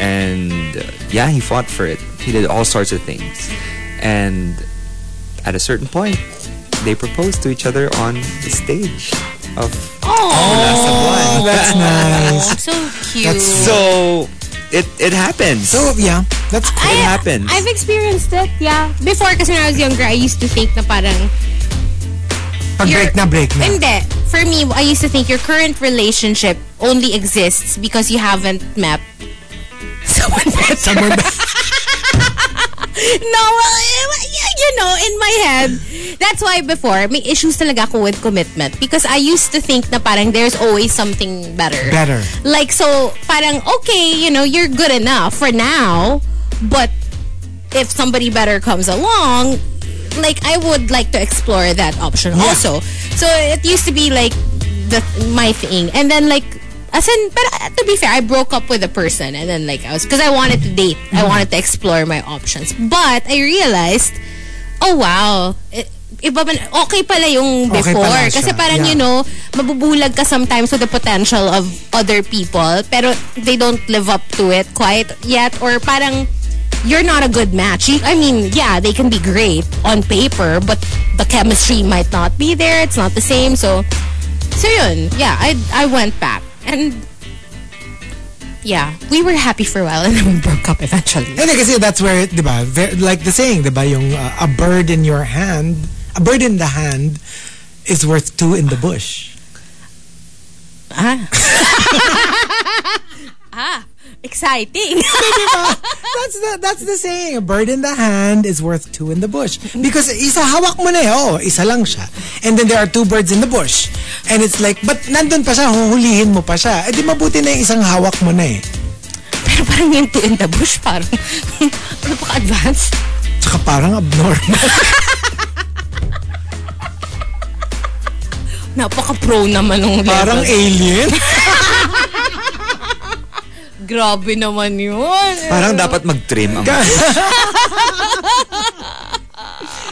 S4: And uh, yeah, he fought for it. He did all sorts of things, and at a certain point, they proposed to each other on the stage of
S3: Oh, that's nice.
S5: So cute.
S4: So, it it happens.
S3: So, yeah, that's cool.
S4: it happens.
S5: I've experienced it, yeah. Before, kasi when I was younger, I used to think na parang
S3: Pag break na, break na.
S5: Hindi. For me, I used to think your current relationship only exists because you haven't met [laughs] someone better.
S3: Someone ba- [laughs]
S5: no, well, eh, you know, in my head, that's why before, may issues talaga ako with commitment because I used to think na parang there's always something better.
S3: Better.
S5: Like, so, parang, okay, you know, you're good enough for now, but if somebody better comes along, like, I would like to explore that option also. So, it used to be, like, the my thing. And then, like, as in, but uh, to be fair, I broke up with a person and then, like, I was, because I wanted to date. I wanted to explore my options. But, I realized, oh, wow, I- iba man, okay pala yung
S3: Okay
S5: before.
S3: pala siya,
S5: Kasi parang,
S3: yeah.
S5: you know, know, mabubulag ka sometimes with the potential of other people, pero they don't live up to it quite yet, or parang you're not a good match. You- I mean, yeah, they can be great on paper, but the chemistry might not be there. It's not the same. So, so yun, yeah, I, I went back. And, yeah, we were happy for a while, and then we broke up eventually.
S3: Hindi kasi that's where, di ba, ver- like the saying, di ba, yung uh, a bird in your hand, a bird in the hand is worth two in the bush.
S5: Ah. ah, exciting.
S3: That's the, that's the saying. A bird in the hand is worth two in the bush. Because isa hawak mo na eh. Oh, isa lang siya. And then there are two birds in the bush. And it's like, but nandun pa siya, huhulihin mo pa siya. Eh di mabuti na yung isang hawak mo na eh.
S5: Pero parang yung two in the bush, parang [laughs] napaka-advanced.
S3: Tsaka parang abnormal.
S5: Napaka-pro naman nung level.
S3: parang eh. alien.
S5: Grabe naman yun.
S4: Parang dapat mag-trim ang
S3: [laughs]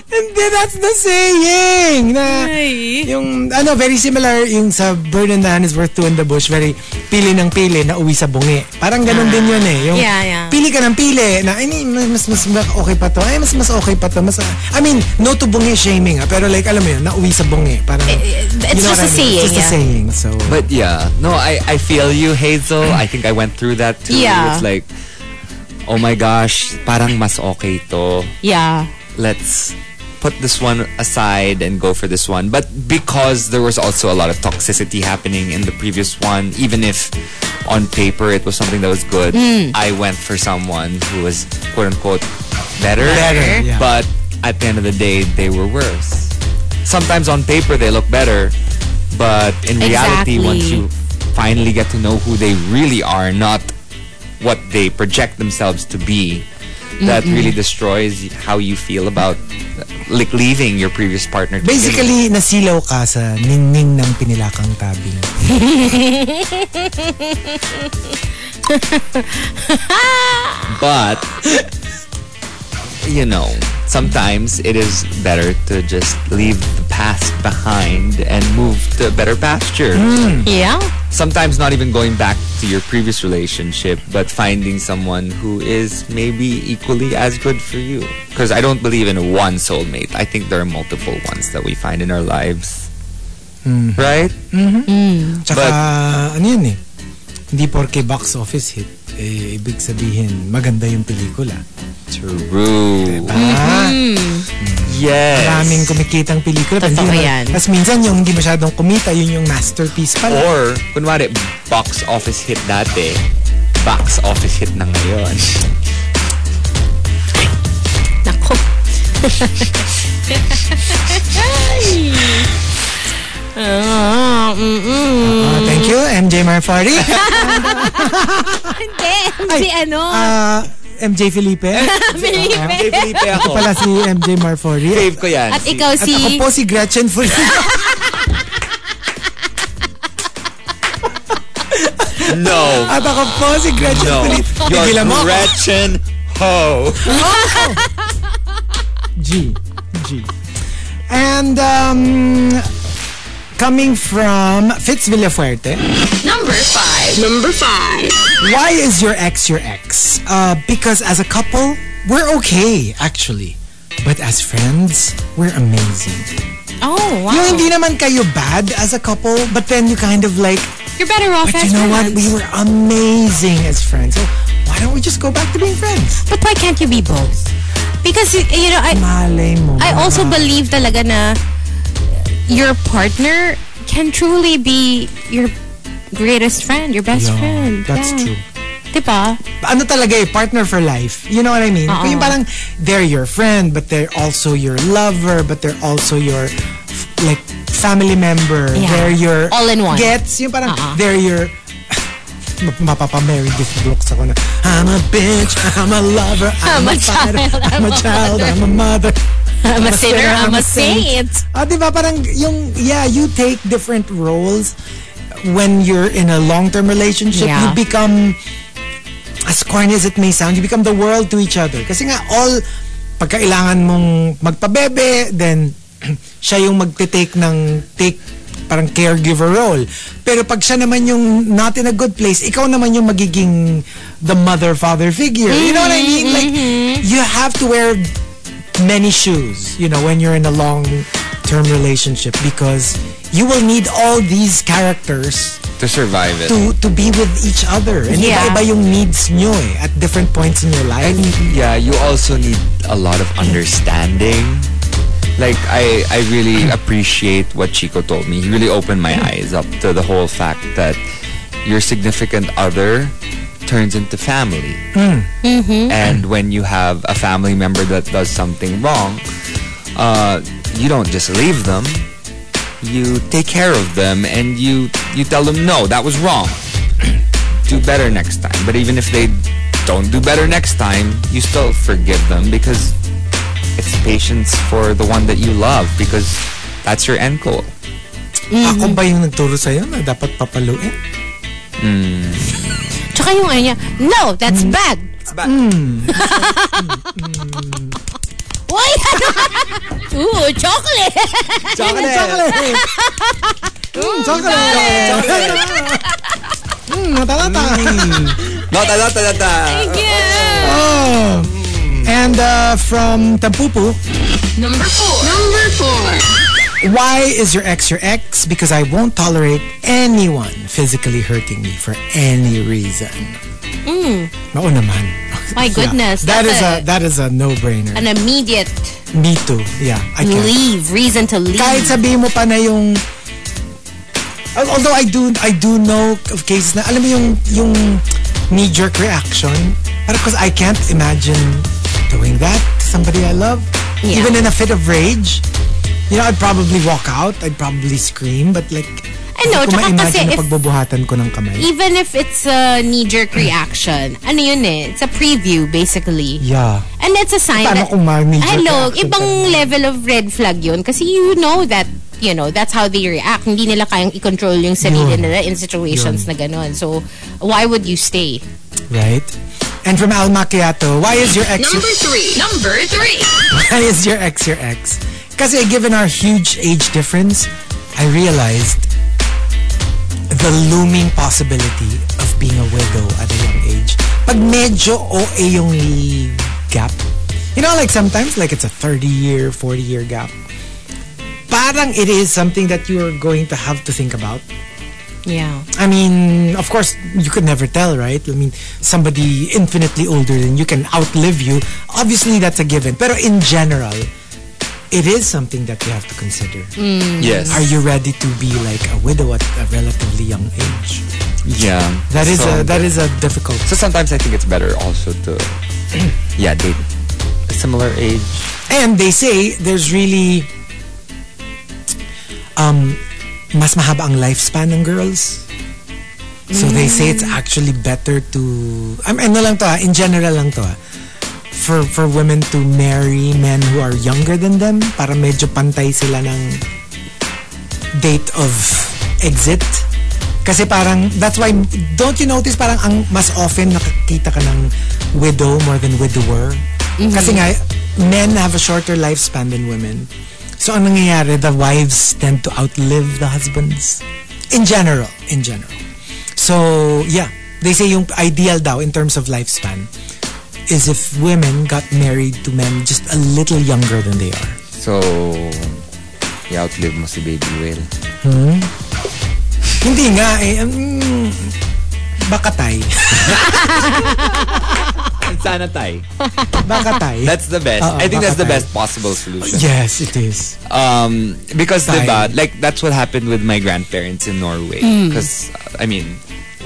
S3: Hindi, that's the saying na
S5: Ay.
S3: yung ano very similar yung sa bird in the hand is worth two in the bush very pili ng pili na uwi sa bungi parang ganun din yun eh yung
S5: Ah. Yeah, yeah.
S3: pili ka ng pili na ay ni- mas mas mas okay pa to ay mas mas okay pa to mas I mean no to bungi shaming ah pero like alam mo yun na uwi sa bungi parang
S5: Eh, It's just a saying.
S3: it's just a
S5: yeah.
S3: saying so
S4: But yeah, no, I, I feel you, Hazel. I think I went through that too.
S5: Yeah.
S4: It's like, oh my gosh, parang mas okay to.
S5: Yeah.
S4: Let's put this one aside and go for this one. But because there was also a lot of toxicity happening in the previous one, even if on paper it was something that was good, I went for someone who was quote unquote better.
S3: Better, yeah.
S4: But at the end of the day, they were worse. sometimes on paper they look better, but in reality,
S5: Exactly.
S4: once you finally get to know who they really are, not what they project themselves to be, that really destroys how you feel about like leaving your previous partner. to begin with.
S3: Basically, nasilaw ka sa ningning ng pinilakang tabing.
S4: But you know, sometimes it is better to just leave the past behind and move to a better pasture.
S5: Yeah.
S4: Sometimes not even going back to your previous relationship, but finding someone who is maybe equally as good for you. Because I don't believe in one soulmate. I think there are multiple ones that we find in our lives.
S3: Hmm.
S4: Right?
S3: Tsaka, ano yun eh, hindi porke box office hit, eh, ibig sabihin, maganda yung pelikula.
S4: True.
S3: Ah,
S4: Yes.
S3: Mm-hmm. maraming kumikitang pelikula. pero
S5: Totoo
S3: hindi
S5: yan.
S3: Tapos minsan yung hindi masyadong kumita, yun yung masterpiece pala.
S4: Or, kunwari, box office hit dati, box office hit na ngayon.
S5: Nako. Ay. Ah, mm-mm.
S3: Ah, thank you, MJ
S5: [laughs]
S3: Marfari.
S5: Hindi, si ano?
S3: Ah, MJ Felipe.
S5: [laughs] Felipe.
S4: Hey, Felipe ako.
S3: Pala si MJ Marfori.
S4: Save ko yan.
S5: At ikaw
S3: At ako
S5: si...
S3: po si Gretchen
S5: [laughs]
S3: Fulford.
S4: No.
S3: [laughs] At ako po si Gretchen
S4: No.
S3: Fulford.
S4: You're
S3: Pigilan mo ako.
S4: Gretchen Ho.
S3: G. G. And um, coming from Fitz Villafuerte,
S2: Number five. Number five.
S3: why is your ex your ex? Uh, because as a couple, we're okay, actually. But as friends, we're amazing.
S5: Oh, wow.
S3: Yung hindi naman kayo bad as a couple, but then you kind of like,
S5: You're better off
S3: but
S5: as
S3: you know what?
S5: friends.
S3: We were amazing as friends. So why don't we just go back to being friends?
S5: But why can't you be both? Because, y- you know, I,
S3: Malay mo.
S5: I also believe talaga na your partner can truly be your greatest friend, your best friend.
S3: That's
S5: Yeah.
S3: true.
S5: Diba?
S3: ano talaga eh, partner for life. You know what I mean?
S5: Oo.
S3: Yung parang, they're your friend, but they're also your lover, but they're also your, f- like, family member.
S5: Yeah.
S3: They're your...
S5: All in one. Uh-uh.
S3: Gets? Yung parang,
S5: Oo.
S3: they're your... [laughs] Map- Mapapamary this blocks ako na, I'm a bitch, I'm a lover, I'm,
S5: I'm
S3: a,
S5: a
S3: father,
S5: child,
S3: I'm a child, I'm a mother.
S5: I'm a
S3: sinner,
S5: sinner, I'm
S3: I'm a
S5: a
S3: saint.
S5: saint.
S3: Ah, di ba? Parang yung, yeah, you take different roles when you're in a long-term relationship.
S5: Yeah.
S3: You become, as corny as it may sound, you become the world to each other. Kasi nga, all, pagkailangan mong magpabebe, then [clears throat] siya yung magte-take ng, take parang caregiver role. Pero pag siya naman yung not in a good place, ikaw naman yung magiging the mother-father figure. You know what I mean? Like, you have to wear many shoes, you know, when you're in a long term relationship because you will need all these characters
S4: To survive it.
S3: to to be with each other. And
S5: Yeah.
S3: iba-iba yung needs nyo eh, at different points in your life.
S4: And yeah, you also need a lot of understanding. Like I, I really appreciate what Chico told me. He really opened my eyes up to the whole fact that your significant other turns into family. And when you have a family member that does something wrong, uh, you don't just leave them. You take care of them and you you tell them no, that was wrong do better next time. But even if they don't do better next time, you still forgive them because it's patience for the one that you love because that's your end goal.
S3: Ako ba yung nagturo sa'yo na dapat [laughs] papaluin?
S5: Tsaka yung ano niya, no, that's
S3: Hmm.
S5: bad. Hmm.
S4: bad.
S3: Hmm.
S5: [laughs] Why? [laughs] Ooh, chocolate.
S3: Chocolate! [laughs] Chocolate! Mm, chocolate! Mm, natalata.
S5: Yeah.
S3: Oh. And uh, from Tampupu,
S2: Number four. Number four.
S3: Why is your ex your ex? Because I won't tolerate anyone physically hurting me for any reason. Mm. Oo naman.
S5: Hmm.
S3: [laughs]
S5: My
S3: Yeah.
S5: goodness,
S3: That
S5: that's
S3: is a,
S5: a-
S3: that is a no-brainer.
S5: An immediate
S3: me too. Yeah, I can.
S5: leave, reason to leave.
S3: Kahit sabihin mo pa na yung Al- although I do I do know of cases na alam mo yung yung knee jerk reaction pero because I can't imagine doing that to somebody I love
S5: Yeah.
S3: even in a fit of rage You know, I'd probably walk out. I'd probably scream. But like,
S5: I know,
S3: hindi ko
S5: tsaka kasi
S3: ma-imagine na
S5: if-
S3: pagbubuhatan ko ng kamay.
S5: Even if it's a knee-jerk reaction, ano yun eh, it's a preview basically.
S3: yeah.
S5: And that's a sign
S3: Paano
S5: that...
S3: kung ma- knee-jerk
S5: Hello,
S3: reaction
S5: ibang
S3: ka na?
S5: level of red flag yun. Kasi you know that, you know, that's how they react. Hindi nila kayang i-control yung sarili
S3: Yun.
S5: nila in situations na ganun. So, why would you stay?
S3: Right? And from Al Macchiato, why is your ex...
S2: Number three. Number three.
S3: Why [laughs] is your ex your ex? Kasi given our huge age difference, I realized the looming possibility of being a widow at a young age. Pag medyo OA yung gap, you know like sometimes like it's a 30 year, 40 year gap, parang it is something that you're going to have to think about.
S5: Yeah.
S3: I mean, of course, you could never tell, right? I mean, somebody infinitely older than you can outlive you. Obviously, that's a given. Pero in general, it is something that you have to consider.
S4: Yes.
S3: Are you ready to be like a widow at a relatively young age?
S4: Yeah.
S3: That is a
S4: so,
S3: that is a difficult.
S4: So sometimes I think it's better also to, [clears throat] yeah, date a similar age.
S3: And they say there's really um mas mahaba ang lifespan ng girls. So they say it's actually better to I'm ano lang to ah, in general lang to ah, for for women to marry men who are younger than them para medyo pantay sila ng date of exit. Kasi parang, that's why, don't you notice parang ang mas often nakakita ka ng widow more than widower? Kasi nga, men have a shorter lifespan than women. So ang nangyayari, the wives tend to outlive the husbands. In general, in general. So, yeah. They say yung ideal daw in terms of lifespan is if women got married to men just a little younger than they are.
S4: So, yeah, outlive mo si Baby Will.
S3: Hindi nga eh. Mm, baka tay.
S4: Sana tay.
S3: Baka tay.
S4: That's the best.
S3: Oo,
S4: I think that's the
S3: baka tay.
S4: best possible solution.
S3: yes, it is.
S4: Um, because
S3: Time.
S4: diba, like that's what happened with my grandparents in Norway.
S5: Hmm.
S4: Because I mean,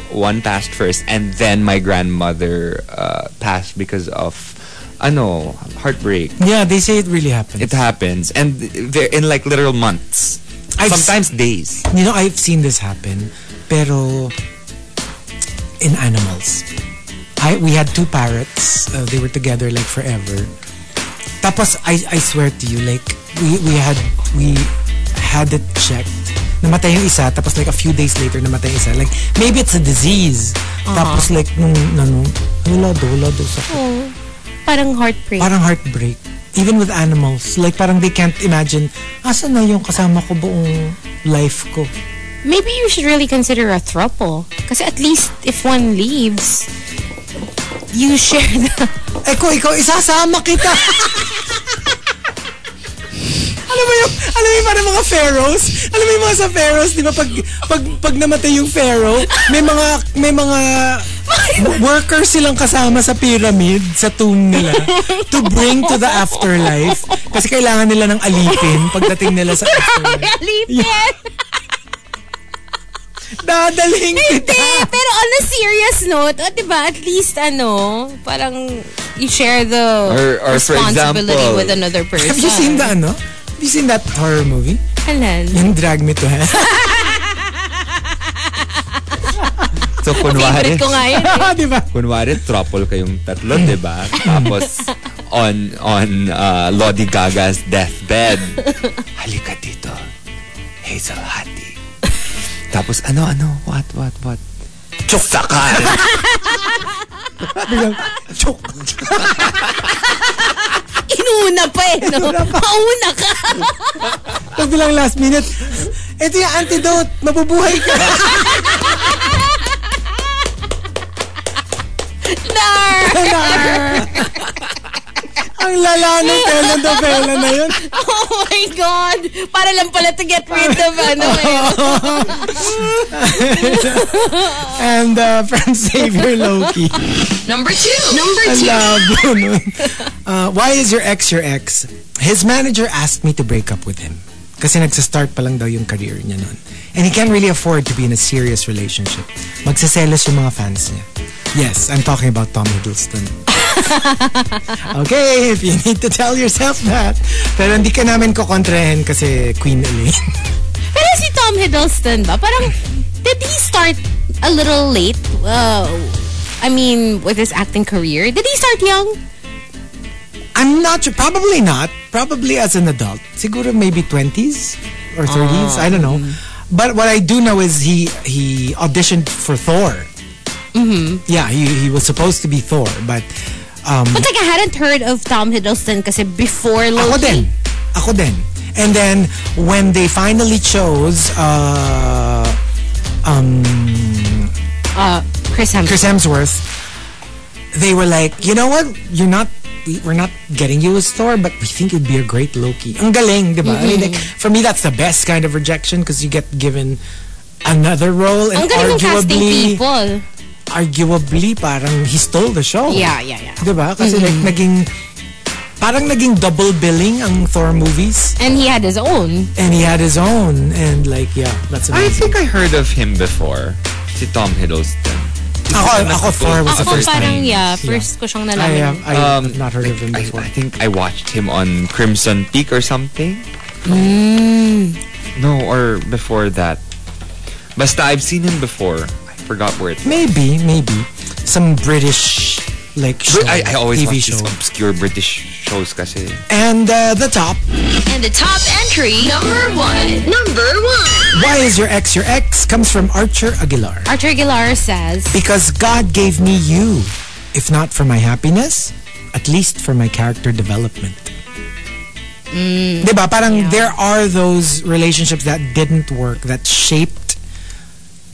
S4: one passed first, and then my grandmother uh, passed because of, ano, heartbreak.
S3: Yeah, they say it really happens.
S4: It happens, and they're in like literal months,
S3: I've
S4: sometimes days.
S3: You know, I've seen this happen, pero in animals. I we had two parrots. Uh, they were together like forever. Tapos I I swear to you, like we we had we had it checked. Namatay yung isa, tapos like a few days later namatay yung isa. Like maybe it's a disease. Tapos like nung ano, wala do, wala do sa
S5: Parang heartbreak.
S3: parang heartbreak. Even with animals, like parang they can't imagine, asa na yung kasama ko buong life ko?
S5: Maybe you should really consider a throuple. Kasi at least if one leaves, you share the... [laughs]
S3: Eko, ikaw, isasama kita! [laughs] alam mo yung, alam mo yung parang mga pharaohs? Alam mo yung mga sa pharaohs, di ba, pag, pag, pag namatay yung pharaoh, may mga, may mga w- workers silang kasama sa pyramid, sa tomb nila, to bring to the afterlife. Kasi kailangan nila ng alipin pagdating nila [laughs] sa afterlife.
S5: Alipin!
S3: Dadalhin kita!
S5: Hindi, Eh, pero on a serious note, oh, diba, at least ano, parang you share the
S4: Or- or for
S5: responsibility
S4: example-
S5: with another person.
S3: Have you seen the ano? Have you seen that horror movie?
S5: Alan.
S3: Yung Drag Me to Hell? [laughs]
S4: So kunwari,
S5: [laughs] Favorite ko nga
S3: [laughs]
S5: yun. eh.
S3: di ba?
S4: kunwari tropol kayong tatlo, di ba? Tapos on on uh, Lodi Gaga's deathbed. Halika dito. Hazel Hati. Tapos ano ano what what what? Tsuksakal!
S3: Joke.
S5: Inuna pa eh, no? Pauna ka.
S3: Tapos bilang last minute, eto yung antidote, mabubuhay ka. [laughs]
S5: Dar!
S3: Ang lala ng telenovela na yun.
S5: Oh my God! Para lang pala to get rid of ano eh.
S3: And uh, [laughs] from Savior Loki.
S2: Number two. Number
S3: I
S2: two.
S3: love
S2: [laughs]
S3: you nun. Uh, why is your ex your ex? His manager asked me to break up with him. Kasi nagsa-start pa lang daw yung career niya nun. And he can't really afford to be in a
S2: [laughs]
S3: serious relationship. Magsaselos yung mga fans niya. Yes, I'm talking about Tom Hiddleston. Okay, if you need to tell yourself that. Pero hindi ka namin kukontrahin kasi Queen Elaine.
S5: Pero si Tom Hiddleston ba? Parang, did he start a little late? Wow. I mean, with his acting career? Did he start young?
S3: I'm not sure. Probably not. Probably as an adult. Siguro maybe 20s or 30s. I don't know. But what I do know is he he auditioned for Thor. Mm-hmm. Yeah, he, he was supposed to be Thor, but um,
S5: But like, I hadn't heard of Tom Hiddleston kasi before
S3: ako
S5: Loki.
S3: din. Ako din. And then when they finally chose uh,
S5: Uh, Chris Hemsworth.
S3: Chris Hemsworth, they were like, you know what? You're not. we- We're not getting you as Thor, but we think you'd be a great Loki. Ang galing, di ba? I mean, like,
S5: Mm-hmm.
S3: for me, that's the best kind of rejection because you get given another role and
S5: Ang galing ng casting
S3: arguably,
S5: people.
S3: arguably, parang he stole the show.
S5: Yeah, Mm-hmm. yeah, yeah.
S3: Di ba? Kasi like, naging, parang naging double billing ang Thor movies
S5: And he had his own.
S3: and he had his own and like, yeah, that's
S4: I
S3: amazing.
S4: think I heard of him before. Si Tom Hiddleston.
S3: Ako, ako Thor was the
S5: Ako
S3: first
S5: parang,
S3: time.
S5: yeah, first ko siyang
S3: I,
S5: nalaman.
S3: um, I have
S4: Um,
S3: not heard of him
S4: I,
S3: before.
S4: I think I watched him on Crimson Peak or something.
S3: Mm.
S4: No, or before that. Basta I've seen him before. I forgot where it was.
S3: Maybe, maybe. Some British like show,
S4: But I, I always
S3: TV
S4: watch
S3: show.
S4: these obscure British shows kasi.
S3: And uh, the top,
S2: And the top entry, number one. Number one.
S3: why is your ex your ex comes from Archer Aguilar.
S5: Archer Aguilar says,
S3: Because God gave me you, if not for my happiness, at least for my character development. Diba? Parang there are those relationships that didn't work that shaped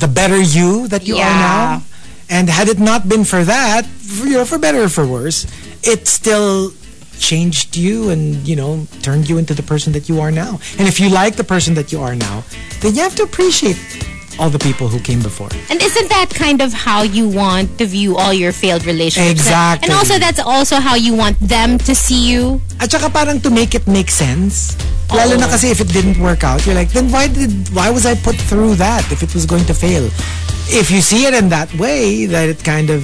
S3: the better you that you are
S5: Yeah.
S3: now. And had it not been for that, for, you know, for better or for worse, it still changed you and you know turned you into the person that you are now. And if you like the person that you are now, then you have to appreciate all the people who came before.
S5: And isn't that kind of how you want to view all your failed relationships?
S3: Exactly.
S5: And also, that's also how you want them to see you.
S3: At saka parang to make it make sense. Lalo
S4: Oh.
S3: na kasi if it didn't work out, you're like, then why did why was I put through that if it was going to fail? If you see it in that way, that it kind of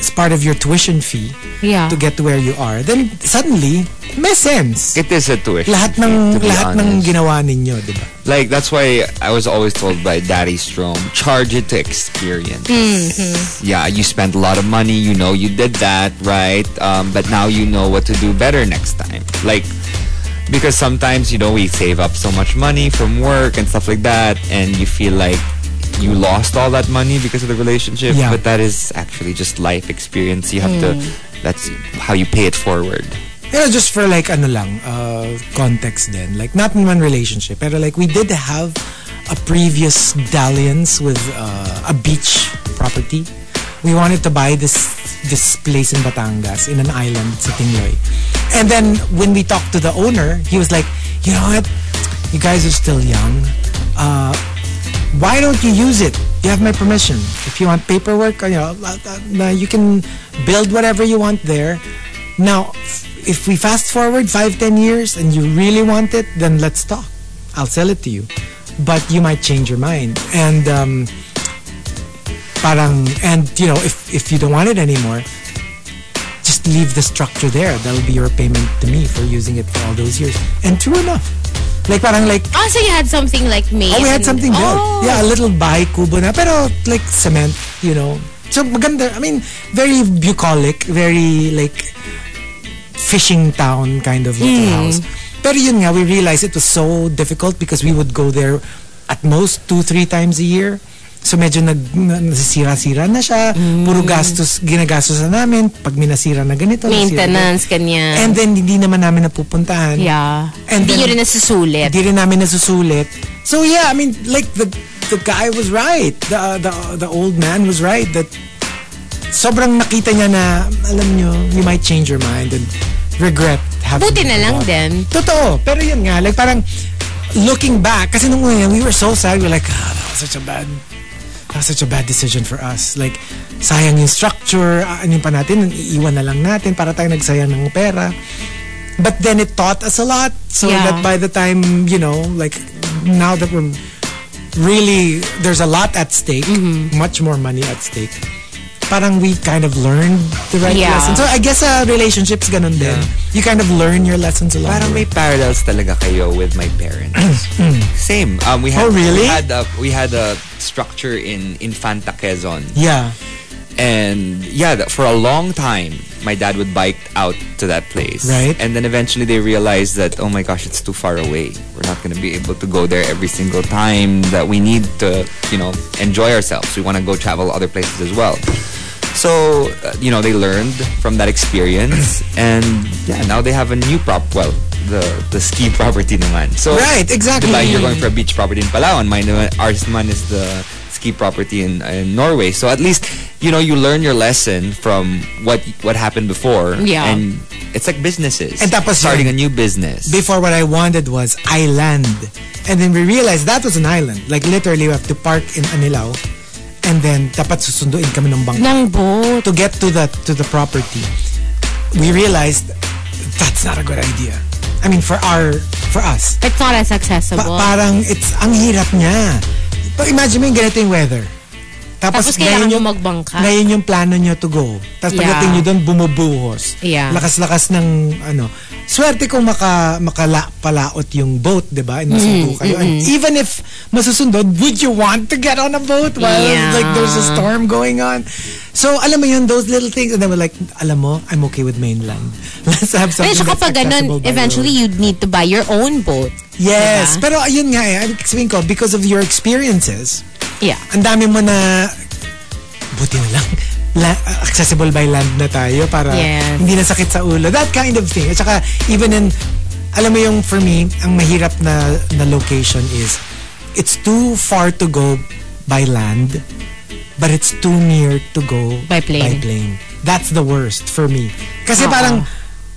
S3: is part of your tuition fee
S5: Yeah.
S3: to get to where you are, then suddenly, may sense.
S4: It is a tuition.
S3: lahat
S4: to
S3: ng
S4: be
S3: lahat ng
S4: honest.
S3: ginawa ninyo, di ba?
S4: Like that's why I was always told by Daddy Strom, charge it to experience. Yeah, you spent a lot of money, you know you did that, right? Um, but now you know what to do better next time. Like because sometimes you know we save up so much money from work and stuff like that and you feel like you lost all that money because of the relationship,
S3: Yeah.
S4: but that is actually just life experience. You have to that's how you pay it forward.
S3: Pero just for like ano lang, uh, context then. Like not in one relationship, pero like we did have a previous dalliance with uh, a beach property. We wanted to buy this this place in Batangas in an island sa Tingloy. And then when we talked to the owner, he was like, "You know what? You guys are still young. Uh, why don't you use it? You have my permission. If you want paperwork, you know, uh, uh, you can build whatever you want there. Now, f- if we fast forward five, ten years, and you really want it, then let's talk. I'll sell it to you, but you might change your mind. And um, parang, and you know, if if you don't want it anymore, just leave the structure there. That'll be your payment to me for using it for all those years. And true enough, like parang like
S5: Oh, so you had something like me.
S3: Oh, we had something built.
S5: Oh.
S3: Yeah, a little bahay kubo na. Pero like cement, you know. So maganda. I mean, very bucolic, very like fishing town kind of little
S5: Hmm.
S3: house. Pero yun nga, we realized it was so difficult because we would go there at most two, three times a year. So medyo nag, na- nasisira-sira na siya.
S5: Hmm.
S3: Puro gastos, ginagastos na namin. Pag minasira na ganito. nasira na-
S5: Maintenance, ganyan.
S3: And then hindi naman namin napupuntahan.
S5: yeah.
S3: And
S5: Hindi
S3: then-
S5: nyo rin nasusulit.
S3: Hindi rin namin nasusulit. So yeah, I mean, like the the guy was right. The the the old man was right that sobrang nakita niya na alam nyo, you might change your mind and regret having
S5: Buti na lang din.
S3: Totoo. Pero yun nga, like parang looking back, kasi nung una, we were so sad. We were like, ah, that was such a bad that was such a bad decision for us. Like, sayang yung structure, ah, ano yung pa natin, iiwan na lang natin para tayo nagsayang ng pera. But then it taught us a lot. So
S5: Yeah.
S3: that by the time, you know, like now that we're really, there's a lot at stake, much more money at stake. parang we kind of learned the right
S5: Yeah.
S3: lesson. So I guess uh, relationships ganun din. You kind of learn your lessons along
S4: Parang
S3: the way.
S4: may parallels talaga kayo with my
S3: [clears throat]
S4: parents. Same. Um, we
S3: Mm.
S4: had,
S3: Oh, really?
S4: We had a, we had a structure in Infanta Quezon.
S3: Yeah.
S4: And yeah, th- for a long time, my dad would bike out to that place.
S3: Right.
S4: And then eventually they realized that, oh my gosh, it's too far away. We're not going to be able to go there every single time that we need to, you know, enjoy ourselves. We want to go travel other places as well. So, uh, you know, they learned from that
S3: [clears throat]
S4: experience. and yeah, now they have a new prop. Well, the, the ski property naman. So,
S3: Right, exactly.
S4: Diba, you're going for a beach property in Palawan. Mine naman, ours naman is the ski property in, in Norway. So at least, you know, you learn your lesson from what what happened before.
S5: Yeah.
S4: And it's like businesses.
S3: And tapos
S4: starting
S3: yun.
S4: a new business.
S3: Before what I wanted was island. And then we realized that was an island. Like literally we have to park in Anilao and then dapat susunduin kami ng bangka.
S5: Ng boat.
S3: to get to the to the property, we realized that's not a good idea. I mean, for our for us,
S5: It's not as
S3: Pa-
S5: accessible.
S3: parang it's ang hirap niya. But imagine mo yung ganito yung weather.
S5: Tapos kailangan mo magbangka.
S3: Ngayon yung plano niyo to go. Tapos
S5: Yeah.
S3: pagdating niyo doon, bumubuhos.
S5: Yeah.
S3: Lakas-lakas ng ano. Swerte kung maka, makala, palaot yung boat, di ba?
S5: Mm-hmm.
S3: And masundo kayo. And even if masusundod, would you want to get on a boat while
S5: Yeah.
S3: like there's a storm going on? So, alam mo yun, those little things. And then we're like, alam mo, I'm okay with mainland. [laughs] Let's have
S5: Pero
S3: something that's
S5: siya kapag
S3: accessible
S5: ganun,
S3: by road.
S5: eventually you'd need to buy your own boat.
S3: Yes,
S5: Diba?
S3: pero ayun nga eh, ang sabihin ko, because of your experiences,
S5: Yeah.
S3: ang dami mo na, buti na lang, la- accessible by land na tayo para
S5: Yes.
S3: hindi na sakit sa ulo. That kind of thing. At saka, even in, alam mo yung, for me, ang mahirap na, na location is, it's too far to go by land, but it's too near to go
S5: By plane.
S3: That's the worst for me. Kasi
S5: Oo.
S3: parang,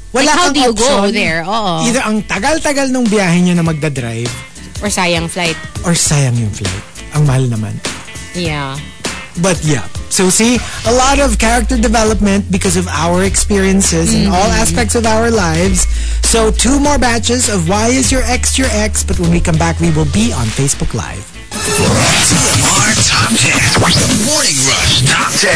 S3: wala
S5: Like, how
S3: kang
S5: do you go
S3: option.
S5: there? Oo.
S3: Either ang tagal-tagal ng biyahe niya na magdadrive,
S5: Or sayang flight.
S3: or sayang yung flight. Ang mahal naman.
S5: Yeah.
S3: But yeah. So see, a lot of character development because of our experiences in all aspects of our lives. So two more batches of Why Is Your Ex Your Ex? But when we come back, we will be on Facebook Live.
S6: TMR Top 10. Morning Rush Top 10.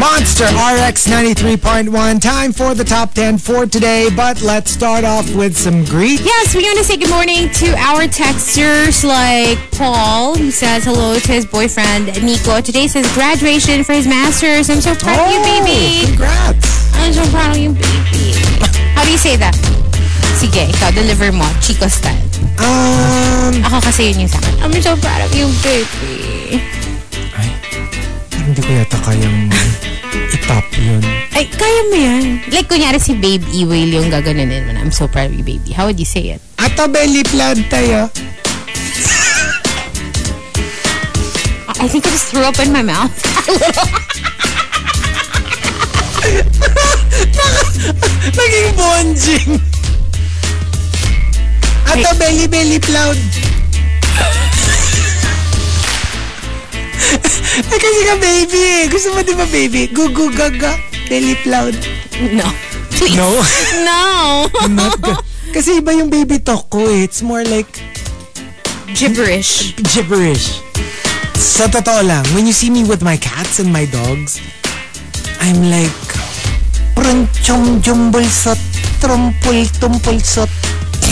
S3: Monster RX 93.1. Time for the top 10 for today. But let's start off with some greets.
S5: Yes, we're going to say good morning to our texters like Paul, who says hello to his boyfriend Nico. Today says graduation for his master's. I'm so proud of you, baby.
S3: Oh, Congrats.
S5: I'm so proud of you, baby. How do you say that? Sige, ikaw, deliver mo. Chico style.
S3: Um,
S5: Ako kasi yun yung sa akin. I'm so proud of you, baby.
S3: ay, hindi ko yata kayang itap yun.
S5: Ay, kaya mo yan. Like, kunyari si Babe Ewell yung gaganunin mo na, I'm so proud of you, baby. How would you say it?
S3: Ato belly plant tayo.
S5: I think I just threw up in my mouth. [laughs]
S3: Naging bonjing. Ato belly belly [laughs] cloud. Ay, kasi ka baby. eh. Gusto mo di ba baby? Gugu gaga. Belly cloud.
S5: No. Please.
S3: No.
S5: No.
S3: Not ga- [laughs] Kasi iba yung baby talk ko eh. It's more like
S5: Gibberish.
S3: gibberish. Sa totoo lang, when you see me with my cats and my dogs, I'm like, prunchom jumbul sot, trumpul tumpul sot.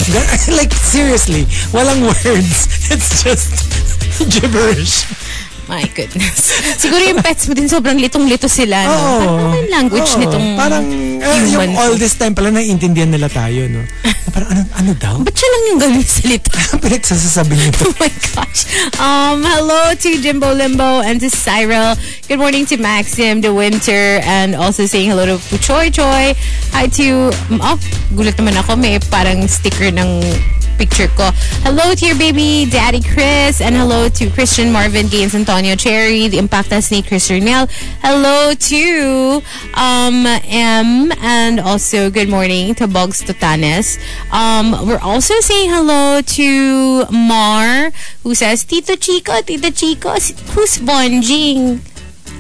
S3: [laughs] like, seriously, walang words. [laughs] It's just gibberish.
S5: My goodness. [laughs] Siguro yung pets mo din sobrang litong-lito sila. No?
S3: Oo.
S5: Parang ano yung language
S3: Oo,
S5: nitong...
S3: Parang, ah,
S5: human
S3: yung all
S5: ko.
S3: this time pala, naiintindihan nila tayo,
S5: [laughs]
S3: no? Na Parang, ano, ano daw? [laughs]
S5: Ba't siya lang yung ganun salita?
S3: Pinagsasasabi niyo to.
S5: [laughs] Oh my gosh. Um, hello to Jimbo Limbo and to Cyril. Good morning to Maxim, to Winter, and also saying hello to Puchoy Choy. Hi to, oh, gulat naman ako, may parang sticker ng picture ko. Hello to your baby, Daddy Chris, and hello to Christian Marvin Gaines Antonio Cherry, the Impacta Snake Chris Renel. Hello to um, M, and also good morning to Bogs Totanes. Um, we're also saying hello to Mar, who says, Tito Chico, Tito Chico, s- who's bonjing?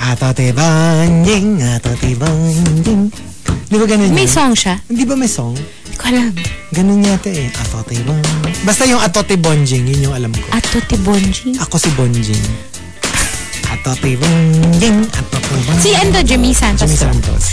S3: Ato te banying, ato te banying. Di ba ganun
S5: May
S3: yun?
S5: song siya?
S3: Hindi ba may song?
S5: Hindi ko alam.
S3: Ganun yata eh. Atote bang? Basta yung Atote Bonjing, yun yung alam ko.
S5: Ato Tibonji.
S3: Ako si Bonjing. Atote Bonjing. Atote Bonjing.
S5: Si ano, Jimmy Santos.
S3: Jimmy
S5: to.
S3: Santos.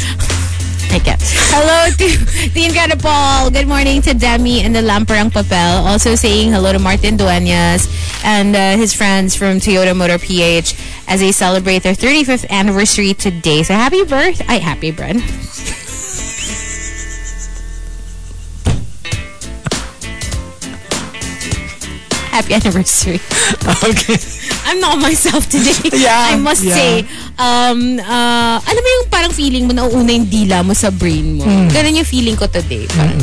S5: Teka. Hello to [laughs] the Incredible Paul. Good morning to Demi and the Lamparang Papel. Also saying hello to Martin Duenas and uh, his friends from Toyota Motor PH as they celebrate their 35th anniversary today. So happy birth. I happy birth. [laughs] Happy anniversary.
S3: Okay.
S5: I'm not [laughs] myself today.
S3: Yeah,
S5: I must
S3: yeah.
S5: say. Um, uh, alam mo yung parang feeling mo na una yung dila mo sa brain mo.
S3: Hmm.
S5: Ganun yung feeling ko today. Parang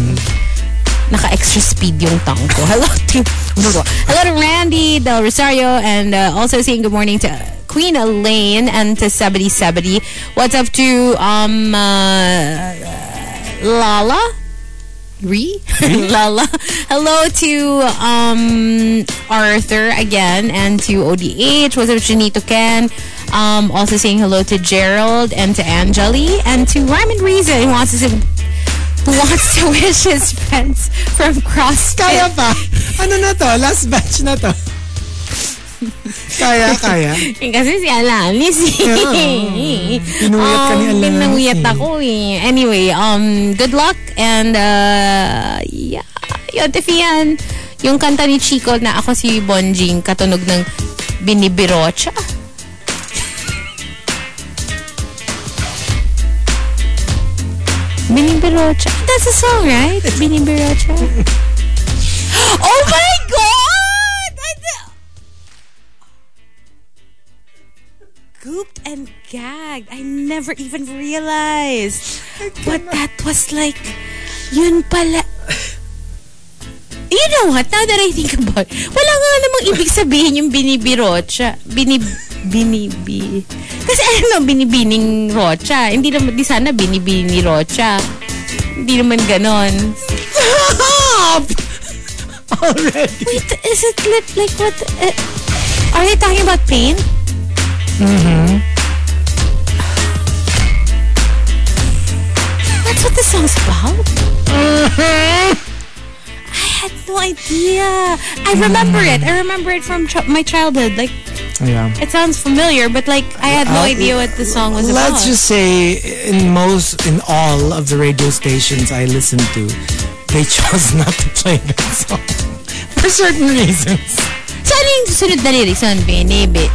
S5: naka-extra speed yung tongue ko. [laughs] Hello to, hello to Randy Del Rosario and uh, also saying good morning to Queen Elaine and to Sabadi Sabadi. What's up to um, uh, Lala? Re? [laughs] Lala. Hello to um, Arthur again and to ODH. What's up, Janito Ken? Um, also saying hello to Gerald and to Angeli and to Ryman Reason who wants to who wants to wish his friends from
S3: Kaya
S5: CrossFit.
S3: pa. Ano na to? Last batch na to. Kaya, kaya.
S5: Kasi si Alanis.
S3: Yeah. Pinuyat ka ni
S5: Um,
S3: Alanis.
S5: pinuyat ako eh. Anyway, um, good luck and uh, yeah. Yun, Tifian. Yung kanta ni Chico na ako si Bonjing, katunog ng Binibirocha. Binibirocha. That's a song,
S3: [laughs]
S5: right? Binibirocha. oh my God! I di- gooped and gagged. I never even realized. But that was like, yun pala. You know what? Now that I think about it, wala nga namang ibig sabihin yung binibirocha. Binib... Binibi... Kasi ano, binibining rocha. Hindi naman, di sana binibini rocha. Hindi naman ganon. [laughs]
S3: Stop! Already.
S5: Wait, is it lit like what? Uh, are they talking about pain? Mm-hmm. That's what the song's about.
S3: Mm-hmm.
S5: I had no idea. I remember it. I remember it from ch- my childhood. Like
S3: Yeah.
S5: it sounds familiar, but like I had no
S3: Uh,
S5: idea what the song was about.
S3: Let's just say in most, in all of the radio stations I listen to, they chose not to play that song. [laughs] For certain reasons.
S5: So, ano yung susunod na lyrics nun? Binibi.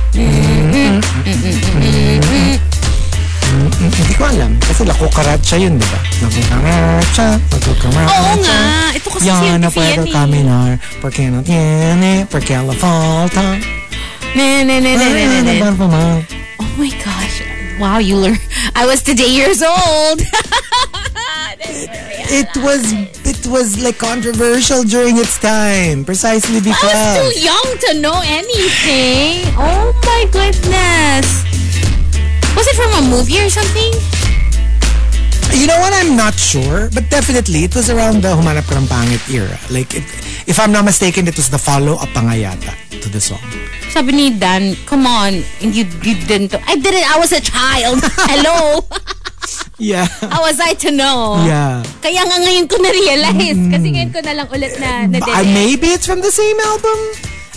S3: Hindi ko alam. Kasi La Cucaracha yun, di ba? La Cucaracha, La Cucaracha.
S5: Oo nga. Ito kasi si
S3: Yo no
S5: Auntie Fian
S3: puedo
S5: eh.
S3: caminar porque no tiene, porque le falta.
S5: Ne, ne, ne, ne, ne, ne, ne.
S3: Barba mo.
S5: Oh my gosh. Wow, you learn. I was today years old. [laughs]
S3: It was it was like controversial during its time, precisely
S5: I was
S3: because
S5: too young to know anything. Oh my goodness. Was it from a movie or something?
S3: you know what? I'm not sure, but definitely it was around the Humanap Ka ng Pangit era. Like, it, if I'm not mistaken, it was the follow-up pa nga yata to the song.
S5: Sabi ni Dan, come on. You, you didn't. I didn't. I was a child.
S3: [laughs]
S5: Hello.
S3: Yeah,
S5: How was I to know?
S3: [laughs] yeah. Mm.
S5: Kaya nga ngayon ko na-realize. Kasi ngayon ko na lang ulit na na
S3: I, maybe it's from the same album.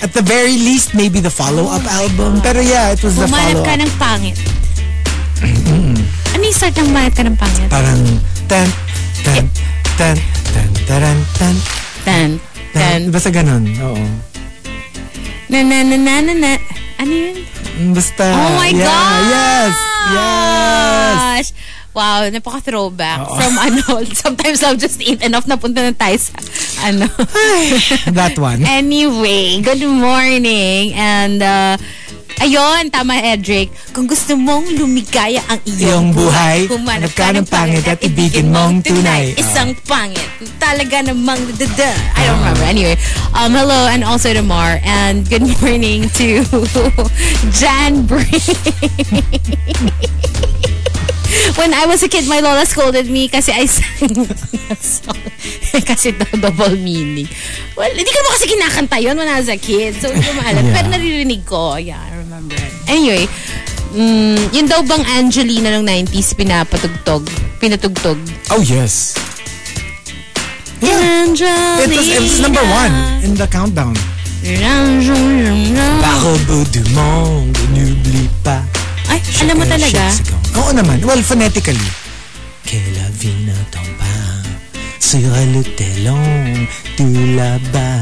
S3: At the very least, maybe the follow-up album. Pero yeah, it was the
S5: Oh,
S3: follow-up.
S5: Humanap
S3: Mm-hmm.
S5: ka ng pangit. ano yung start ng humanap ka ng pangit?
S3: Parang tan tan tan tan taran tan
S5: Tan.
S3: tan.
S5: Tan.
S3: Basta ganun. Oo.
S5: Na na na na na na. Ano yun?
S3: Basta.
S5: Oh my
S3: Ah, yeah,
S5: God!
S3: Yes. Yes.
S5: Gosh! Wow, napaka-throwback.
S3: Oo.
S5: From [laughs] ano, sometimes I've just eat enough na punta na tayo sa ano.
S3: That one.
S5: anyway, good morning. And, uh, Ayun, tama Edric. Kung gusto mong lumigaya ang
S3: Iyong
S5: iyong
S3: buhay, hanap
S5: humanap
S3: ka ng pangit at ibigin mong tunay. Oh.
S5: tunay. Isang pangit. Talaga namang dada. I don't remember. Anyway, um, hello and also to Mar. And good morning to [laughs] Jan Bray. When I was a kid, my lola scolded me kasi I sang [laughs] a song. kasi daw double meaning. Well, hindi ko naman kasi kinakanta yun when I was a kid. So, hindi ko maalam.
S3: Yeah.
S5: Pero naririnig ko. Yeah, I remember it. Anyway, mm, yun daw bang Angelina ng 90s pinapatugtog? pinatugtog.
S3: Oh, yes. Yeah. It was, it was number one in the countdown. Par au bout du monde, n'oublie pas.
S5: Ay, alam mo
S3: Chaque
S5: talaga.
S3: chopsicle. Oo naman. Well, phonetically. Que la vie ne tombe pas sur le telon tout là-bas.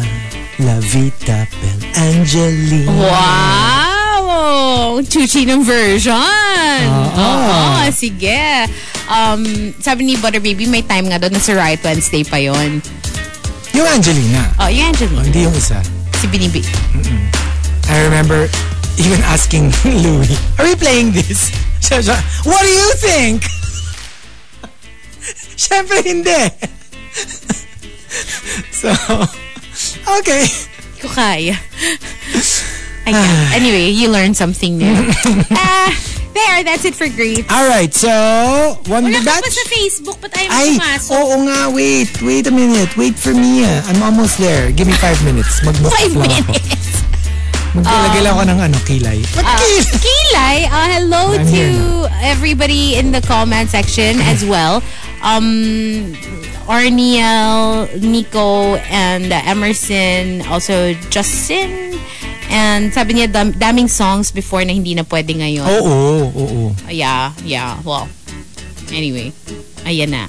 S3: La vie t'appelle Angeline.
S5: Wow! Chuchi ng Um version!
S3: Oo.
S5: Oo, sige. Um, sabi ni Butter Baby, may time nga doon na sa Riot Wednesday pa yon.
S3: Yung Angelina.
S5: Oh, yung Angelina.
S3: Hindi yung isa.
S5: Si Binibi.
S3: I remember even asking [laughs] Louis, are we playing this? [laughs] Siya, siya, what do you think? [laughs] Siyempre hindi. [laughs] so, [laughs] okay.
S5: Hindi ko
S3: [laughs]
S5: kaya. Ayan. anyway, you learned
S3: [laughs]
S5: something new. Ah, there, that's it for greets.
S3: All right, so, one
S5: Wala ka pa
S3: batch.
S5: sa Facebook, but ayaw mo
S3: Ay,
S5: pumasok.
S3: oo nga, wait. Wait a minute. Wait for me. ah. I'm almost there. Give me five minutes.
S5: [laughs]
S3: Mag-book
S5: Five
S3: lang ako.
S5: minutes. Ah.
S3: Maglalagay lang ako ng ano, kilay. Ba't kilay?
S5: Kilay, uh, hello
S3: I'm
S5: to
S3: here
S5: everybody in the comment section
S3: [laughs]
S5: as well. Um, Arniel, Nico, and uh, Emerson, also Justin. And sabi niya, dam- daming songs before na hindi na pwede ngayon.
S3: Oo, oo, oo.
S5: Yeah, yeah. Well, anyway, ayan na.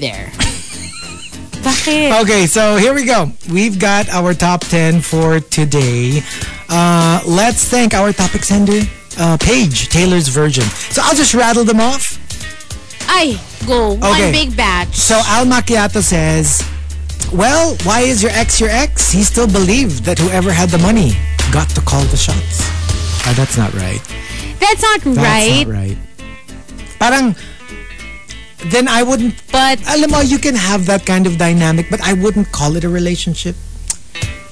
S3: [laughs]
S5: there. Bakit?
S3: Okay, so here we go. We've got our top 10 for today. Uh, let's thank our topic sender, uh, Paige, Taylor's Virgin. So I'll just rattle them off.
S5: Ay, go.
S3: Oh. Okay.
S5: One big batch.
S3: So Al Macchiato says, Well, why is your ex your ex? He still believed that whoever had the money got to call the shots. Ah, that's not right.
S5: That's not
S3: That's
S5: right,
S3: not right. Parang, then I wouldn't,
S5: but
S3: alam mo, you can have that kind of dynamic, but I wouldn't call it a relationship.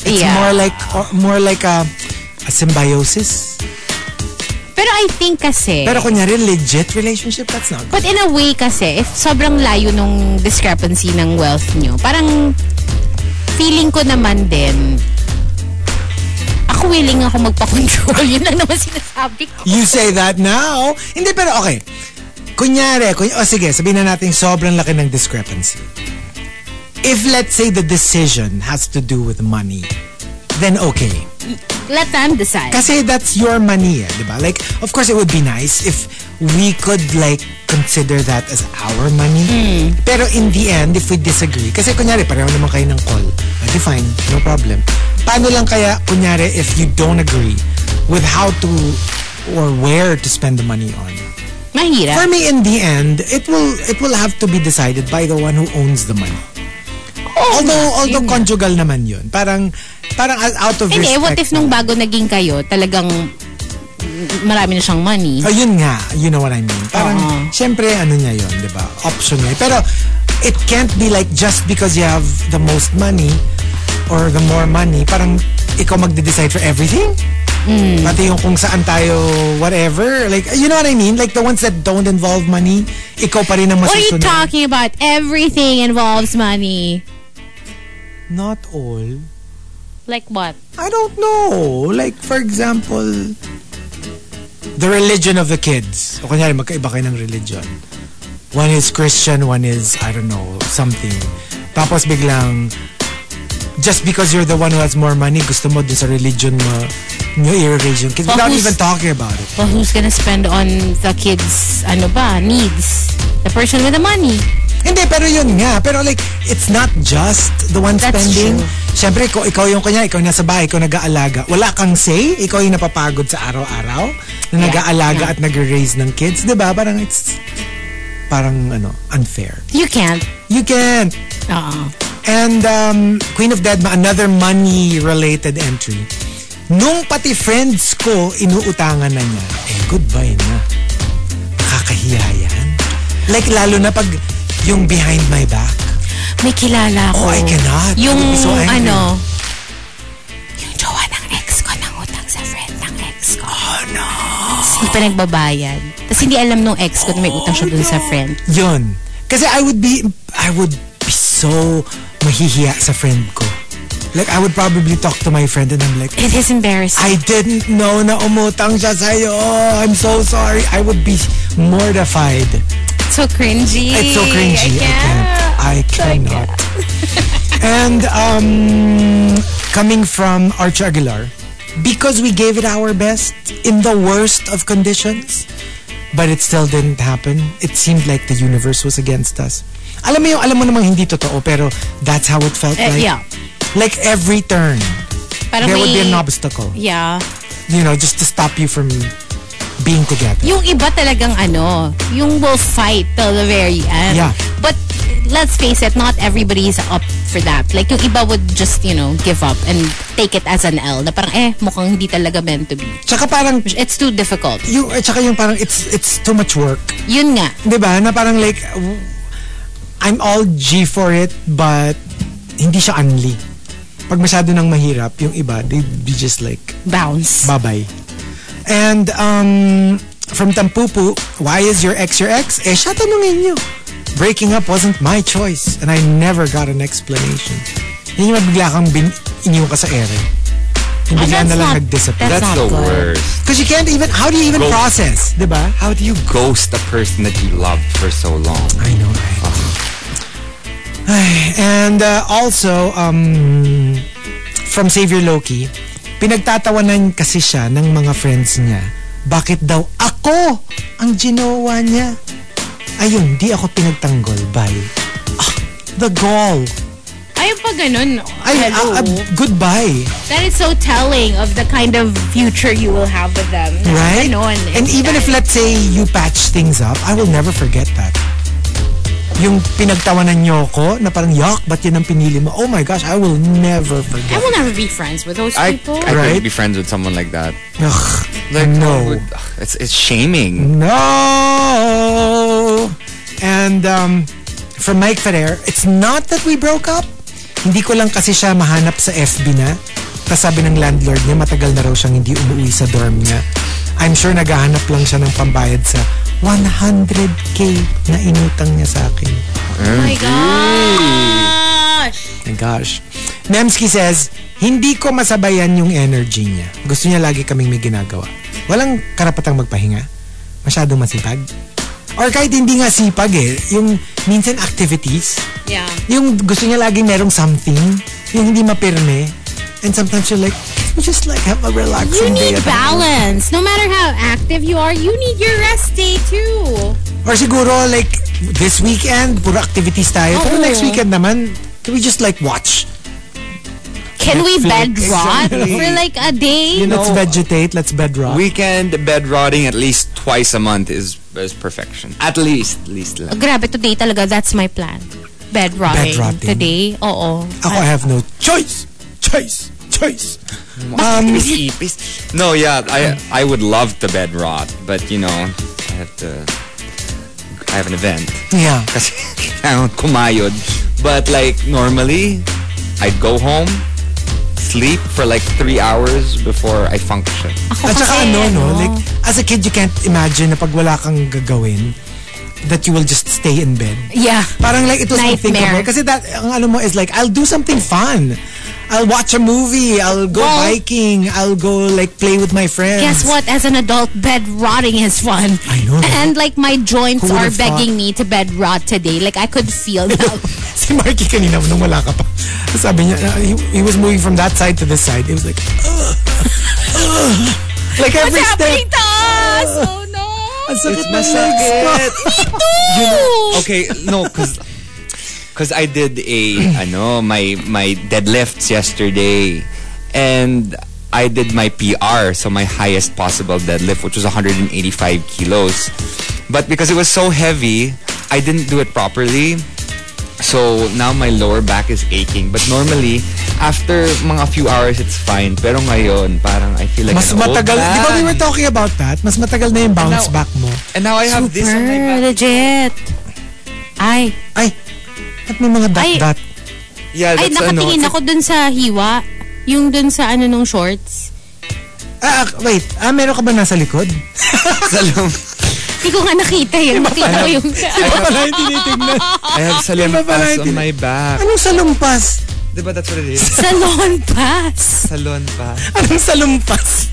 S3: It's
S5: yeah.
S3: more like or, more like a, a symbiosis.
S5: Pero I think kasi...
S3: Pero kunyari, legit relationship, that's not good.
S5: But in a way kasi, if sobrang layo nung discrepancy ng wealth nyo, parang feeling ko naman din, ako willing ako magpa-control. [laughs] Yun lang naman sinasabi ko.
S3: You say that now. Hindi, pero okay. Kunyari, kuny o sige, sabihin na natin sobrang laki ng discrepancy. If let's say the decision has to do with money, then okay.
S5: Let them decide.
S3: Kasi that's your money, eh, di ba? Like, of course, it would be nice if we could, like, consider that as our money.
S5: Hmm.
S3: Pero in the end, if we disagree, kasi kunyari, pareho naman kayo ng call, edi fine, no problem. Paano lang kaya, kunyari, if you don't agree with how to or where to spend the money on?
S5: Mahirap.
S3: For me, in the end, it will it will have to be decided by the one who owns the money.
S5: Oh
S3: although although
S5: yun nga.
S3: conjugal naman yun. Parang parang out of
S5: Hindi,
S3: respect.
S5: what if nung
S3: naman.
S5: bago naging kayo, talagang marami na siyang money.
S3: Ayun Oh, nga, you know what I mean. Parang,
S5: Oo.
S3: syempre, ano niya yun, di ba? Option niya. Pero, it can't be like just because you have the most money or the more money, parang ikaw magde-decide for everything.
S5: Mm.
S3: Pati yung kung saan tayo, whatever. Like, you know what I mean? Like, the ones that don't involve money, ikaw pa rin ang
S5: What are you
S3: masusunod.
S5: talking about? Everything involves money.
S3: Not all.
S5: Like what?
S3: I don't know. Like, for example, the religion of the kids. O kunyari, magkaiba kayo ng religion. One is Christian, one is, I don't know, something. Tapos biglang, just because you're the one who has more money, gusto mo dun sa religion mo, nyo i-raise yung kids without
S5: Focus.
S3: even talking about it.
S5: Well, who's gonna spend on the kids, ano ba, needs? The person with the money.
S3: Hindi, pero yun nga. Pero like, it's not just the one
S5: That's
S3: spending.
S5: true.
S3: Siyempre, ko, ikaw yung kanya, ikaw yung nasa bahay, ikaw nag-aalaga. Wala kang say, ikaw yung napapagod sa araw-araw, na nag-aalaga
S5: yeah.
S3: at nag-raise ng kids. 'Di ba Parang it's, parang ano, unfair.
S5: You can't. Uh-uh.
S3: You can't.
S5: Oo.
S3: And um, Queen of Deadma, another money-related entry. Nung pati friends ko, inuutangan na niya. Eh, goodbye na. Nakakahiya yan. Like, lalo na pag yung behind my back.
S5: May kilala ko.
S3: Oh, I cannot. I
S5: Yung
S3: would be so angry.
S5: ano,
S3: eh.
S5: yung jowa ng ex ko nang utang sa friend ng ex
S3: Ah.
S5: ko. Oh, no.
S3: Ano?
S5: Hindi pa nagbabayad. Tapos hindi alam nung ex ko na may utang siya dun
S3: Oh,
S5: sa friend.
S3: Yun. Kasi I would be, I would be so mahihiya sa friend ko. Like, I would probably talk to my friend and I'm like,
S5: It is embarrassing.
S3: I didn't know na umutang siya sa'yo. I'm so sorry. I would be mortified. It's
S5: so cringy.
S3: It's so cringy. I can't. I cannot. [laughs] and um, coming from Arch Aguilar, because we gave it our best in the worst of conditions, but it still didn't happen. It seemed like the universe was against us. Alam mo yung, alam mo namang hindi totoo, pero that's how it felt
S5: Eh,
S3: like.
S5: yeah.
S3: Like every turn,
S5: Parang
S3: there would be
S5: may-
S3: an obstacle.
S5: Yeah.
S3: You know, just to stop you from being together.
S5: Yung iba talagang ano, yung will fight till the very end.
S3: Yeah.
S5: But let's face it, not everybody is up for that. Like yung iba would just, you know, give up and take it as an L. Na parang eh, mukhang hindi talaga meant to be.
S3: Tsaka parang,
S5: It's too difficult.
S3: yung, eh, tsaka yung parang, it's, it's too much work.
S5: Yun nga.
S3: Di ba? Na parang like, w- I'm all G for it, but hindi siya unli. Pag masyado nang mahirap, yung iba, they be just like,
S5: Bounce.
S3: bye-bye. And um, from Tampupu, why is your ex your ex? Eh, siya tanungin niyo. Breaking up wasn't my choice, and I never got an explanation. Yun yung magbigla kang bin, iniwan ka sa ere. Yung
S5: Ah,
S3: bigla
S5: that's
S3: na lang
S5: not-
S3: nag-disappear.
S5: that's-
S4: That's
S5: not
S4: the
S5: good.
S4: worst.
S3: Because you can't even, how do you even
S4: Go.
S3: process? Di ba?
S4: How do you ghost a person that you loved for so long?
S3: I know, right? And uh, also, um, from Savior Loki, pinagtatawanan kasi siya ng mga friends niya. Bakit daw ako ang ginawa niya? Ayun, di ako pinagtanggol. Bye. Ah, the gall.
S5: Ay, pa ganun.
S3: Ay, ah, ah, goodbye.
S5: That is so telling of the kind of future you will have with them.
S3: Right?
S5: Ganun.
S3: And
S5: It's
S3: even if,
S5: that-
S3: let's say, you patch things up, I will never forget that. Yung pinagtawanan niyo ko, na parang, yuck, ba't yun ang pinili mo? Oh my gosh, I will never
S5: I
S3: forget.
S5: will never be friends with those
S4: I, I
S5: people.
S3: Right?
S4: couldn't be friends with someone like that.
S3: Ugh,
S4: Like I
S3: no.
S4: would- ugh, it's it's shaming.
S3: No! And um, from Mike Ferrer, it's not that we broke up. Hindi ko lang kasi siya mahanap sa FB na. Tapos sabi ng landlord niya, matagal na raw siyang hindi umuwi sa dorm niya. I'm sure naghahanap lang siya ng pambayad sa 100k na inutang niya sa akin.
S5: oh my gosh.
S3: My gosh. Memski says, hindi ko masabayan yung energy niya. Gusto niya lagi kaming may ginagawa. Walang karapatang magpahinga. Masyadong masipag. Or kahit hindi nga sipag eh, yung minsan activities,
S5: Yeah.
S3: yung gusto niya lagi merong something, yung hindi mapirme. And sometimes you're like, can we just like have a
S5: You
S3: relaxing day?
S5: need
S3: at home?"
S5: balance. No matter how active you are, you need your rest day too.
S3: Or siguro like this weekend, puro activities tayo. Pero
S5: Oo.
S3: next weekend naman, can we just like watch?
S5: Can we bed rot
S4: Exactly.
S5: for like a day?
S4: You know,
S3: let's vegetate, let's bedrock.
S4: Weekend bed rotting at least twice a month is is perfection. At least, at least lang.
S5: Grabe, today talaga, that's my plan. Bed
S3: Bed
S5: rotting.
S3: rotting.
S5: Today, oo.
S3: Ako, I have no choice. Choice. Choice. Um,
S4: Ipis, ipis. no, yeah, I I would love to bed rot, but you know, I have to. I have an event. [laughs]
S3: Yeah.
S4: Kasi kailangan kumayod. But like normally, I'd go home, sleep for like three hours before I function.
S3: At
S5: Ako
S3: saka
S5: kasi,
S3: ano, no? Like, as a kid, you can't imagine na pag wala kang gagawin, that you will just stay in bed.
S5: yeah.
S3: Parang like, it was
S5: Nightmare.
S3: unthinkable. Kasi that, ang ano mo is like, I'll do something fun. I'll watch a movie. I'll go
S5: Well-
S3: biking. I'll go like play with my friends.
S5: Guess what? As an adult, bed rotting is fun.
S3: I know, right?
S5: And like my joints
S3: Who
S5: are
S3: would've
S5: begging
S3: thought?
S5: me to bed rot today. Like I could
S3: [laughs]
S5: feel them.
S3: [laughs] si Marky kanina, nung wala ka pa, sabi niya, uh, he, he was moving from that side to this side. It was like, "Ugh, ugh." Like every step.
S5: happening to us? Oh no.
S3: Ang sakit ng
S5: [laughs]
S3: legs ko.
S4: Okay, no, because because I did a ano my my deadlifts yesterday, and I did my PR, so my highest possible deadlift, which was 185 kilos, but because it was so heavy, I didn't do it properly. So now my lower back is aching. But normally, after mga few hours, it's fine. Pero ngayon, parang I feel like
S3: Mas
S4: an old
S3: matagal, di ba we
S4: man.
S3: were talking about that? Mas matagal na yung bounce
S4: now-
S3: back mo.
S4: And now I have this on my back.
S5: Super legit. Ay,
S3: Ay, at may mga
S5: Ay.
S3: dot-dot.
S4: Yeah,
S5: ay
S4: that's ano,
S5: nakatingin ako dun sa hiwa. Yung dun sa ano nung shorts.
S3: Ah, ah, wait. Ah, meron ka ba nasa likod?
S4: Salong.
S5: Hindi ko nga nakita
S4: [laughs]
S5: yun. Nakita ko yung...
S3: Wala yung tinitignan.
S4: I have
S3: variety.
S4: salampas on my back.
S3: Anong salumpas? [laughs]
S4: Diba that's what it is?
S5: [laughs] Salon pass.
S4: Salon pa.
S3: Anong salumpas?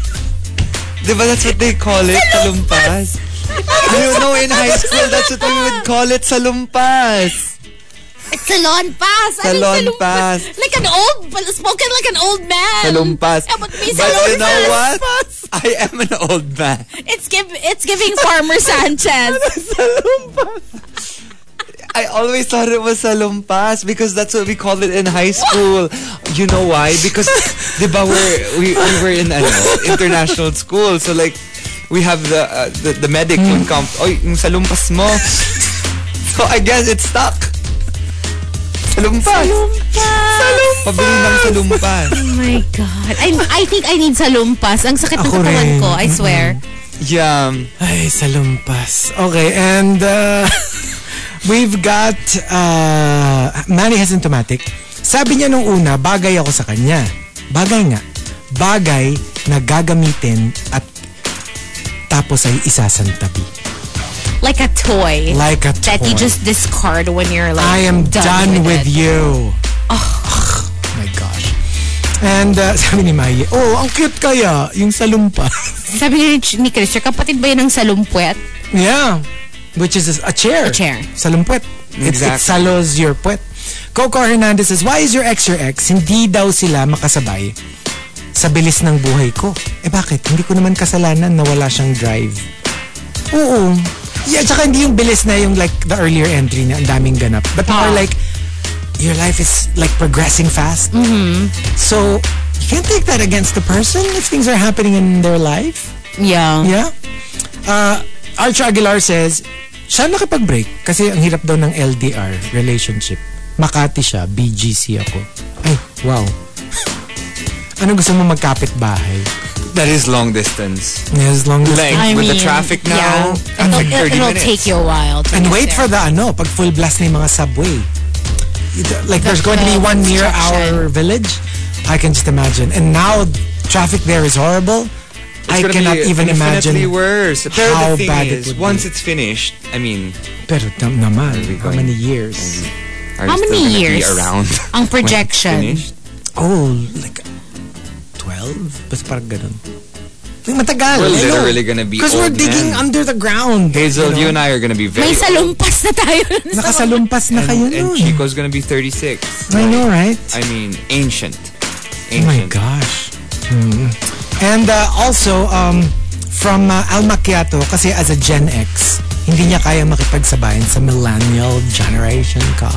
S4: Diba that's what they call it? Salumpas. you know, in high school, that's what we would call it, salumpas.
S5: Salon pass. Anong
S4: Salon
S5: salon
S4: pass.
S5: Like an old, spoken like an old man.
S4: Salumpas.
S5: Eh, but may
S4: But you know
S5: salon
S4: what?
S5: pass.
S4: I am an old man.
S5: It's, give, it's giving Farmer Sanchez.
S3: [laughs]
S4: I always thought it was salumpas because that's what we called it in high school. You know why?
S5: [laughs]
S4: Because, di ba, we're, we, we were in ano, international school. So, like, we have the uh, the, the medic
S5: Hmm.
S4: would come, oy, yung salumpas mo. So, I guess it's stuck. Salumpas. Salumpas. Pabili ng salumpas.
S5: Oh my God. I, I think I need salumpas. Ang sakit
S3: Ako
S5: ng katawan
S3: rin.
S5: ko, I swear.
S4: Yeah. um,
S3: Ay, salumpas. Okay, and uh, [laughs] we've got uh, Manny has symptomatic. Sabi niya nung una, bagay ako sa kanya. Bagay nga. Bagay na gagamitin at tapos ay isasantabi.
S5: Like a toy.
S3: Like a
S5: that you
S3: toy.
S5: just discard when you're like
S3: I am done, with,
S5: it.
S3: you. Oh. my gosh. And uh, [laughs] sabi ni Maye, oh, ang cute kaya yung [laughs] salumpas.
S5: Sabi ni, ni Chris, your kapatid ba yun ng salumpwet?
S3: Yeah. Which is a chair.
S5: A chair.
S3: Salumpwet. It's,
S4: Exactly.
S3: it's salos your puwet. Coco Hernandez says, Why is your ex your ex? Hindi daw sila makasabay sa bilis ng buhay ko. Eh bakit? Hindi ko naman kasalanan na wala siyang drive. Oo. Yeah, tsaka hindi yung bilis na yung like the earlier entry na ang daming ganap. But more
S5: Ah.
S3: like, your life is like progressing fast.
S5: Mm-hmm.
S3: So, you can't take that against the person if things are happening in their life.
S5: Yeah.
S3: Yeah. Uh, Archer Aguilar says, siya nakipag-break kasi ang hirap daw ng LDR relationship. Makati siya, BGC ako. Ay, wow. [laughs] ano gusto mo magkapit bahay?
S4: That is long distance.
S3: As long as...
S4: Like, with the traffic now,
S5: Yeah. It'll,
S4: that's like 30
S5: it'll
S4: minutes.
S5: take you a while. To
S3: and
S5: get
S3: wait
S5: there.
S3: for the ano, pag full blast na yung mga subway. It- uh, Like, there's going to be
S5: the
S3: one near our
S5: construction.
S3: village. I can just imagine. And now, traffic there is horrible. I
S4: It's gonna
S3: cannot
S4: be
S3: even imagine.
S4: infinitely worse. Pero
S3: how
S4: the thing
S3: bad it
S4: is,
S3: would be.
S4: once it's finished, I mean,
S3: Pero tam- naman,
S4: Where are we
S3: how
S4: going?
S3: many years?
S4: are
S5: How
S4: you
S5: many
S4: still gonna
S5: years?
S4: Be around.
S5: [laughs] Ang
S4: when it's
S5: projection.
S4: finished?
S3: Oh, like 12? Basta parang ganun. Like, matagal.
S4: We're literally gonna be
S3: Because we're
S4: old
S3: digging
S4: men.
S3: under the ground.
S4: Hazel, you,
S3: know?
S4: and I are gonna be very.
S5: May
S4: old.
S5: salumpas na tayo.
S3: Nakasalumpas na kayo
S4: And, and
S3: nun.
S4: Chico's gonna be 36.
S3: I know, right?
S4: I mean, ancient.
S3: Oh my
S4: Ancient.
S3: gosh. Mm. And uh, also, um, from uh, Al Macchiato, kasi as a Gen X, hindi niya kaya makipagsabayan sa millennial generation ka.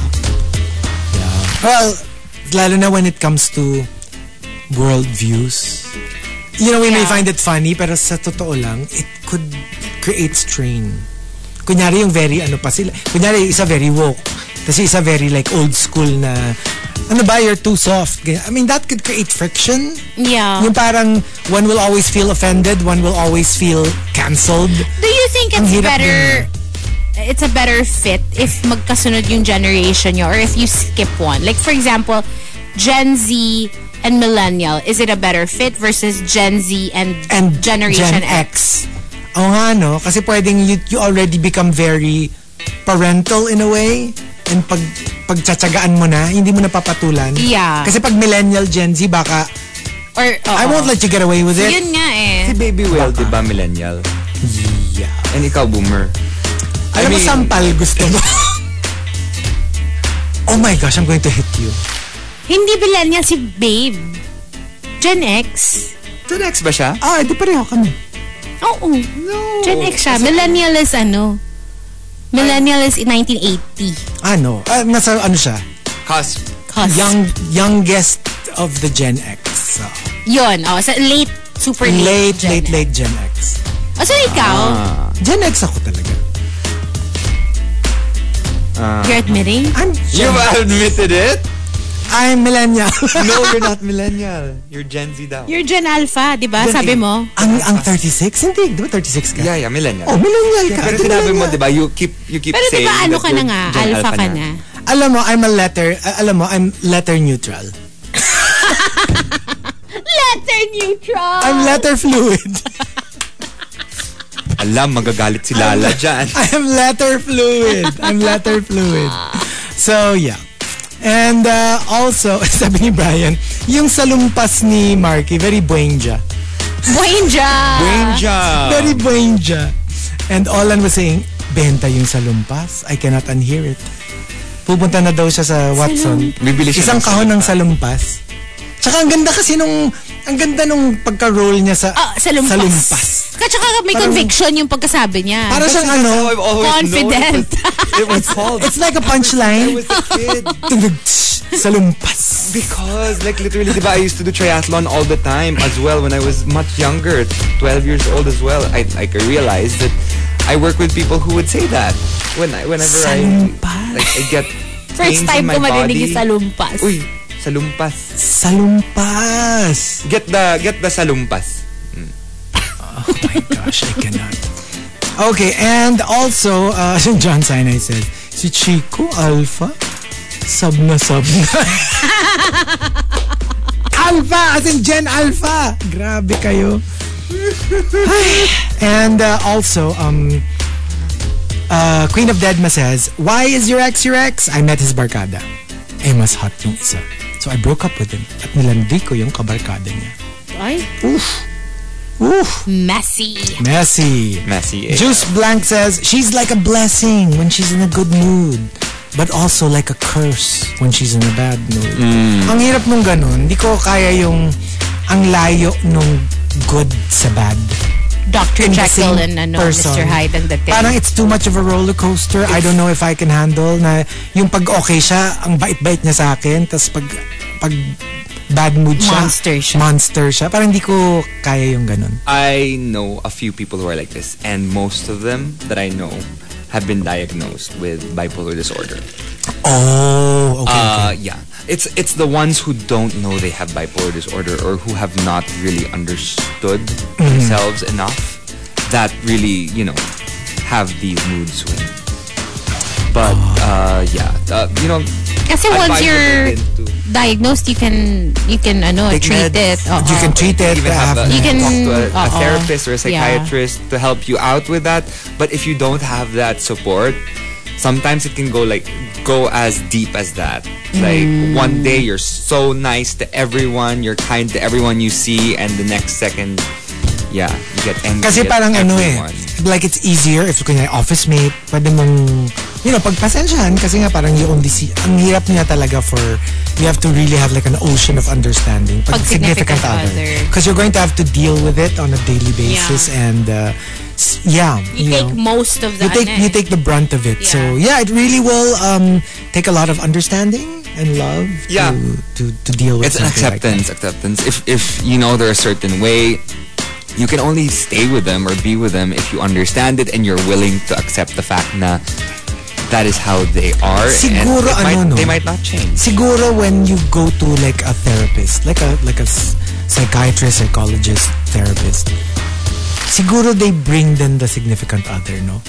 S3: Yeah. Well, lalo na when it comes to world views. You know, we may
S5: Yeah.
S3: find it funny, pero sa totoo lang, it could create strain. Kunyari yung very ano pa sila. Kunyari yung isa very woke. Tapos yung isa very like old school na ano ba, you're too soft. Ganyan. I mean, that could create friction.
S5: [laughs] yeah.
S3: Yung parang one will always feel offended, one will always feel cancelled.
S5: Do you think
S3: Ang
S5: it's
S3: hirap
S5: better it's a better fit if magkasunod yung generation nyo or if you skip one? Like for example, Gen Z and Millennial, is it a better fit versus Gen Z and,
S3: And Gen
S5: Generation
S3: X. Oo nga, no? Kasi pwedeng you, you already become very parental in a way. And pag pagtsatsagaan mo na, hindi mo napapatulan.
S5: Yeah.
S3: Kasi pag millennial Gen Z, baka,
S5: Or,
S3: I won't let you get away with it.
S5: Yun nga eh.
S4: Si Baby Will, di ba, millennial?
S3: Yeah.
S4: And ikaw, boomer.
S3: Alam mo,
S4: mean-
S3: sampal gusto [laughs] mo. oh my gosh, I'm going to hit you.
S5: Hindi millennial si Babe. Gen X.
S4: Gen X ba siya?
S3: Ah, edi pareho kami.
S5: Oo.
S4: No.
S5: Gen X siya. Millennial is ano? Millennial is 1980.
S3: Ah, no. Ah, nasa ano siya?
S4: Cos.
S5: Cause
S3: Young, youngest of the Gen X. So,
S5: Yun. Oh, sa late, super late.
S3: late, late, late Gen X.
S5: Oh, so ikaw,
S3: Gen X ako talaga.
S5: you're admitting?
S3: I'm
S4: You
S3: Gen
S4: admitted [laughs] it?
S3: I'm millennial.
S4: No, [laughs] you're not millennial. You're Gen Z daw.
S5: You're Gen Alpha, di ba? Sabi mo.
S3: ang, ang 36? Hindi, di ba 36 ka?
S4: Ah, Yeah, yeah, millennial.
S3: Oh, millennial ka.
S4: Yeah, pero
S3: Di
S4: sinabi mo,
S3: millennial.
S4: di ba, you keep, you keep
S5: Pero di
S4: saying
S5: ba ano
S4: that
S5: ka na
S4: you're
S5: nga?
S4: Gen
S5: Alpha ka na.
S3: Alam mo, I'm a letter, ah, alam mo, I'm letter neutral.
S5: Letter neutral!
S3: I'm letter
S4: [laughs]
S3: fluid.
S4: Alam, magagalit si Lala
S3: [laughs]
S4: dyan.
S3: I am letter fluid. I'm letter fluid. So, yeah. And uh, also, [laughs] sabi ni Brian, yung salumpas ni Marky, very buenja.
S5: Buenja!
S4: Ranger.
S3: Very buenja. And Olan was saying, benta yung salumpas. I cannot unhear it. Pupunta na daw siya sa Watson.
S4: Bibili siya
S3: Isang
S4: ng
S3: kahon ng salumpas. Tsaka ang ganda kasi nung, ang ganda nung pagka-roll niya sa,
S5: Ah, sa lumpas.
S3: salumpas.
S5: At saka may
S3: Parang-
S5: conviction yung pagkasabi niya.
S3: Para siyang ano,
S4: Oh, I've always known
S5: Confident.
S4: It was, it was called
S5: [laughs]
S3: it's like a punchline. salumpas.
S4: Because, like, literally, diba, I used to do triathlon all the time as well when I was much younger, 12 years old as well. I, like, I realized that I work with people who would say that when I, whenever I,
S3: Salumpas.
S4: like, I get pains
S5: First
S4: in
S5: time
S4: my
S5: ko marinig
S4: body.
S5: yung salumpas.
S4: Uy, salumpas.
S3: Salumpas.
S4: Get the, get the salumpas.
S3: my gosh, I cannot. Okay, and also, uh, [laughs] John Sinai says, si Chico Alpha, sub na sub na. Alpha, as in Gen Alpha. Grabe kayo. Ay. and uh, also, um, uh, Queen of Deadma says, Why is your ex your ex? I met his barkada. Eh, mas hot yung isa. So I broke up with him at nilandi ko yung kabarkada niya.
S5: Ay,
S3: Oof,
S5: messy.
S3: messy.
S4: Messy. Eh.
S3: Juice Blank says she's like a blessing when she's in a good mood, but also like a curse when she's in a bad mood.
S4: Mm.
S3: Ang hirap nung ganun, hindi ko kaya yung ang layo nung good sa bad.
S5: Dr.
S3: In the
S5: Jekyll
S3: same
S5: and ano,
S3: person.
S5: Mr. Hyde and the
S3: Parang
S5: Thing.
S3: it's too much of a roller coaster. I don't know if I can handle na yung pag okay siya, ang bait-bait niya sa akin, tas pag pag bad mood siya,
S5: Monster siya.
S3: monster siya. Parang hindi ko kaya yung ganun.
S4: I know a few people who are like this, and most of them that I know have been diagnosed with bipolar disorder.
S3: Oh, okay.
S4: Uh, yeah, it's it's the ones who don't know they have bipolar disorder or who have not really understood
S3: Mm-hmm.
S4: themselves enough that really you know have these mood swings. But
S3: Oh.
S4: uh, yeah, uh, you know,
S5: Kasi
S4: advisable
S5: once you're
S4: din to
S5: diagnosed, you can, you can, ano,
S3: Take
S5: treat it.
S3: meds.
S5: Uh-huh. Oo.
S3: You can treat it.
S4: Ah, even have a,
S3: after.
S5: You can-
S4: talk to a, a
S5: uh-oh.
S4: therapist or a
S5: Yeah.
S4: psychiatrist to help you out with that. But if you don't have that support, sometimes it can go like go as deep as that. Like
S5: Mm.
S4: one day you're so nice to everyone, you're kind to everyone you see, and the next second, yeah, you get angry.
S3: Kasi
S4: at
S3: parang ano eh,
S4: everyone.
S3: like it's easier if kunyari office mate, pwede mong, you know, pagpasensyahan kasi nga parang you only see, ang hirap niya talaga for, you have to really have like an ocean of understanding pag,
S5: Pag
S3: significant,
S5: significant
S3: other.
S5: other.
S3: Because you're going to have to deal with it on a daily basis and uh, s- yeah.
S5: You
S3: know.
S5: take most of the,
S3: you take
S5: ano,
S3: you
S5: eh.
S3: take the brunt of it. So yeah, it really will um, take a lot of understanding and love
S4: Yeah.
S3: to, to to deal with
S4: it's an
S3: something like that.
S4: acceptance acceptance if if you know they're a certain way you can only stay with them or be with them if you understand it and you're willing to accept the fact na that is how they are
S3: Siguro
S4: and it might,
S3: ano, no?
S4: they might not change
S3: siguro when you go to like a therapist, like a like a s- psychiatrist, psychologist, therapist, siguro they bring then the significant other, no?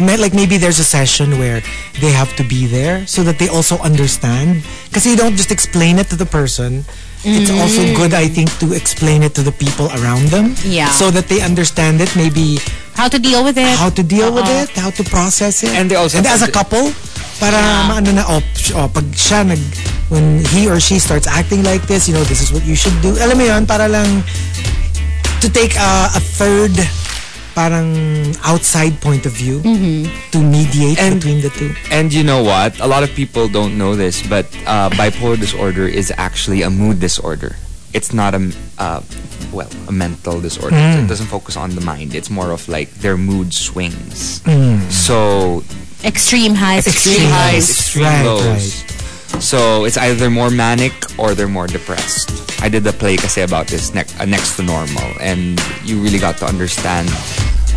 S3: May- Like maybe there's a session where they have to be there so that they also understand. Because you don't just explain it to the person. It's also good, I think, to explain it to the people around them.
S5: Yeah.
S3: So that they understand it. Maybe
S5: How to deal with it. Uh-huh.
S3: how to deal with
S5: Uh-oh.
S3: it, how to process it.
S4: Uh-uh. And they also-
S3: as a couple, para maano na, oh, sh- oh, pag siya nag, when he or she starts acting like this, you know, this is what you should do. Alam mo yun, para lang, to take a, a third, parang outside point of view to mediate
S4: Mm-hmm. And-
S3: between the two.
S4: and you know what a lot of people don't know this but uh, bipolar disorder is actually a mood disorder it's not a uh, well a mental disorder
S3: Hmm.
S4: it doesn't focus on the mind it's more of like their mood swings
S3: Hmm.
S4: so
S5: Extreme highs.
S4: extreme
S3: highs.
S4: highs, extreme
S3: Right,
S4: lows. So it's either more manic or they're more depressed. I did a play kasi about this ne- uh, next to normal, and you really got to understand,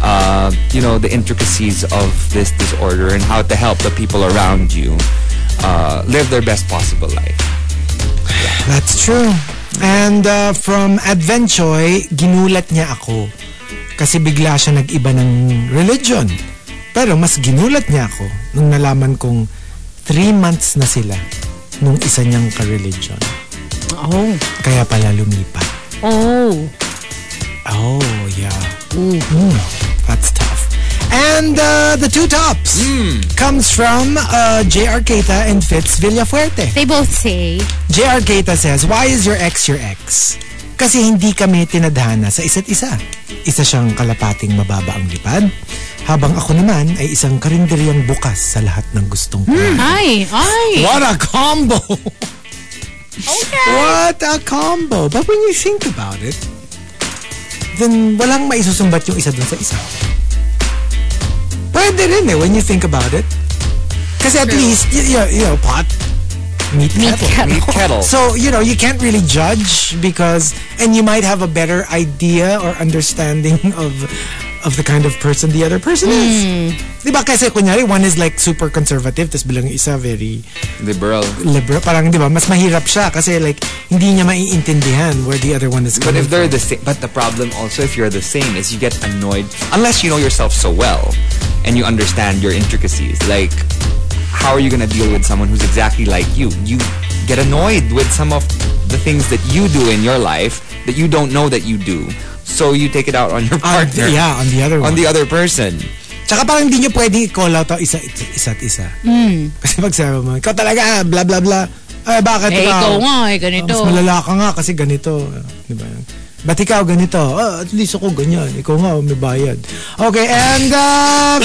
S4: uh, you know, the intricacies of this disorder and how to help the people around you uh, live their best possible life.
S3: That's true. And uh, from Advenchoy, ginulat niya ako. Kasi bigla siya nag-iba ng religion. Pero mas ginulat niya ako nung nalaman kong three months na sila nung isa niyang ka-religion.
S5: Oh.
S3: Kaya pala lumipat.
S5: Oh.
S3: Oh, yeah. Mm, that's tough. And uh, the two tops
S5: Hmm.
S3: comes from uh, J.R. Keita and Fitz Villafuerte.
S5: They both say,
S3: JR Keita says, Why is your ex your ex? Kasi hindi kami tinadhana sa isa't isa. Isa siyang kalapating mababa ang lipad. Habang ako naman ay isang karinderyang bukas sa lahat ng gustong kumain.
S5: Ay, ay.
S3: What a combo!
S5: Okay.
S3: What a combo! But when you think about it, then walang maisusumbat yung isa dun sa isa. Pwede rin eh, when you think about it. Kasi at least, you, you, you know, pot, meat, kettle.
S4: Meat kettle.
S3: So, you know, you can't really judge because, and you might have a better idea or understanding [laughs] of of the kind of person the other person is.
S5: Hmm.
S3: Di ba? Kasi kunyari, one is like super conservative, tapos bilang yung isa very
S4: liberal.
S3: liberal. Parang, di ba, mas mahirap siya kasi like, hindi niya maiintindihan where the other one is
S4: But
S3: coming
S4: if they're the same, but the problem also if you're the same is you get annoyed unless you know yourself so well and you understand your intricacies. Like, how are you gonna deal with someone who's exactly like you? You get annoyed with some of the things that you do in your life that you don't know that you do. So you take it out on
S3: On-
S4: your partner,
S3: yeah, on the other one.
S4: on the other person.
S3: Tsaka parang hindi nyo pwedeng i-call out ang isa, isa't isa.
S5: Hmm.
S3: [laughs] Kasi pag sabi mo, ikaw talaga, ah, bla bla bla. Ay, bakit
S5: Eh,
S3: ikaw?
S5: ikaw nga, eh, ganito.
S3: Mas malala ka nga kasi ganito. Di ba? Ba't ikaw ganito? Ah, at least ako ganyan. Ikaw nga, oh, may bayad. Okay, and uh,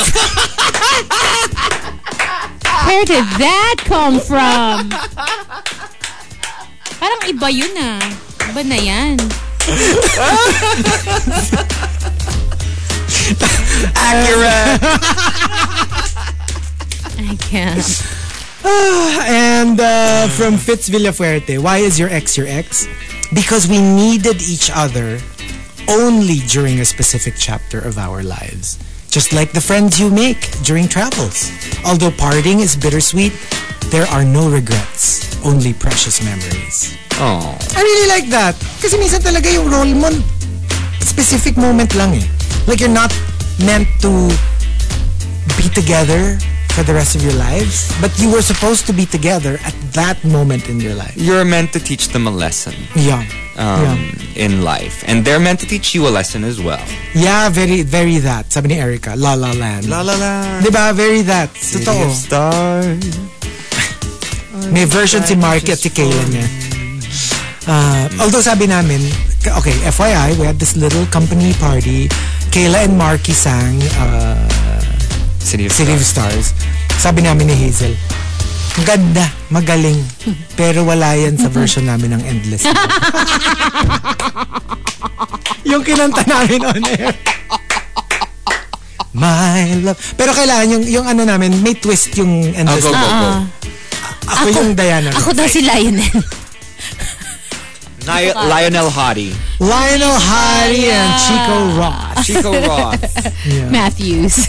S3: [laughs]
S5: Where did that come from? Parang iba yun ah. Iba na yan. I can't.
S3: and uh, from Fitz Villafuerte, why is your ex your ex? Because we needed each other only during a specific chapter of our lives. Just like the friends you make during travels. Although parting is bittersweet, there are no regrets, only precious memories.
S4: Oh,
S3: I really like that. Kasi minsan talaga yung role mo, specific moment lang eh. Like you're not meant to be together for the rest of your lives, but you were supposed to be together at that moment in your life.
S4: you're meant to teach them a lesson
S3: Yeah.
S4: um, in life, and they're meant to teach you a lesson as well.
S3: yeah. Yeah, very, very that. Sabi ni Erica, La La Land. La
S4: la la.
S3: Diba? Very that. Totoo. May version si Marky at si Kayla niya. Uh, although sabi namin, k- okay, FYI, we had this little company party. Kayla and Marky sang uh,
S4: City of
S3: City of
S4: Stars.
S3: Stars. Sabi namin ni Hazel, "Ang ganda, magaling, pero wala yan sa version namin ng Endless. [laughs] Love." yung kinanta namin on air. My love. Pero kailangan yung, yung ano namin, may twist yung
S4: Oh,
S3: Endless.
S4: go, go,
S3: Love.
S4: go.
S3: Ako, yung Diana.
S5: Ako daw si Lionel.
S4: Ni- Lionel Hottie.
S3: Lionel Hardy and Chico Roth.
S4: [laughs] Chico Roth.
S5: Matthews.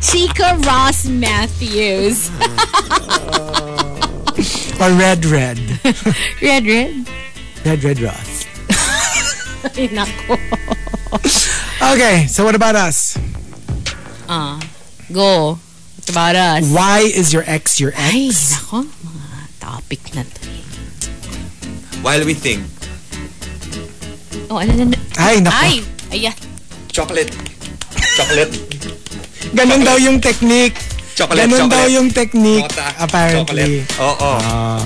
S5: Chica Ross Matthews.
S3: Or Red Red.
S5: Red, red.
S3: Red Red Roth.
S5: Ay, nako.
S3: Okay, so what about us?
S5: Go. What about us?
S3: Why is your ex your
S5: Ay,
S3: ex?
S5: nako. Mga topic na to.
S4: While we think,
S5: Oh, ano na?
S3: Ay, naku.
S5: Ay! Ayan.
S4: chocolate, chocolate,
S3: Ganun daw yung technique.
S4: chocolate,
S3: Ganun
S4: chocolate.
S3: daw yung technique,
S4: Nota,
S3: apparently.
S4: Chocolate. Oo.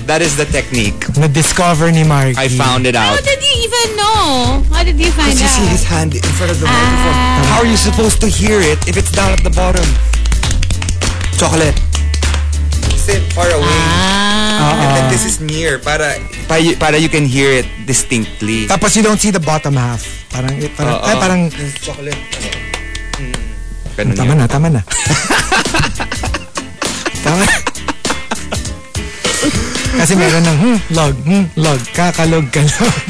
S4: that is the technique.
S3: Na-discover ni Marky.
S4: I found it
S5: How
S4: out.
S5: did you even know? How did you find out? Ah,
S4: hand in front of the microphone. How are you supposed to hear it if it's down at the bottom? Chocolate. Ah. Sit far away. And then this is near para para you, para you can hear it distinctly.
S3: Tapos you don't see the bottom half. Parang, eh, parang,
S4: Oo.
S3: ay, parang,
S4: Chocolate. Ganun
S3: tama
S4: yun.
S3: na,
S4: [laughs]
S3: tama na. tama na. Kasi meron ng, hmm, log, hmm, log, kakalog,
S4: [laughs]
S3: kalog.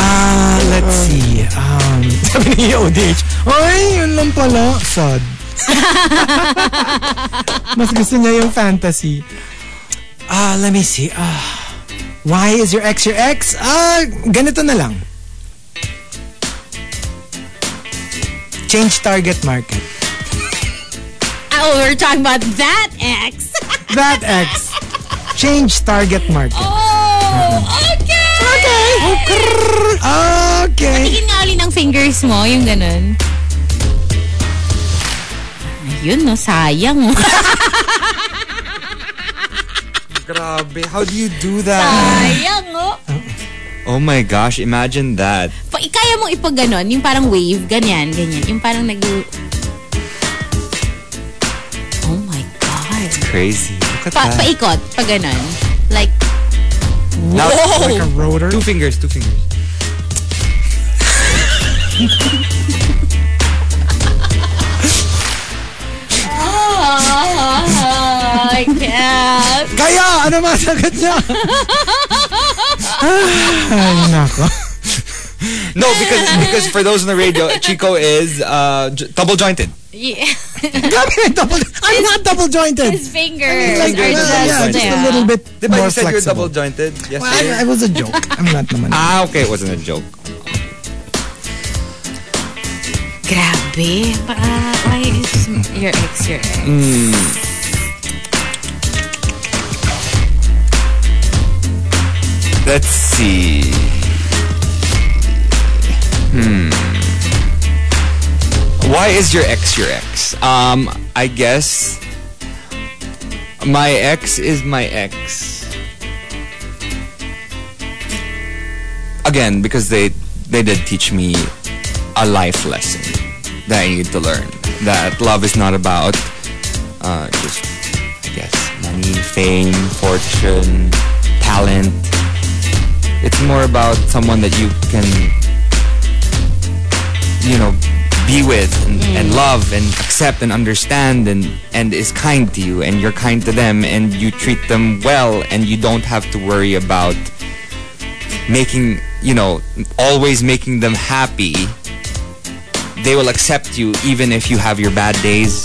S3: Ah, let's see. Um, [laughs] sabi ni ODH, Ay, yun lang pala.
S4: [laughs]
S3: Sad. Mas gusto niya yung fantasy. Ah, let me see. Ah, why is your ex your ex? Ah, ganito na lang. Change target market.
S5: Oh, we're talking about that ex. [laughs]
S3: That ex. Change target market.
S5: Oh, okay. Okay.
S3: Okay.
S5: Tingin nga uli ng fingers mo, yung ganun. Ayun, no, sayang. [laughs] oh.
S4: Grabe, how do you do that? Ah.
S5: sayang, oh.
S4: Oh my gosh, imagine that.
S5: Pa, kaya mong ipagganon, yung parang wave, ganyan, ganyan. Yung parang nag... Oh my God.
S4: Crazy. Look at
S5: Pa,
S3: Ah.
S4: that.
S5: paikot, pa ganon. Like,
S4: Now-
S3: Like a rotor.
S4: Two fingers, two fingers.
S5: oh, I can't.
S3: Kaya! Ano masagot niya? Ay, nako.
S4: No, because because for those on the radio, Chico is uh, j- double jointed.
S5: Yeah.
S3: Grabe, double, I'm not double jointed.
S5: His fingers
S4: like,
S5: are
S4: yeah,
S5: just,
S3: yeah, just a
S5: yeah.
S3: little bit
S4: Diba
S3: more
S4: you said you're
S3: flexible.
S4: double jointed yesterday?
S3: I, I was a joke. I'm not naman.
S4: ah, okay, it wasn't a joke.
S5: Grabe. Para, why is your ex your ex?
S4: Let's see. Hmm. Why is your ex your ex? Um, I guess my ex is my ex. Again, because they they did teach me a life lesson that I need to learn. That love is not about uh, just I guess money, fame, fortune, talent it's more about someone that you can you know be with and, and love and accept and understand and and is kind to you and you're kind to them and you treat them well and you don't have to worry about making you know always making them happy they will accept you even if you have your bad days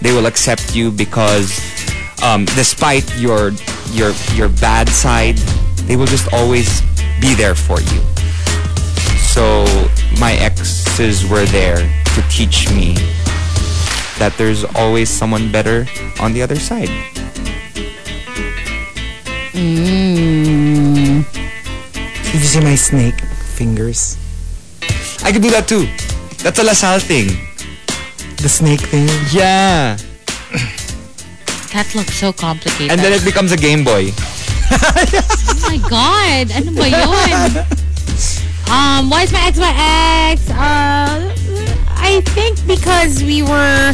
S4: they will accept you because um, despite your your your bad side they will just always be there for you so my exes were there to teach me that there's always someone better on the other side
S3: Did you see my snake fingers?
S4: i could do that too that's a lasal thing
S3: The snake thing?
S4: yeah
S5: That looks so complicated.
S4: and then it becomes a game boy
S5: Oh my God! Ano ba yun? Um, why is my ex my ex? Uh, I think because we were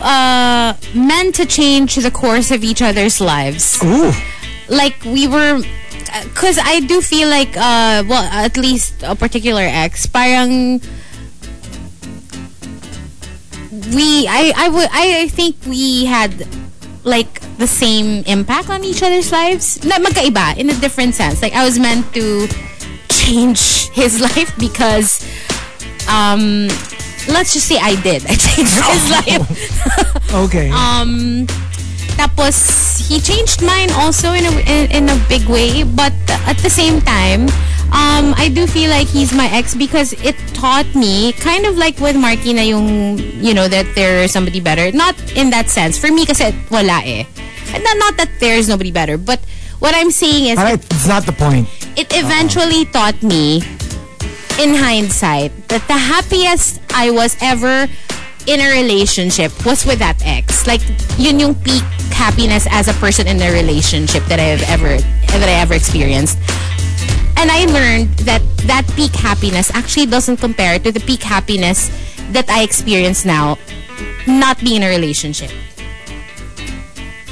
S5: uh, meant to change the course of each other's lives.
S3: Ooh.
S5: Like, we were... Because I do feel like, uh, well, at least a particular ex, parang... We, I, I would, I I think we had like the same impact on each other's lives. Na magkaiba in a different sense. Like I was meant to change [laughs] his life because um let's just say I did. [laughs] I changed his life.
S3: Okay.
S5: Um tapos he changed mine also in a in, in a big way, but at the same time um, I do feel like he's my ex because it taught me kind of like with Marky na yung you know that there's somebody better. Not in that sense. For me kasi wala eh. Not, not that there's nobody better, but what I'm saying is
S3: Alright, it's not the point.
S5: it eventually taught me in hindsight that the happiest I was ever in a relationship was with that ex. Like yun yung peak happiness as a person in a relationship that I have ever that I ever experienced. And I learned that that peak happiness actually doesn't compare to the peak happiness that I experience now not being in a relationship.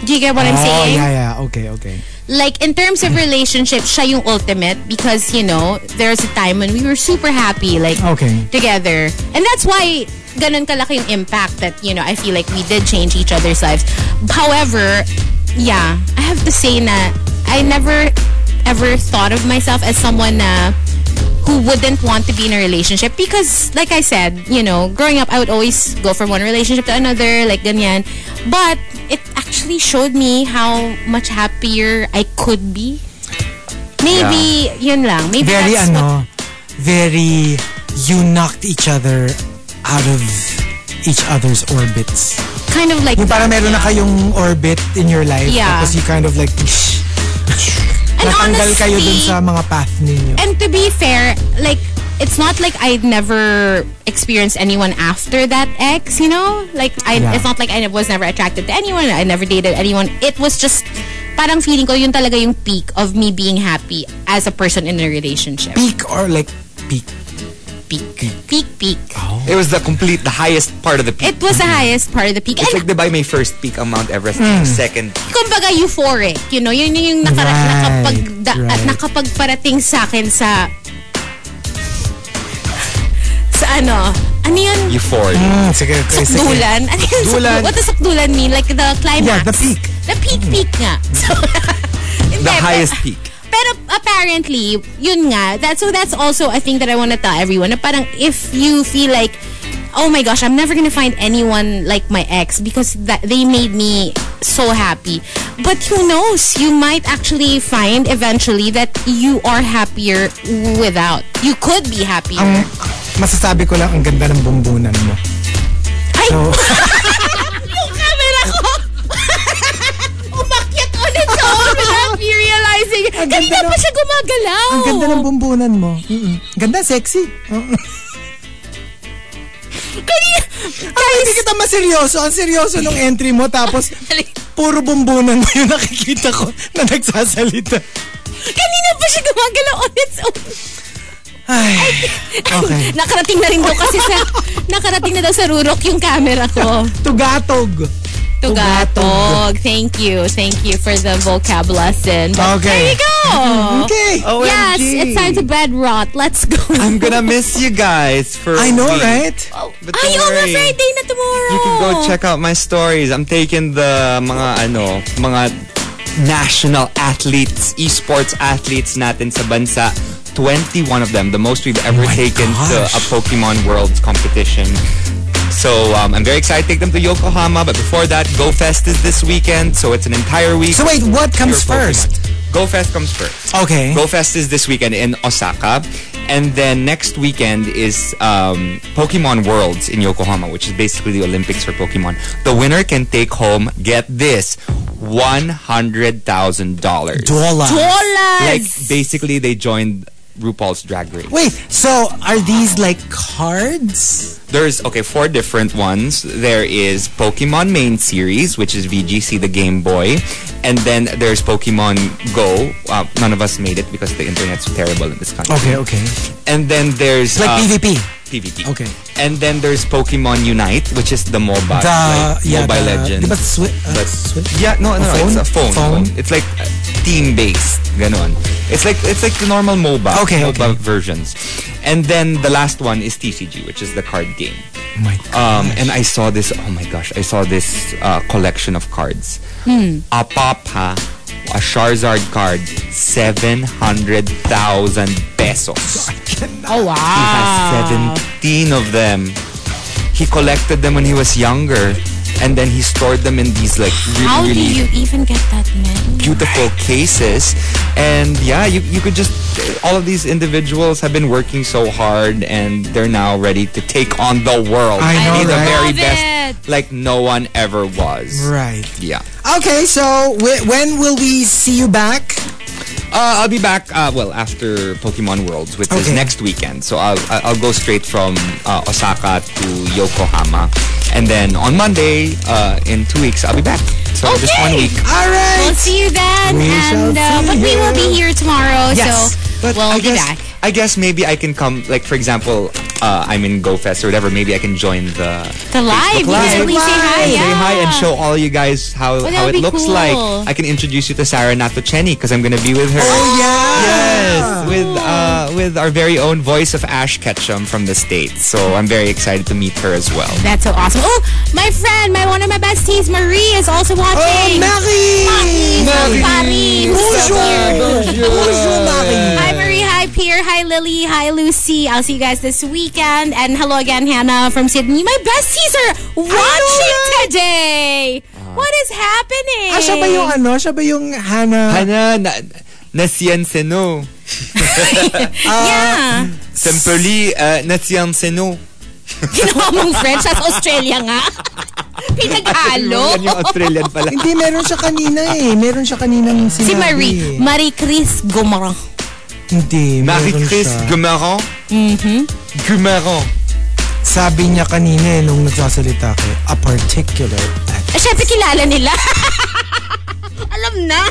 S5: Do you get what I'm
S3: oh,
S5: saying?
S3: yeah, yeah. Okay, okay.
S5: like in terms of relationship, siya yung ultimate because you know there's a time when we were super happy like
S3: Okay.
S5: together, and that's why ganun kalaki yung impact that you know I feel like we did change each other's lives. However, yeah, I have to say na I never ever thought of myself as someone na who wouldn't want to be in a relationship because like I said, you know, growing up I would always go from one relationship to another, like ganyan. But it actually showed me how much happier I could be. Maybe yun lang. Maybe
S3: Very
S5: that's what-
S3: ano, very you knocked each other out of each other's orbits.
S5: kind of like
S3: Yung parang meron na kayong orbit in your life.
S5: Yeah.
S3: Tapos you kind of
S5: [laughs]
S3: like,
S5: And
S3: natanggal kayo dun
S5: honestly,
S3: sa mga path ninyo.
S5: and to be fair, like it's not like I never experienced anyone after that ex, you know? Like I
S3: Yeah.
S5: it's not like I was never attracted to anyone, I never dated anyone. It was just parang feeling ko yun talaga yung peak of me being happy as a person in a relationship.
S3: Peak or like peak?
S5: Peak. Peak, peak.
S3: Oh,
S4: It was the complete, the highest part of the peak.
S5: It was the highest part of the peak.
S4: It's
S5: And
S4: like the by my first peak on Mount Everest,
S3: Hmm.
S4: second peak.
S5: kumbaga euphoric. You know, yun yung nakara-
S3: Right,
S5: nakapagda-
S3: right.
S5: nakapagparating sa akin sa... Sa ano? Ano yun?
S4: Euphoria.
S3: Mm, sige, sige, sige.
S5: Sakdulan? Ano yun?
S3: Dulan.
S5: Sakdu- What does sakdulan mean? Like the climax?
S3: Yeah, the peak.
S5: The peak, peak nga. So,
S4: The highest peak.
S5: Pero apparently, yun nga, that, so that's also a thing that I want to tell everyone. Na parang if you feel like, oh my gosh, I'm never gonna find anyone like my ex because that, they made me so happy. But who knows? You might actually find eventually that you are happier without. You could be happier.
S3: Ang, masasabi ko lang, ang ganda ng bumbunan mo.
S5: Ay!
S3: So,
S5: [laughs] Yung camera ko! [laughs] Umakyat ulit ako
S3: [laughs]
S5: without me realizing.
S3: Ang ganda
S5: Kanina pa
S3: ng-
S5: siya gumagalaw.
S3: ang ganda ng bumbunan mo. Mm-mm. Ganda, sexy. Oo.
S5: Kanina, [laughs]
S3: Ay, hindi kita maseryoso. Ang seryoso nung entry mo. Tapos, puro bumbunan mo yung nakikita ko na nagsasalita.
S5: kanina pa siya gumagalaw on its own.
S3: Ay, okay.
S5: Nakarating na rin daw kasi
S3: [laughs]
S5: sa, nakarating na daw sa rurok yung camera ko.
S3: Tugatog.
S5: Tugatog. Thank you. Thank you for the vocab lesson. But
S3: Okay. Mm-hmm.
S5: There you go.
S3: Okay.
S5: Yes, it's time to bed rot. Let's go.
S4: I'm gonna miss you guys for
S3: I know,
S4: a week.
S3: right?
S4: But don't
S5: Ay, oh, nga
S4: worry.
S5: Friday na tomorrow.
S4: You can
S3: Oh.
S4: go check out my stories. I'm taking the mga ano, mga national athletes, esports athletes natin sa bansa. 21 of them, the most we've ever
S3: Oh my
S4: taken to
S3: gosh.
S4: a Pokemon Worlds competition. So um, I'm very excited to take them to Yokohama. But before that, GoFest is this weekend, so it's an entire week.
S3: So wait, what comes
S4: Pure Pokemon.
S3: first?
S4: GoFest comes first.
S3: Okay.
S4: GoFest is this weekend in Osaka. And then next weekend is um, Pokemon Worlds in Yokohama, which is basically the Olympics for Pokemon. The winner can take home, get this, $100,000.
S3: Dollar.
S5: Dollars.
S4: Like, basically, they joined RuPaul's Drag Race.
S3: Wait, so are these like cards?
S4: There's, okay, four different ones. There is Pokemon Main Series, which is VGC, the Game Boy. And then there's Pokemon Go. Uh, none of us made it because the internet's terrible in this country.
S3: okay.
S4: And then there's
S3: Like
S4: uh,
S3: PVP.
S4: PvP.
S3: Okay.
S4: And then there's Pokemon Unite, which is the mobile,
S3: The,
S4: like
S3: yeah,
S4: Mobile
S3: the,
S4: Legends.
S3: Diba swi- uh,
S4: But-
S3: swi-
S4: yeah, no, no,
S3: phone?
S4: it's a phone.
S3: Phone?
S4: It's like team based, ganon. It's like it's like the normal MOBA,
S3: Okay,
S4: MOBA
S3: okay.
S4: versions. And then the last one is TCG, which is the card game.
S3: Oh my
S4: Um, and I saw this. Oh my gosh! I saw this uh, collection of cards.
S5: Hmm.
S4: A Papa, a Charizard card, seven hundred thousand pesos.
S5: Oh,
S4: He
S5: wow.
S4: has 17 of them. He collected them when he was younger. And then he stored them in these like
S5: How
S4: really,
S5: do
S4: really
S5: you even get that many?
S4: beautiful cases. And yeah, you, you could just, all of these individuals have been working so hard and they're now ready to take on the world.
S3: I know,
S4: Be the
S3: right?
S4: very
S5: Love
S4: best, like no one ever was.
S3: Right.
S4: Yeah.
S3: Okay, so wh- when will we see you back?
S4: Uh, I'll be back. Uh, well, after Pokemon Worlds, which is
S3: Okay.
S4: next weekend, so I'll I- I'll go straight from uh, Osaka to Yokohama, and then on Monday, uh, in two weeks, I'll be back. So just one
S5: Okay.
S4: week.
S3: All
S5: We'll
S3: right.
S5: see you then.
S3: We shall
S5: and uh, but
S3: see
S5: we will
S3: you.
S5: be here tomorrow,
S3: Yes,
S5: so
S4: But
S5: we'll
S4: I
S5: be
S4: guess
S5: back.
S4: I guess maybe I can come. Like for example, uh, I'm in GoFest or whatever. Maybe I can join the
S5: The
S4: Facebook
S5: live, you can
S4: live.
S5: at least say hi.
S4: Say
S5: Yeah.
S4: hi and show all you guys how,
S5: that'd
S4: how it
S5: be
S4: looks
S5: cool.
S4: like. I can introduce you to Sarah Natoceni because I'm gonna be with her.
S3: Oh, yeah.
S4: Yes, with uh, with our very own voice of Ash Ketchum from the States. So I'm very excited to meet her as well.
S5: That's so awesome. Oh, my friend, my one of my besties, Marie, is also
S3: Oh,
S5: watching. Marie from Paris.
S3: Bonjour. Bonjour, Marie.
S5: Hi Marie, hi Pierre, hi Lily, hi Lucy. I'll see you guys this weekend. And hello again, Hannah from Sydney. My besties are watching today. What is happening?
S3: Uh. Ah, siya ba yung ano? Siya ba yung Hannah?
S4: Hana na, nasien seno.
S3: uh,
S5: Yeah.
S4: Simply uh, nasien seno.
S5: Ginawa mong French at Australia
S3: [laughs]
S5: nga. Pinag-alo.
S4: Yan yung Australian pala.
S3: Hindi, meron siya kanina eh. Meron siya kaninang sinabi.
S5: Si Marie.
S3: eh.
S5: Marie Chris Gomaran.
S3: Hindi, meron
S4: Marie-Chris
S3: siya.
S4: Gumaron. Mm-hmm. Gumaron.
S3: Sabi niya kanina eh, nung nagsasalita ko, a particular act.
S5: Eh, syempre kilala nila. Alam [laughs] alam na.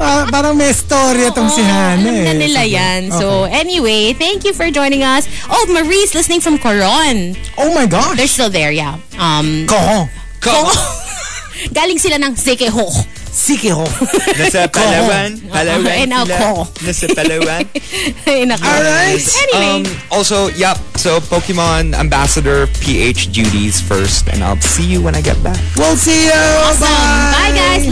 S3: Ah, parang may story itong si
S5: Oo,
S3: Hannah
S5: Alam na
S3: eh.
S5: nila yan. So, anyway, thank you for joining us. Oh, Marie's listening from Coron.
S3: Oh my gosh!
S5: They're still there, yeah. Um,
S3: Koho! Oh.
S4: Come
S5: [laughs] galing sila ng Zekeho. [laughs]
S3: Sikiho!
S4: Nasa Palawan. Palawan.
S5: And ako.
S4: sila. Nasa Palawan.
S5: Alright. [laughs] Anyway.
S4: Um, also, yep. So Pokemon Ambassador PH duties first, and I'll see you when I get back.
S3: We'll see you!
S5: awesome. Bye, guys.